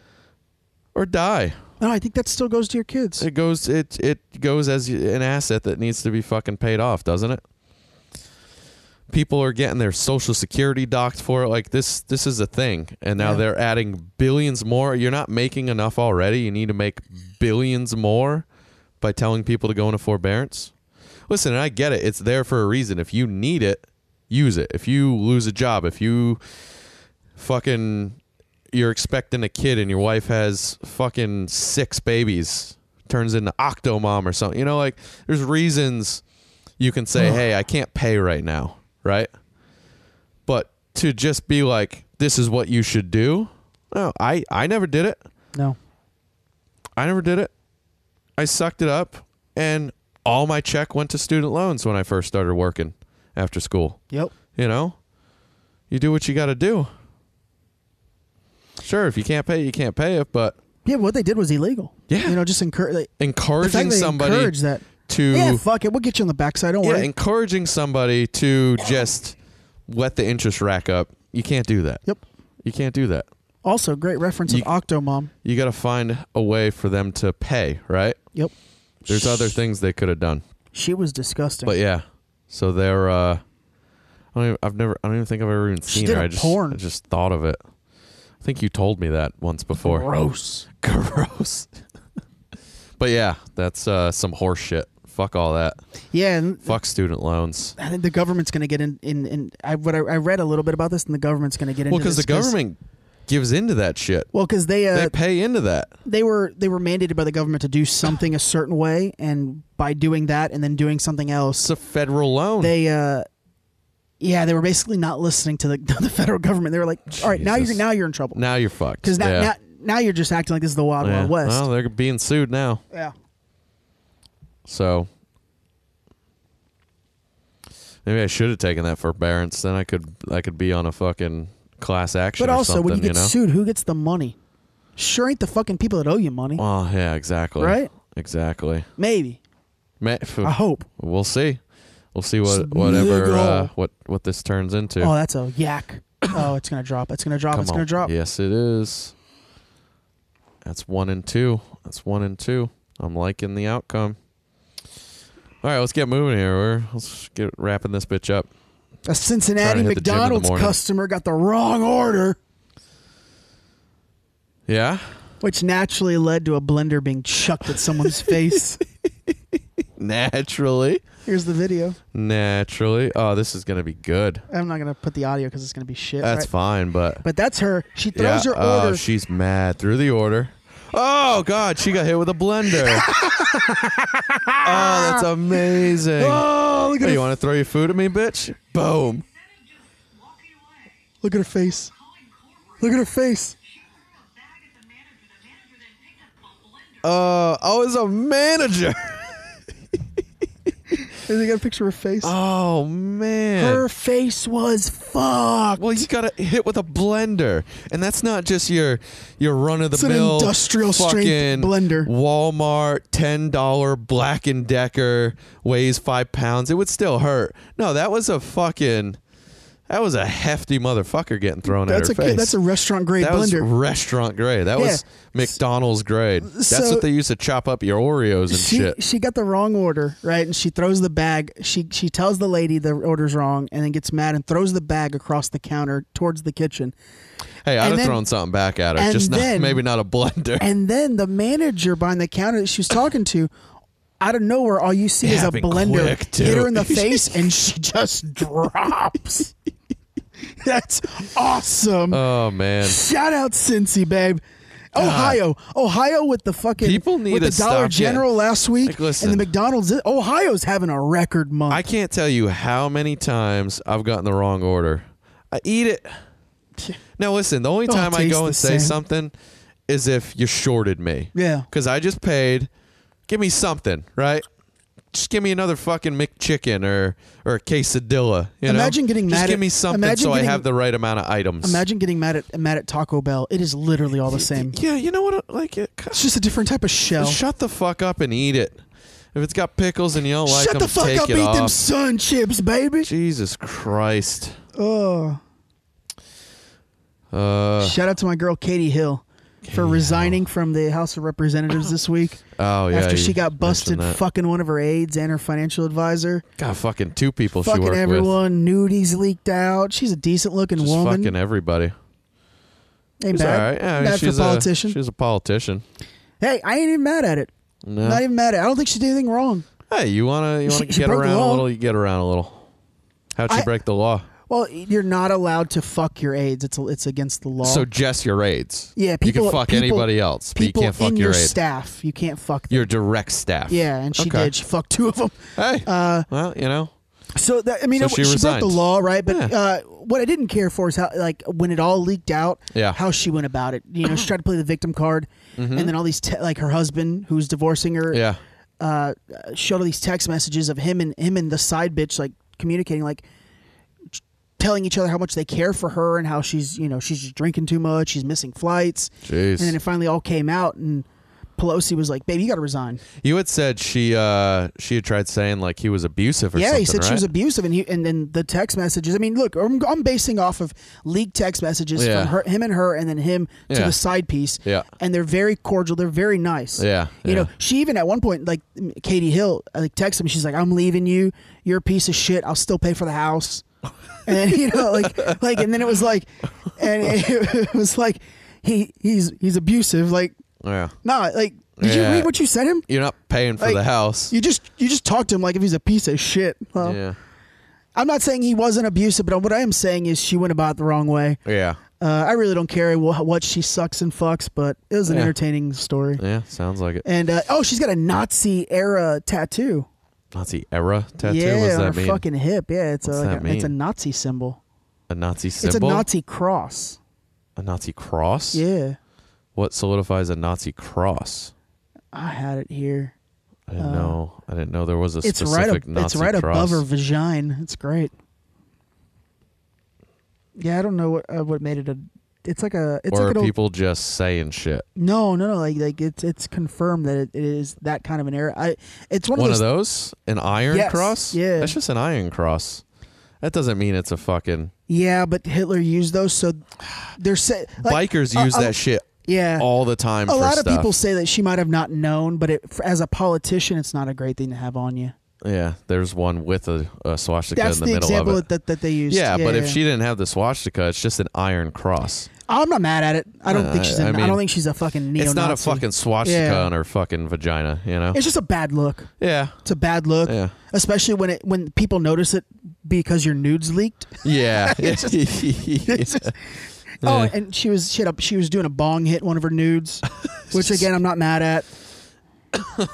S3: Or die.
S2: No, I think that still goes to your kids.
S3: It goes it it goes as an asset that needs to be fucking paid off, doesn't it? People are getting their social security docked for it. Like this this is a thing. And now
S2: Yeah.
S3: they're adding billions more. You're not making enough already. You need to make billions more by telling people to go into forbearance. Listen, and I get it. It's there for a reason. If you need it, use it. If you lose a job, if you fucking you're expecting a kid and your wife has fucking six babies turns into octomom or something you know like there's reasons you can say hey i can't pay right now right but to just be like this is what you should do no i i never did it
S2: No,
S3: i never did it i sucked it up and all my check went to student loans when i first started working after school
S2: yep.
S3: you know, you do what you got to do. Sure, if you can't pay, it, you can't pay it, but
S2: Yeah, what they did was illegal.
S3: Yeah.
S2: you know, just encourage. Like, the fact
S3: encouraging
S2: they
S3: somebody
S2: encourage that.
S3: to
S2: yeah, fuck it. We'll get you on the backside. Don't
S3: yeah,
S2: worry.
S3: encouraging somebody to just let the interest rack up. You can't do that.
S2: yep.
S3: You can't do that.
S2: Also, great reference
S3: You-
S2: of Octomom.
S3: You got to find a way for them to pay, right?
S2: Yep.
S3: There's other things they could have done.
S2: She was disgusting.
S3: But yeah, so they're. Uh, I don't even, I've never. I don't even think I've ever even
S2: She
S3: seen
S2: did
S3: her.
S2: a
S3: I just.
S2: porn.
S3: I just thought of it. I think you told me that once before. Gross. Gross. but yeah, that's uh, some horse shit. Fuck all that.
S2: yeah, and
S3: Fuck student loans.
S2: I think the government's going to get in. In, in I, what I, I read a little bit about this, and the government's going to get
S3: Well,
S2: into
S3: because the
S2: this
S3: government gives into that shit.
S2: Well, because they, uh,
S3: they pay into that.
S2: they were they were mandated by the government to do something a certain way, and by doing that and then doing something else,
S3: It's a federal loan.
S2: they uh, yeah, they were basically not listening to the, the federal government. They were like, all right, now you're
S3: Jesus.
S2: now you're in trouble
S3: now you're fucked.
S2: because now,
S3: yeah.
S2: now now you're just acting like this is the wild
S3: yeah.
S2: wild west.
S3: Well, they're being sued now.
S2: yeah,
S3: So maybe I should have taken that forbearance. Then I could I could be on a fucking class action.
S2: but
S3: or
S2: also
S3: something,
S2: when you get
S3: know?
S2: sued, who gets the money? Sure, ain't the fucking people that owe you money.
S3: Oh yeah, exactly.
S2: Right?
S3: Exactly.
S2: Maybe
S3: Ma-
S2: I hope.
S3: We'll see. We'll see what
S2: Just
S3: whatever
S2: legal.
S3: uh, what what this turns into.
S2: Oh, that's a yak. Oh, it's gonna drop. It's gonna drop.
S3: Come
S2: it's
S3: on.
S2: gonna drop.
S3: Yes, it is. That's one and two. That's one and two. I'm liking the outcome. All right, let's get moving here. We're let's get wrapping this bitch up.
S2: A Cincinnati
S3: Trying to hit the gym in the
S2: McDonald's
S3: morning.
S2: customer got the wrong order,
S3: Yeah.
S2: which naturally led to a blender being chucked at someone's face.
S3: Naturally.
S2: Here's the video.
S3: Naturally. Oh, this is going to be good.
S2: I'm not gonna put the audio because it's gonna be shit.
S3: That's
S2: right?
S3: fine, but.
S2: But that's her. She throws her
S3: oh,
S2: order.
S3: she's mad. Threw the order. Oh, God. She got hit with a blender. oh, that's amazing.
S2: oh, look at
S3: Hey,
S2: her,
S3: you want to throw your food at me, bitch? Boom.
S2: look at her face. Look at her face.
S3: Uh, oh, it's a manager.
S2: And they got a picture of her face.
S3: Oh, man.
S2: her face was fucked.
S3: well, you got hit with a blender, and that's not just your your run of the mill
S2: It's an industrial strength blender.
S3: Walmart ten dollar Black and Decker weighs five pounds. It would still hurt. No, that was a fucking that was a hefty motherfucker getting thrown
S2: That's a
S3: at her face.
S2: that's a restaurant grade
S3: that was
S2: blender.
S3: restaurant grade. That was McDonald's grade. That's
S2: So-
S3: what they used to chop up your Oreos and
S2: she,
S3: shit.
S2: She got the wrong order, right? And she throws the bag. She she tells the lady the order's wrong, and then gets mad and throws the bag across the counter towards the kitchen.
S3: Hey, I'd
S2: and
S3: have
S2: then-
S3: thrown something back at her.
S2: and
S3: Just
S2: then-
S3: not maybe not a blender.
S2: And then the manager behind the counter that she was talking to, out of nowhere, all you see is a
S3: happened
S2: blender
S3: quick, too.
S2: hit her in the face, and she just drops. That's awesome.
S3: oh man.
S2: Shout out Cincy, babe. Ohio, Ohio with the fucking
S3: People need
S2: with the
S3: to
S2: Dollar
S3: stop getting-
S2: General last week
S3: Like, listen.
S2: and the McDonald's. Ohio's having a record month.
S3: I can't tell you how many times I've gotten the wrong order. I eat it. Now listen, the only
S2: Don't
S3: time I
S2: taste
S3: go
S2: the
S3: and say
S2: same.
S3: something is if you shorted me.
S2: Yeah.
S3: Because I just paid. Give me something, right? Just give me another fucking McChicken or or a quesadilla. You know?
S2: Imagine getting
S3: just
S2: mad
S3: give
S2: at-
S3: me something
S2: imagine
S3: so
S2: getting-
S3: I have the right amount of items.
S2: Imagine getting mad at mad at Taco Bell. It is literally all the same.
S3: Yeah, you know what? Like, it,
S2: It's just a different type of shell.
S3: shut the fuck up and eat it. If it's got pickles and you don't like
S2: Shut
S3: them,
S2: the fuck
S3: take
S2: up,
S3: it
S2: eat
S3: off.
S2: them sun chips, baby.
S3: Jesus Christ.
S2: Oh.
S3: Uh,
S2: Shout out to my girl Katie Hill for resigning from the House of Representatives this week
S3: oh yeah.
S2: after
S3: you
S2: she got
S3: mentioned
S2: busted
S3: that.
S2: fucking one of her aides and her financial advisor.
S3: God, fucking two people she
S2: fucking
S3: worked with.
S2: everyone, nudies leaked out. She's a decent looking
S3: Just
S2: woman.
S3: fucking everybody.
S2: Ain't
S3: It's
S2: bad.
S3: all right. Yeah, I mean,
S2: bad
S3: she's
S2: for politician.
S3: A, she's a politician.
S2: hey, I ain't even mad at it.
S3: No.
S2: Not even mad at it. I don't think she did anything wrong.
S3: hey, you wanna you wanna
S2: She- she
S3: get
S2: broke the
S3: around a
S2: law.
S3: little? You get around a little. How'd she
S2: I-
S3: break the law?
S2: Well, you're not allowed to fuck your aides. It's it's against the law.
S3: So just your aides.
S2: Oh. Yeah, people.
S3: you can fuck
S2: people-
S3: anybody else, but you
S2: people
S3: can't fuck
S2: in
S3: your
S2: your
S3: aide.
S2: staff. You can't fuck them.
S3: your direct staff.
S2: yeah, and she
S3: Okay.
S2: did. She fucked two of them.
S3: Hey.
S2: Uh,
S3: well, you know.
S2: So that, I mean,
S3: So
S2: it-
S3: she
S2: she, broke
S3: resigned.
S2: the law, right? But
S3: Yeah.
S2: uh, what I didn't care for is how, like, when it all leaked out,
S3: Yeah. Mm-hmm.
S2: how she went about it. You know, she tried to play the victim card, and then all these, te- like, her husband who's divorcing her,
S3: Yeah.
S2: uh, showed all these text messages of him and him and the side bitch like communicating, like, telling each other how much they care for her and how she's, you know, she's just drinking too much, she's missing flights.
S3: Jeez.
S2: And then it finally all came out and Pelosi was like, "Babe, you got to resign."
S3: You had said she uh she had tried saying like he was abusive or
S2: yeah,
S3: something.
S2: he said she was
S3: right?
S2: abusive, and he and then the text messages. I mean, look, I'm, I'm basing off of leaked text messages
S3: Yeah.
S2: from her, him and her, and then him to
S3: Yeah.
S2: the side piece.
S3: Yeah.
S2: and they're very cordial. They're very nice.
S3: Yeah,
S2: you know,
S3: yeah.
S2: she even at one point like Katie Hill uh, like texted me. She's like, "I'm leaving you. You're a piece of shit. I'll still pay for the house." And then, you know, like like, and then it was like, and it, was like, he he's he's abusive. Like,
S3: Yeah.
S2: nah, like, did
S3: Yeah.
S2: you read what you sent him?
S3: You're not paying for
S2: Like,
S3: the house.
S2: You just you just talk to him like if he's a piece of shit. Well,
S3: yeah.
S2: I'm not saying he wasn't abusive, but what I am saying is she went about it the wrong way.
S3: Yeah.
S2: Uh, I really don't care wha- what she sucks and fucks, but it was an
S3: Yeah.
S2: entertaining story.
S3: Yeah. Sounds like it.
S2: And uh, oh, she's got a Nazi era tattoo.
S3: Nazi era tattoo.
S2: yeah,
S3: what does
S2: on
S3: that
S2: her
S3: mean?
S2: fucking hip. Yeah, it's
S3: What's
S2: a, like
S3: that
S2: a- it's a
S3: mean?
S2: Nazi symbol.
S3: a Nazi
S2: It's a
S3: symbol.
S2: Nazi cross.
S3: A Nazi cross.
S2: Yeah,
S3: What solidifies a Nazi cross?
S2: I had it here.
S3: I didn't know. I didn't know there was a
S2: Uh, It's right. Up,
S3: specific Nazi
S2: it's right
S3: cross.
S2: above her vagina. It's great. Yeah, I don't know what uh, what made it a. It's like a. It's
S3: or
S2: like an
S3: are
S2: old,
S3: people just saying shit?
S2: No, no, no. Like, like it's it's confirmed that it, it is that kind of an error. I, it's one,
S3: One
S2: of
S3: of
S2: those.
S3: those? An iron
S2: Yes,
S3: cross?
S2: yeah.
S3: That's just an iron cross. That doesn't mean it's a fucking.
S2: Yeah, but Hitler used those, so they're say, like,
S3: Bikers
S2: uh,
S3: use
S2: uh,
S3: that shit
S2: Yeah,
S3: all the time.
S2: a
S3: for
S2: lot of
S3: stuff.
S2: people say that she might have not known, but it, f as a politician, it's not a great thing to have on you.
S3: Yeah, there's one with a, a swastika
S2: That's
S3: in the,
S2: the,
S3: middle
S2: example
S3: of it.
S2: that that they used.
S3: yeah, but if she didn't have the swastika, it's just an iron cross.
S2: I'm not mad at it. I don't
S3: Uh,
S2: think she's.
S3: I
S2: A, I,
S3: mean,
S2: don't think she's a fucking neo.
S3: It's not a fucking swastika
S2: Yeah.
S3: on her fucking vagina, you know?
S2: It's just a bad look.
S3: yeah.
S2: It's a bad look,
S3: Yeah.
S2: especially when it when people notice it because your nudes leaked.
S3: Yeah.
S2: Oh,
S3: Yeah.
S2: and she was she, had a, she was doing a bong hit one of her nudes, which again I'm not mad at.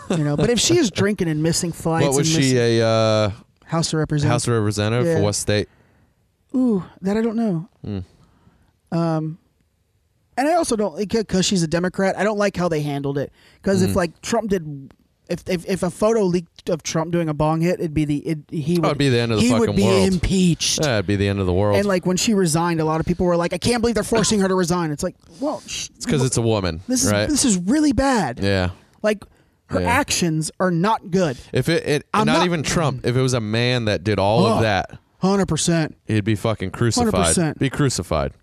S2: you know, but if she is drinking and missing flights,
S3: what was
S2: and
S3: she,
S2: missing
S3: a uh,
S2: House of Representatives?
S3: House representative
S2: Yeah.
S3: for what state?
S2: Ooh, that I don't know. Um,
S3: Hmm.
S2: and I also don't because she's a Democrat. I don't like how they handled it because
S3: Hmm.
S2: if like Trump did. If, if, if a photo leaked of Trump doing a bong hit, it'd be the it, he would
S3: it'd be the end of the
S2: he would
S3: fucking
S2: be
S3: world.
S2: impeached.
S3: That'd be the end of the world.
S2: And like when she resigned, a lot of people were like, "I can't believe they're forcing her to resign." It's like, well, sh-
S3: it's because it's a woman,
S2: This is
S3: right?
S2: this is really bad.
S3: yeah.
S2: Like her
S3: Yeah.
S2: actions are not good.
S3: If it, it
S2: I'm
S3: not,
S2: not- Mm.
S3: even Trump, if it was a man that did all
S2: Oh.
S3: of that,
S2: Hundred percent.
S3: he'd be fucking crucified.
S2: 100%.
S3: Be crucified,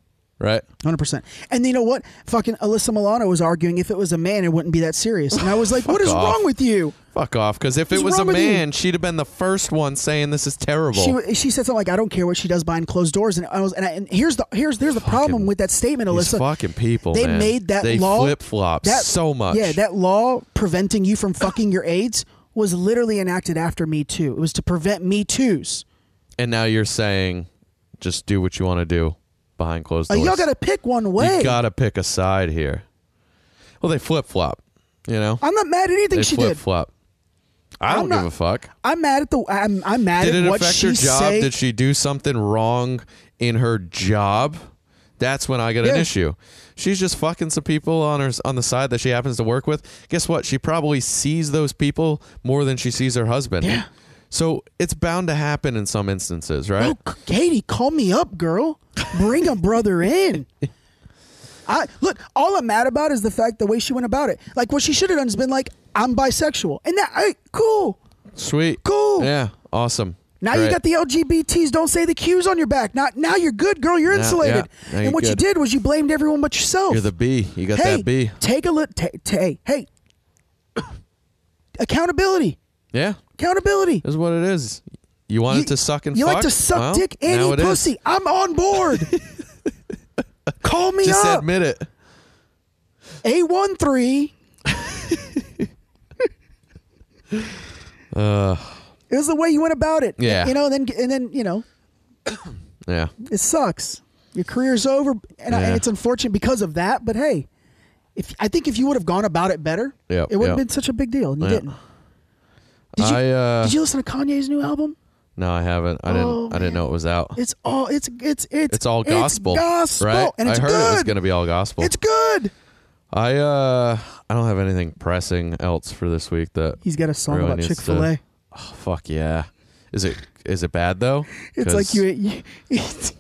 S3: right?
S2: Hundred percent. And you know what? Fucking Alyssa Milano was arguing if it was a man, it wouldn't be that serious. And I was like, What is
S3: off.
S2: wrong with you?
S3: Fuck off. Because if it
S2: What's
S3: was a
S2: wrong with you?
S3: man, she'd have been the first one saying this is terrible.
S2: She she said something like, I don't care what she does behind closed doors. And I was and, I, and here's the here's there's the problem with that statement,
S3: These
S2: Alyssa.
S3: fucking people.
S2: they
S3: man.
S2: made that
S3: they
S2: law
S3: flip flop
S2: that-
S3: so much.
S2: Yeah, that law preventing you from fucking your aides was literally enacted after Me Too. It was to prevent Me Too's.
S3: and now you're saying, just do what you want to do behind closed
S2: Like,
S3: doors.
S2: Oh, y'all got to pick one way.
S3: You gotta pick a side here. Well, they flip flop. You know,
S2: I'm not mad at anything
S3: they
S2: she
S3: flip
S2: did.
S3: flop. I don't
S2: I'm
S3: give
S2: not-
S3: a fuck.
S2: I'm mad at the. I'm, I'm mad
S3: Did
S2: at
S3: it
S2: what
S3: affect
S2: she
S3: her job?
S2: say.
S3: Did she do something wrong in her job? That's when I get an
S2: Yeah.
S3: issue. She's just fucking some people on her on the side that she happens to work with. Guess what? She probably sees those people more than she sees her husband.
S2: Yeah.
S3: So it's bound to happen in some instances, right?
S2: oh, C- Katie, call me up, girl. Bring a brother in. I look. All I'm mad about is the fact the way she went about it. Like what she should have done is been like, I'm bisexual, and that I cool.
S3: Sweet.
S2: Cool.
S3: Yeah. Awesome.
S2: Now you
S3: Great.
S2: got the LGBTs. Don't say the Q's on your back. Not now. You're good, girl. You're
S3: Now-
S2: insulated.
S3: yeah, now
S2: and
S3: you're
S2: what you
S3: good.
S2: did was you blamed everyone but yourself.
S3: You're the B. You got
S2: hey,
S3: that B.
S2: take a look. Ta- ta- hey, hey. accountability.
S3: Yeah.
S2: Accountability.
S3: This is what it is. You want it to suck and
S2: you
S3: fuck?
S2: like to suck
S3: Well,
S2: dick and
S3: now
S2: eat
S3: it is.
S2: pussy. I'm on board. Call me
S3: Just
S2: up.
S3: admit it.
S2: A one three. It was the way you went about it.
S3: Yeah.
S2: You know, and then and then you know
S3: Yeah.
S2: it sucks. Your career's over, and, I,
S3: Yeah.
S2: and it's unfortunate because of that. But hey, if I think if you would have gone about it better,
S3: Yep,
S2: it wouldn't
S3: yep.
S2: have been such a big deal, and you
S3: Yeah.
S2: didn't. Did you,
S3: I, uh,
S2: did you listen to Kanye's new album?
S3: No, I haven't. I didn't.
S2: Oh,
S3: I didn't know it was out.
S2: It's all it's it's it's
S3: It's all gospel,
S2: gospel,
S3: right?
S2: and it's
S3: I heard
S2: good.
S3: it was going to be all gospel.
S2: It's good.
S3: I uh, I don't have anything pressing else for this week that
S2: He's got a song
S3: Really
S2: about
S3: needs to-
S2: Chick Fil A.
S3: Oh, fuck yeah! Is it Is it bad though?
S2: It's
S3: 'Cause
S2: like you. you it's,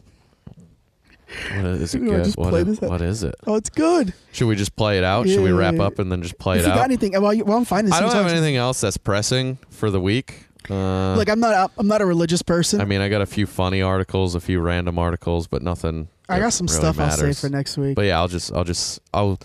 S3: What is, is it
S2: You wanna
S3: good?
S2: just
S3: What
S2: play
S3: i-
S2: this out?
S3: what is it?
S2: oh, it's good.
S3: Should we just play it out? Should we
S2: Yeah.
S3: wrap up and then just play
S2: if
S3: it
S2: you
S3: out?
S2: got anything, well, you, well I'm fine.
S3: I don't have
S2: Sometimes-
S3: anything else that's pressing for the week. Uh,
S2: Look, I'm not. a- I'm not a religious person.
S3: I mean, I got a few funny articles, a few random articles, but nothing.
S2: I
S3: that
S2: got some
S3: really
S2: stuff I'll save
S3: matters.
S2: for next week.
S3: But yeah, I'll just, I'll just, I'll,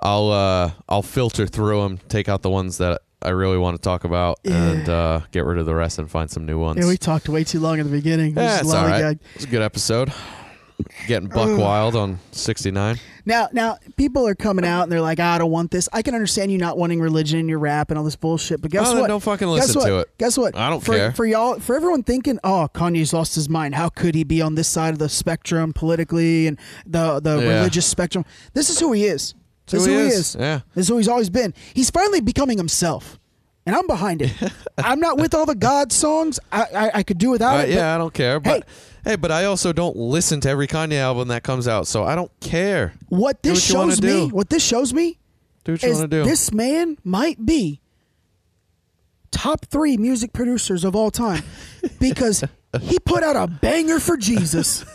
S3: I'll, uh, I'll filter through them, take out the ones that I really want to talk about, and uh, get rid of the rest and find some new ones.
S2: yeah, we talked way too long in the beginning. We
S3: Yeah,
S2: just
S3: it's all right.
S2: lollygagged.
S3: It's a good episode. Getting buck wild on sixty nine.
S2: Now, now people are coming out and they're like, "Ah, "I don't want this." I can understand you not wanting religion in your rap and all this bullshit, but guess
S3: Oh, then
S2: what?
S3: don't fucking
S2: Guess
S3: listen
S2: what?
S3: to it.
S2: Guess what?
S3: I don't
S2: for,
S3: care.
S2: for y'all, for everyone thinking, "Oh, Kanye's lost his mind. How could he be on this side of the spectrum politically and the the
S3: Yeah.
S2: religious spectrum?" This is who he is. This
S3: who
S2: is
S3: he
S2: who he
S3: is.
S2: is.
S3: Yeah.
S2: This is who he's always been. He's finally becoming himself. And I'm behind it. I'm not with all the God songs. I I, I could do without
S3: Uh,
S2: it. but-
S3: yeah, I don't care. But hey, but I also don't listen to every Kanye album that comes out, so I don't care.
S2: what
S3: Do what
S2: this
S3: you wanna
S2: shows me,
S3: do.
S2: what this shows me,
S3: Do what you
S2: is
S3: want to do.
S2: this man might be top three music producers of all time because he put out a banger for Jesus.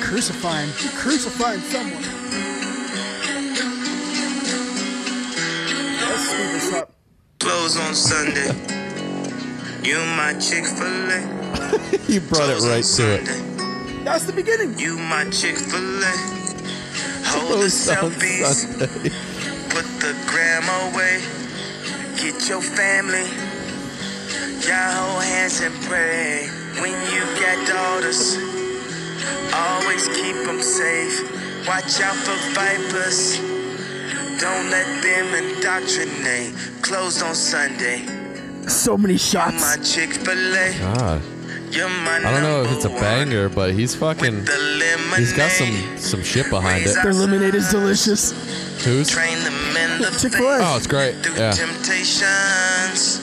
S2: Crucifying, crucifying someone. Let's speed this up.
S8: Close on Sunday. You my Chick Fil A.
S3: you brought it right to it.
S2: That's the beginning.
S8: You my Chick Fil A. Hold the
S3: Close on
S8: selfies. Put the gram away. Get your family. Y'all hold hands and pray. When you got daughters, always keep them safe. Watch out for vipers. Don't let them indoctrinate. Closed on Sunday.
S2: So many
S8: I'm my
S2: shots.
S8: Chick Fil A.
S3: God,
S8: You're my
S3: I don't know if
S8: number
S3: it's a
S8: one.
S3: banger, but he's fucking.
S8: With the lemonade.
S3: He's got some some shit behind it.
S2: Their lemonade is delicious.
S3: Who's?
S8: Train the men to
S2: Chick-fil-A.
S8: think
S3: Oh, it's great.
S8: Through
S3: Yeah.
S8: temptations,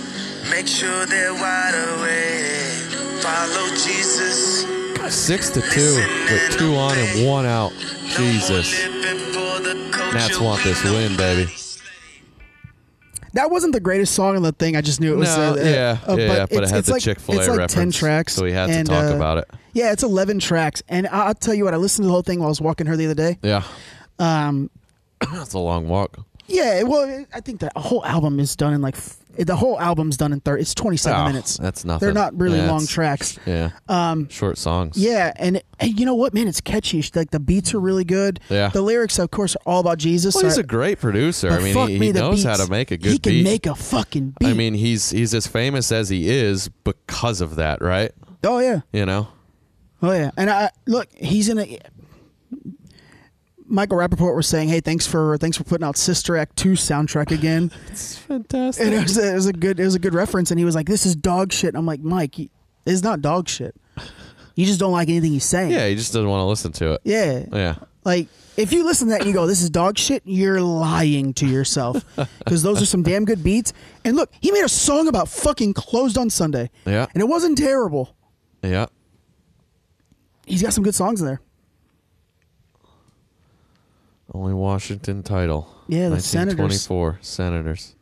S8: make sure they're wide awake. Follow Jesus.
S3: Six to two with two on and one out.
S8: No more
S3: Jesus.
S8: living for the culture
S3: Nats want this
S8: we
S3: win, baby.
S2: That wasn't the greatest song on the thing. I just knew it was.
S3: No,
S2: uh, uh,
S3: yeah, yeah, yeah,
S2: uh,
S3: but it
S2: it's-
S3: had
S2: it's
S3: the
S2: like-
S3: Chick-fil-A
S2: It's like ten
S3: reference,
S2: tracks,
S3: so we had to
S2: and,
S3: talk
S2: uh,
S3: about it.
S2: Yeah, it's eleven tracks, and I- I'll tell you what. I listened to the whole thing while I was walking her the other day.
S3: Yeah. Um, that's a long walk.
S2: Yeah, well, I think that whole album is done in like f- the whole album's done in thirty. It's twenty seven
S3: Oh,
S2: minutes.
S3: that's nothing.
S2: They're not really
S3: Yeah,
S2: long
S3: it's-
S2: tracks.
S3: Yeah. Um, short songs.
S2: Yeah, and, and you know what, man? It's catchy. Like the beats are really good.
S3: Yeah.
S2: The lyrics, of course, are all about Jesus.
S3: Well, he's
S2: so-
S3: a great producer.
S2: but
S3: I mean,
S2: fuck
S3: he,
S2: me,
S3: he
S2: the
S3: knows how
S2: beats.
S3: to make a good
S2: He can
S3: beat.
S2: make a fucking beat.
S3: I mean, he's he's as famous as he is because of that, right?
S2: oh yeah.
S3: You know.
S2: Oh yeah, and I look, he's in a. Michael Rappaport was saying, "Hey, thanks for thanks for putting out Sister Act two soundtrack again."
S3: It's fantastic.
S2: and it was, a, it was a good it was a good reference, and he was like, "This is dog shit." I'm like, Mike, you- it's not dog shit. You just don't like anything he's saying.
S3: Yeah, he just doesn't want to listen to it.
S2: yeah,
S3: Yeah.
S2: Like if you listen to that and you go, "This is dog shit," you're lying to yourself because those are some damn good beats. And look, he made a song about fucking closed on Sunday.
S3: Yeah.
S2: and it wasn't terrible.
S3: Yeah.
S2: He's got some good songs in there.
S3: Only Washington title.
S2: Yeah, the Senators.
S3: 1924 Senators.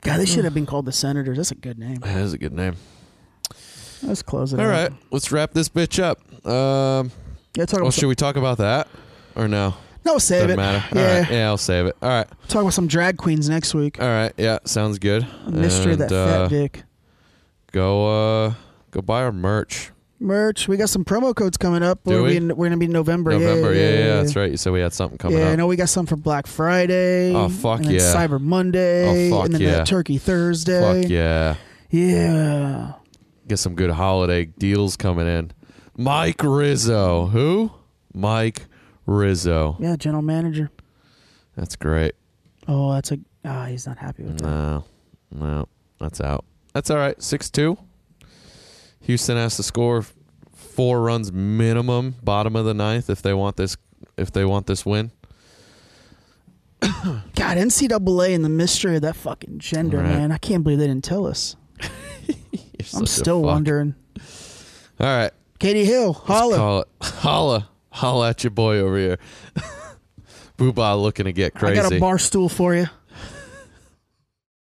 S2: God, they should have been called the Senators. That's a good name.
S3: That is a good name.
S2: Let's close it.
S3: All
S2: out.
S3: right, let's wrap this bitch up. Um,
S2: Yeah, talk
S3: well,
S2: about
S3: should
S2: some,
S3: we talk about that or no?
S2: no Oh, save
S3: Doesn't
S2: it.
S3: matter. All
S2: Yeah,
S3: right, yeah, I'll save it. All right,
S2: talk about some drag queens next week.
S3: all right, yeah, sounds good.
S2: Mystery of
S3: And,
S2: that
S3: uh,
S2: fat dick
S3: Go, uh, go buy our merch.
S2: merch. We got some promo codes coming up.
S3: Do we?
S2: we're, Gonna be in, we're gonna be in November.
S3: November,
S2: yeah,
S3: yeah, yeah, that's right. You said we had something coming
S2: Yeah, I
S3: up.
S2: know we got some for Black Friday.
S3: Oh, fuck
S2: and then
S3: yeah.
S2: Cyber Monday.
S3: Oh, fuck
S2: and then
S3: yeah.
S2: that Turkey Thursday.
S3: Fuck yeah,
S2: Yeah.
S3: get some good holiday deals coming in. Mike Rizzo, who? Mike Rizzo.
S2: Yeah, general manager.
S3: That's great.
S2: Oh, that's a. Ah, he's not happy with that.
S3: No, no, that's out. That's all right. Six two. Houston has to score four runs minimum, bottom of the ninth, if they want this. If they want this win,
S2: God, NCAA and the mystery of that fucking gender,
S3: Right.
S2: man. I can't believe they didn't tell us.
S3: You're
S2: I'm
S3: such a
S2: still
S3: fuck.
S2: wondering.
S3: All right.
S2: Katie Hill, holla.
S3: Call it. Holla. Holla at your boy over here. Booba looking to get
S2: I
S3: crazy.
S2: got a bar stool for you.